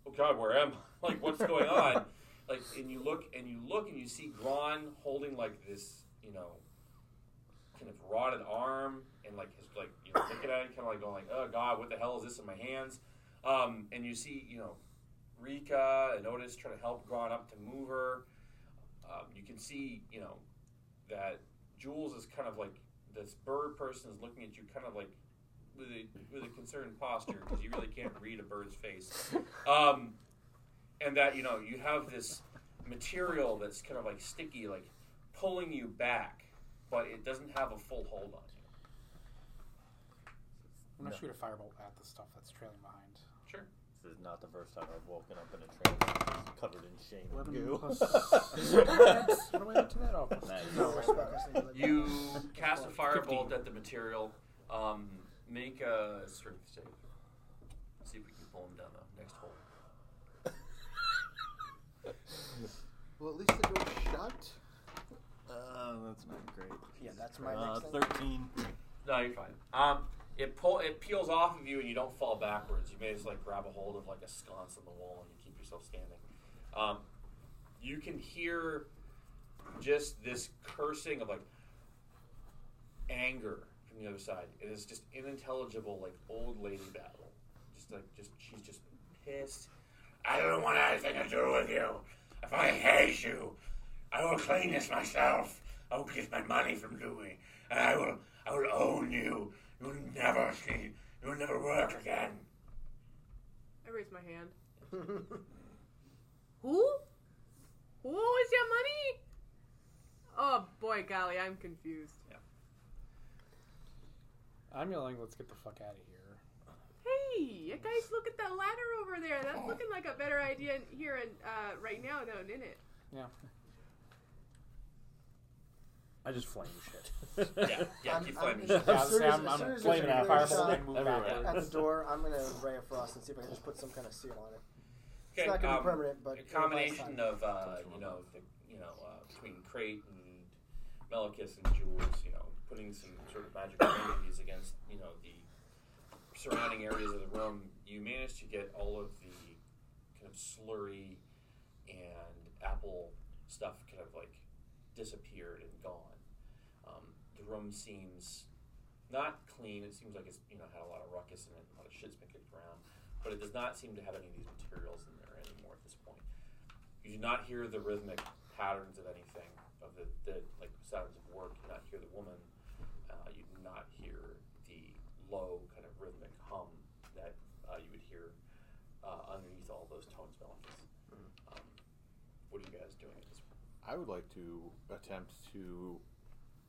Speaker 2: oh god, where am I? Like, what's going on? Like, and you look and you look and you see Gron holding like this, you know, kind of rotted arm and like his like you know looking at it, kind of like going like, oh god, what the hell is this in my hands? Um, and you see, you know, Rika and Otis trying to help Gron up to move her. Um, you can see, you know, that Jules is kind of like this bird person is looking at you, kind of like with a with a concerned posture because you really can't read a bird's face. Um, and that you know you have this material that's kind of like sticky, like pulling you back, but it doesn't have a full hold on you.
Speaker 8: I'm gonna
Speaker 11: No.
Speaker 8: shoot a firebolt at the stuff that's trailing behind.
Speaker 2: Sure.
Speaker 11: This is not the first time I've woken up in a train that's covered in shame and
Speaker 8: 11
Speaker 11: goo.
Speaker 8: plus- what do I add- what do I add to that? Oh, plus
Speaker 11: Nice.
Speaker 8: two. No,
Speaker 2: You cast a firebolt at the material. Um, make a strength save. See if we can pull him down the next hole.
Speaker 4: Well, at least the door's shut.
Speaker 11: Uh, that's not great.
Speaker 5: Yeah, that's my
Speaker 11: uh,
Speaker 5: next thing.
Speaker 11: 13.
Speaker 2: No, you're fine. Um, it pull it peels off of you, and you don't fall backwards. You may just like grab a hold of like a sconce on the wall, and you keep yourself standing. Um, you can hear just this cursing of like anger from the other side. It is just unintelligible, like old lady battle. Just like just she's just pissed. I don't want anything to do with you. If I hate you, I will clean this myself. I will get my money from Louis, and I will I will own you. You will never see. You will never work again.
Speaker 3: I raise my hand. Who? Who is your money? Oh boy, golly, I'm confused.
Speaker 8: I'm yelling, let's get the fuck out of here.
Speaker 3: Hey, you guys, look at that ladder over there.
Speaker 5: Oh.
Speaker 3: That's looking like a better idea in here and uh, right now than in it.
Speaker 8: Yeah.
Speaker 7: I just flame shit.
Speaker 2: Yeah, yeah,
Speaker 5: I'm,
Speaker 2: keep
Speaker 5: I'm,
Speaker 2: flaming
Speaker 5: as
Speaker 2: shit.
Speaker 5: soon as-
Speaker 8: Yeah, I'm-
Speaker 5: as
Speaker 8: I'm
Speaker 5: soon as
Speaker 8: flaming
Speaker 5: there's
Speaker 8: out
Speaker 5: a clear
Speaker 8: fireball
Speaker 5: shot
Speaker 8: and moving
Speaker 7: everywhere.
Speaker 5: At the door, I'm gonna ray of frost and see if I can just put some kind of seal on it.
Speaker 2: Okay,
Speaker 5: it's not gonna
Speaker 2: um,
Speaker 5: be permanent, but
Speaker 2: a
Speaker 5: it'll buy
Speaker 2: combination
Speaker 5: time.
Speaker 2: of uh, you know the, you know uh, between crate and Melikis and Jules, you know, putting some sort of magical entities against you know the surrounding areas of the room. You manage to get all of the kind of slurry and apple stuff kind of like disappeared and gone. Um, the room seems not clean. It seems like it's you know had a lot of ruckus in it, a lot of shit's been kicked around, but it does not seem to have any of these materials in there anymore at this point. You do not hear the rhythmic patterns of anything of the, the like sounds of work. You do not hear the woman. Uh, you do not hear the low kind of rhythmic hum that uh, you would hear uh, underneath all those tones melodies. Um, what are you guys doing at this point?
Speaker 4: I would like to attempt to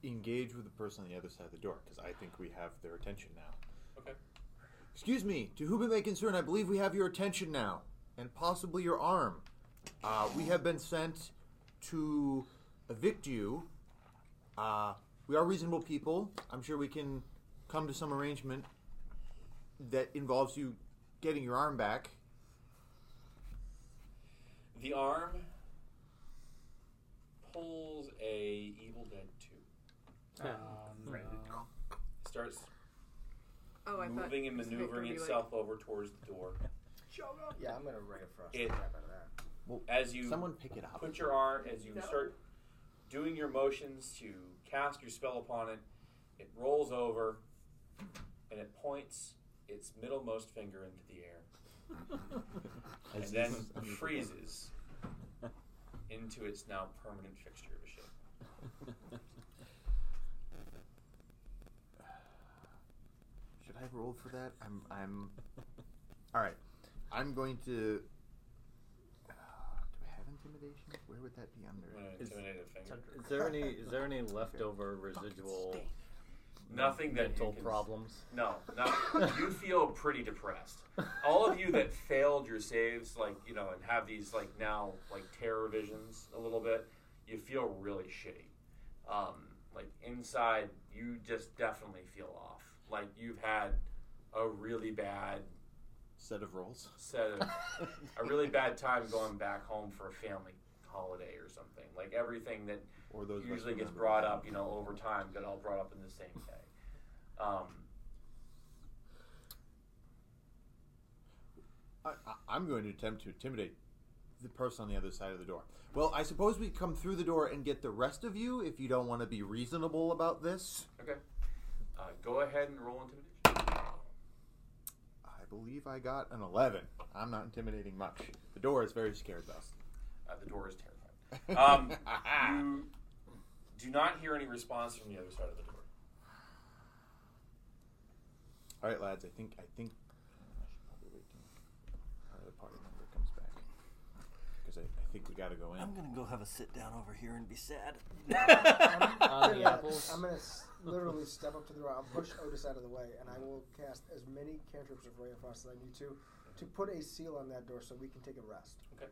Speaker 4: engage with the person on the other side of the door because I think we have their attention now.
Speaker 2: Okay.
Speaker 4: Excuse me, to whom it may concern, I believe we have your attention now, and possibly your arm. Uh, we have been sent to evict you. Uh, we are reasonable people. I'm sure we can come to some arrangement that involves you getting your arm back.
Speaker 2: The arm pulls a Evil Dead 2. Starts
Speaker 3: Oh, I thought
Speaker 2: moving and
Speaker 3: this is gonna
Speaker 2: maneuvering
Speaker 3: be like-
Speaker 2: itself over towards the door.
Speaker 5: Yeah, I'm gonna ray of frost.
Speaker 2: It-
Speaker 5: the crap out of that.
Speaker 2: As you
Speaker 4: Someone pick it up.
Speaker 2: put your arm, as you
Speaker 3: No.
Speaker 2: start doing your motions to cast your spell upon it, it rolls over and it points its middlemost finger into the air. and then freezes into its now permanent fixture of a shape.
Speaker 4: Should I roll for that? I'm. I'm. All right. I'm going to. Uh, do I have intimidation? Where would that be under?
Speaker 2: Wanna
Speaker 4: Is-
Speaker 2: Uh, intimidate a finger?
Speaker 7: Is there any is there any leftover residual
Speaker 2: Nothing that you
Speaker 7: mental
Speaker 2: can-
Speaker 7: problems?
Speaker 2: No, no. you feel pretty depressed. All of you that failed your saves, like you know, and have these like now like terror visions a little bit, you feel really shitty. Um, like inside, you just definitely feel off. Like you've had a really bad
Speaker 4: set of rolls.
Speaker 2: Set of a really bad time going back home for a family holiday or something. Like everything that
Speaker 4: Or those of us
Speaker 2: usually gets
Speaker 4: remember.
Speaker 2: brought up, you know, over time got all brought up in the same day. Um,
Speaker 4: I, I- I'm going to attempt to intimidate the person on the other side of the door. Well, I suppose we come through the door and get the rest of you if you don't want to be reasonable about this.
Speaker 2: Okay. Uh, go ahead and roll intimidation.
Speaker 4: I believe I got an 11. I'm not intimidating much. The door is very scared of us.
Speaker 2: Uh, the door is terrified. Um, you do not hear any response from the other side of the door.
Speaker 4: All right, lads. I think I think I should probably wait till uh, the party member comes back because I, I think we got to go in.
Speaker 11: I'm gonna go have a sit down over here and be sad.
Speaker 8: Uh,
Speaker 5: I'm gonna, I'm gonna s- literally step up to the door. I'll push Otis out of the way, and I will cast as many cantrips of Ray of Frost as I need to to put a seal on that door so we can take a rest.
Speaker 2: Okay.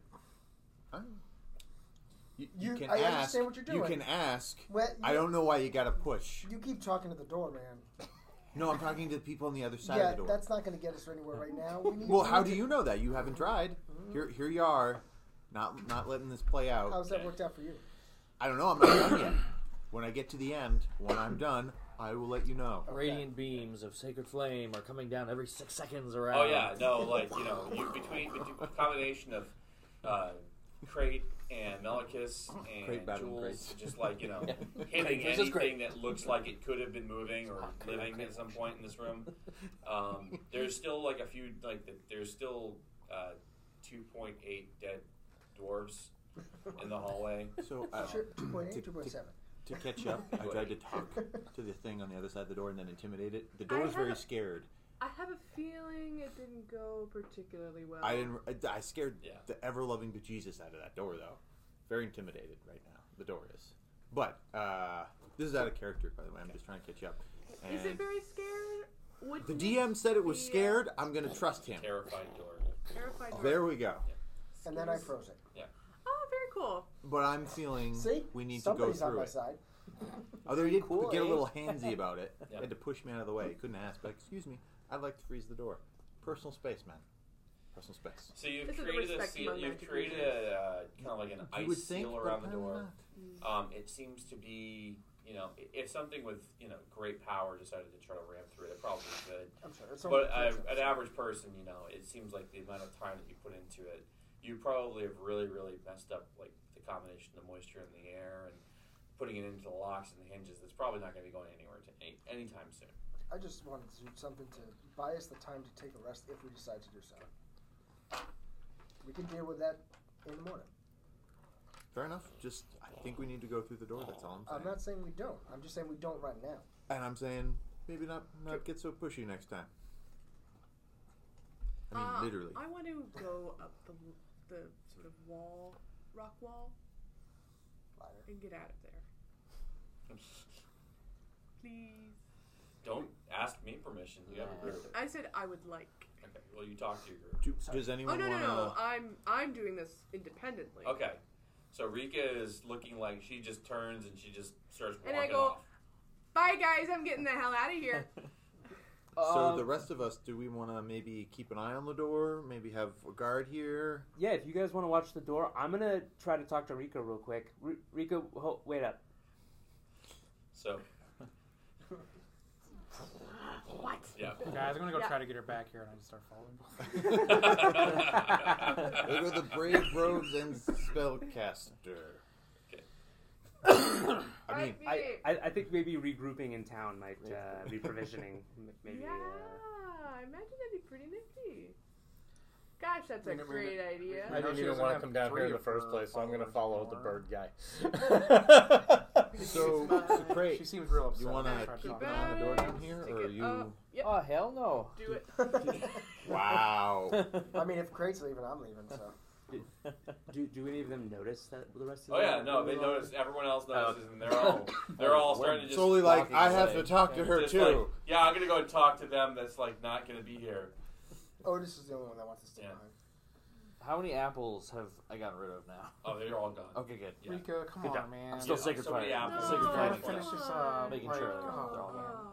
Speaker 4: You,
Speaker 5: You- I understand what you're
Speaker 4: You
Speaker 5: doing.
Speaker 4: can ask.
Speaker 5: Well,
Speaker 4: I
Speaker 5: you-
Speaker 4: don't know why you got to push.
Speaker 5: You keep talking to the door, man.
Speaker 4: No, I'm talking to the people on the other side
Speaker 5: yeah,
Speaker 4: of the door.
Speaker 5: that's not gonna get us anywhere right now. We need
Speaker 4: Well,
Speaker 5: we
Speaker 4: how
Speaker 5: need
Speaker 4: do
Speaker 5: to-
Speaker 4: you know that? You haven't tried. Here, here you are, not not letting this play out.
Speaker 5: Mm-hmm. How's that worked out for you?
Speaker 4: I don't know. I'm not done yet. When I get to the end, when I'm done, I will let you know.
Speaker 7: Radiant beams of sacred flame are coming down every six seconds around.
Speaker 2: Oh yeah, no, like you know, you, between between a combination of uh, crate and Melicus and
Speaker 4: Crate battle,
Speaker 2: Jules,
Speaker 4: crate.
Speaker 2: just like you know,
Speaker 4: Crate
Speaker 2: hitting
Speaker 4: versus crate.
Speaker 2: anything that looks like it could have been moving or living at some point in this room. Um, there's still like a few like the, there's still uh, 2.8 dead dwarves in the hallway.
Speaker 4: So uh,
Speaker 5: Sure, 2.8,
Speaker 4: to-
Speaker 5: 2.7.
Speaker 4: To, to catch up, I tried to talk to the thing on the other side of the door and then intimidate it. The door
Speaker 3: I
Speaker 4: is very
Speaker 3: have-
Speaker 4: scared.
Speaker 3: I have a feeling it didn't go particularly well.
Speaker 4: I didn't. I, I scared the ever loving bejesus out of that door, though. Very intimidated right now. The door is. But uh, this is out of character, by the way. I'm just trying to catch up.
Speaker 3: Is it uh,
Speaker 4: And
Speaker 3: very scared? Would
Speaker 4: the DM said it was scared. I'm going to trust him.
Speaker 2: Terrified door.
Speaker 3: Terrified.
Speaker 4: There we go.
Speaker 5: And then I froze it.
Speaker 2: Yeah.
Speaker 3: Oh, very cool.
Speaker 4: But I'm feeling
Speaker 5: See?
Speaker 4: we need
Speaker 5: Somebody's
Speaker 4: to go
Speaker 5: on
Speaker 4: through
Speaker 5: my
Speaker 4: it.
Speaker 5: side.
Speaker 4: Although he did
Speaker 5: Cool,
Speaker 4: get a
Speaker 5: eh?
Speaker 4: little handsy about it.
Speaker 2: Yeah.
Speaker 4: Had to push me out of the way. Couldn't ask, but excuse me, I'd like to freeze the door. Personal space, man. Personal space.
Speaker 2: So you've
Speaker 3: This is a
Speaker 2: created a
Speaker 3: respect
Speaker 2: seal.
Speaker 3: among
Speaker 2: You've
Speaker 3: magic
Speaker 2: created
Speaker 3: users.
Speaker 2: a, uh, kind of like an
Speaker 4: You would
Speaker 2: ice
Speaker 4: think,
Speaker 2: seal
Speaker 4: but
Speaker 2: around the
Speaker 4: apparently
Speaker 2: door. Um, it seems to be, you know, i- if something with you know great power decided to try to ram through it, it probably could.
Speaker 5: I'm sure, it's
Speaker 2: But
Speaker 5: only
Speaker 2: uh,
Speaker 5: torture.
Speaker 2: an average person, you know, it seems like the amount of time that you put into it, you probably have really, really messed up like the combination of moisture in the air and putting it into the locks and the hinges. That's probably not going to be going anywhere to any, anytime soon.
Speaker 5: I just wanted to do something to buy us the time to take a rest if we decide to do so. We can deal with that in the morning.
Speaker 4: Fair enough. Just I think we need to go through the door. That's all I'm saying.
Speaker 5: I'm not saying we don't. I'm just saying we don't right now.
Speaker 4: And I'm saying maybe not not get so pushy next time. I mean,
Speaker 15: Uh,
Speaker 4: literally.
Speaker 15: I want to go up the, the sort of wall, rock wall, and get out of there. Please.
Speaker 2: Don't ask me permission. You have a group.
Speaker 15: I said I would like.
Speaker 2: Okay. Well, you talk to your group.
Speaker 4: Do, does anyone
Speaker 3: oh no no
Speaker 4: want to?
Speaker 3: no! I'm I'm doing this independently.
Speaker 2: Okay. So Rika is looking like she just turns and she just starts
Speaker 3: And
Speaker 2: walking
Speaker 3: I go,
Speaker 2: off.
Speaker 3: bye guys, I'm getting the hell out of here.
Speaker 4: So
Speaker 3: Um,
Speaker 4: the rest of us, do we want to maybe keep an eye on the door? Maybe have a guard here.
Speaker 10: Yeah, if you guys want to watch the door, I'm gonna try to talk to Rico real quick. R- Rico, ho- wait up.
Speaker 2: So.
Speaker 15: What?
Speaker 2: Yeah.
Speaker 8: Guys, I'm gonna go
Speaker 15: Yeah.
Speaker 8: try to get her back here, and I just start following.
Speaker 4: There go the brave robes and spellcaster.
Speaker 10: I
Speaker 4: mean-
Speaker 10: I, I, think maybe regrouping in town might uh, be provisioning. m- Maybe.
Speaker 15: uh,
Speaker 3: yeah, I imagine that'd be pretty nifty. Gosh, that's a
Speaker 8: Wait a minute.
Speaker 3: great idea.
Speaker 8: I
Speaker 9: I
Speaker 8: know
Speaker 9: didn't
Speaker 8: she
Speaker 9: even
Speaker 8: doesn't
Speaker 9: want to
Speaker 8: have
Speaker 9: come down
Speaker 8: three
Speaker 9: here in the
Speaker 8: of her
Speaker 9: first place, so I'm going to follow the bird guy.
Speaker 4: Wait.
Speaker 8: She seems real upset.
Speaker 4: You want
Speaker 8: I
Speaker 4: to
Speaker 8: tried to
Speaker 4: keep
Speaker 8: talk
Speaker 4: it
Speaker 8: to her.
Speaker 4: on the door down here,
Speaker 8: Stick
Speaker 4: or are
Speaker 8: it
Speaker 4: you?
Speaker 8: up.
Speaker 6: Oh hell no!
Speaker 3: Do it.
Speaker 4: Wow.
Speaker 5: I mean, if Craig's leaving, I'm leaving. So.
Speaker 10: do, do any of them notice that the rest of
Speaker 2: Oh
Speaker 10: them?
Speaker 2: yeah, no, they noticed. Everyone else
Speaker 10: Oh.
Speaker 2: notices, and they're all they're all starting to just
Speaker 4: Solely like,
Speaker 2: walking
Speaker 4: I have
Speaker 2: away.
Speaker 4: to talk to her
Speaker 2: Just
Speaker 4: too.
Speaker 2: like, yeah, I'm gonna go and talk to them. That's like not gonna be here.
Speaker 5: Otis Oh, is the only one that wants to stay behind.
Speaker 7: How many apples have I gotten rid of now?
Speaker 2: Oh, they're all gone.
Speaker 7: Okay, good.
Speaker 8: Yeah. Rico, come
Speaker 7: Good
Speaker 8: on,
Speaker 7: job.
Speaker 8: man.
Speaker 7: I'm still
Speaker 8: Yeah,
Speaker 7: sacred
Speaker 8: so many
Speaker 7: fire.
Speaker 8: apples.
Speaker 7: Sacred
Speaker 8: No,
Speaker 7: fire.
Speaker 8: gotta finish this, uh,
Speaker 7: Making
Speaker 8: like,
Speaker 7: sure that
Speaker 8: come
Speaker 7: they're all gone.
Speaker 15: oh.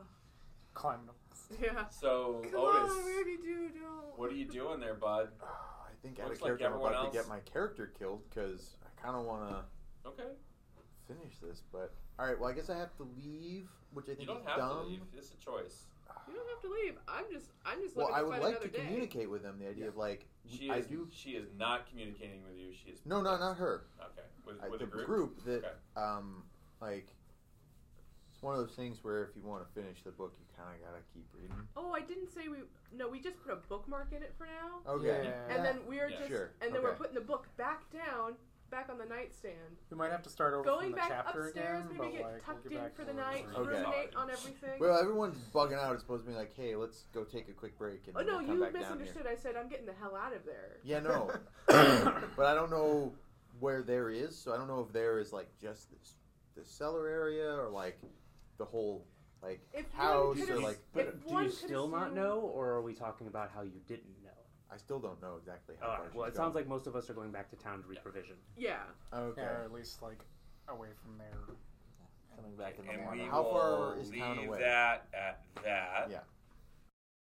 Speaker 8: Climbing them.
Speaker 15: Yeah.
Speaker 2: So
Speaker 15: Come
Speaker 2: Otis,
Speaker 15: on, we already do. Don't.
Speaker 2: what are you doing there, bud?
Speaker 4: I think out
Speaker 2: Looks
Speaker 4: of
Speaker 2: like
Speaker 4: character, I'm
Speaker 2: everyone
Speaker 4: about
Speaker 2: else.
Speaker 4: to get my character killed because I kind of want to
Speaker 2: Okay,
Speaker 4: finish this. But all right, well, I guess I have to leave, which I think
Speaker 2: you don't
Speaker 4: is
Speaker 2: have
Speaker 4: dumb.
Speaker 2: to leave. It's a choice.
Speaker 15: You don't have to leave. I'm just. I'm just.
Speaker 4: Well,
Speaker 15: looking
Speaker 4: I
Speaker 15: to
Speaker 4: would
Speaker 15: find
Speaker 4: like to
Speaker 15: another day.
Speaker 4: communicate with them the idea of like
Speaker 2: She
Speaker 4: I
Speaker 2: is.
Speaker 4: do.
Speaker 2: She is not communicating with you. She is.
Speaker 4: No, no, not her.
Speaker 2: Okay, with,
Speaker 4: I-
Speaker 2: with
Speaker 4: the
Speaker 2: a group.
Speaker 4: that
Speaker 2: Okay.
Speaker 4: um like it's one of those things where if you want to finish the book, you kind of gotta keep reading.
Speaker 3: Oh, I didn't say we. No, we just put a bookmark in it for now.
Speaker 4: Okay.
Speaker 8: Yeah.
Speaker 3: And then we're
Speaker 8: Yeah.
Speaker 3: just.
Speaker 8: Sure.
Speaker 3: And then we're
Speaker 8: Okay.
Speaker 3: putting the book back down, back on the nightstand.
Speaker 8: We might have to start over
Speaker 3: Going
Speaker 8: from the
Speaker 3: back
Speaker 8: chapter
Speaker 3: upstairs,
Speaker 8: again,
Speaker 3: maybe
Speaker 8: but
Speaker 3: get
Speaker 8: like,
Speaker 3: tucked
Speaker 8: we'll
Speaker 3: in
Speaker 8: get back
Speaker 3: for
Speaker 8: to
Speaker 3: the night,
Speaker 4: Okay.
Speaker 3: ruminate on everything.
Speaker 4: Well, everyone's bugging out. It's supposed to be like, hey, let's go take a quick break and
Speaker 3: oh
Speaker 4: then
Speaker 3: no,
Speaker 4: we'll come
Speaker 3: you
Speaker 4: back down here.
Speaker 3: misunderstood. I said I'm getting the hell out of there.
Speaker 4: Yeah, no. but I don't know where there is, so I don't know if there is like just this the cellar area or like the whole like
Speaker 3: If one
Speaker 4: house
Speaker 3: could
Speaker 4: or
Speaker 3: have-
Speaker 4: like
Speaker 3: if
Speaker 4: I
Speaker 10: Do
Speaker 3: one
Speaker 10: you
Speaker 3: could
Speaker 10: still not
Speaker 3: assume-
Speaker 10: know, or are we talking about how you didn't know?
Speaker 4: still don't know exactly how
Speaker 10: All
Speaker 4: far
Speaker 10: right. Well,
Speaker 4: she's
Speaker 10: it sounds
Speaker 4: going.
Speaker 10: like most of us are going back to town to reprovision.
Speaker 3: Yeah.
Speaker 4: Okay.
Speaker 8: Yeah, or at least like away from there.
Speaker 7: Coming back in
Speaker 2: And we
Speaker 4: How
Speaker 2: will
Speaker 4: far is
Speaker 2: leave
Speaker 4: town away?
Speaker 2: that at that.
Speaker 4: Yeah.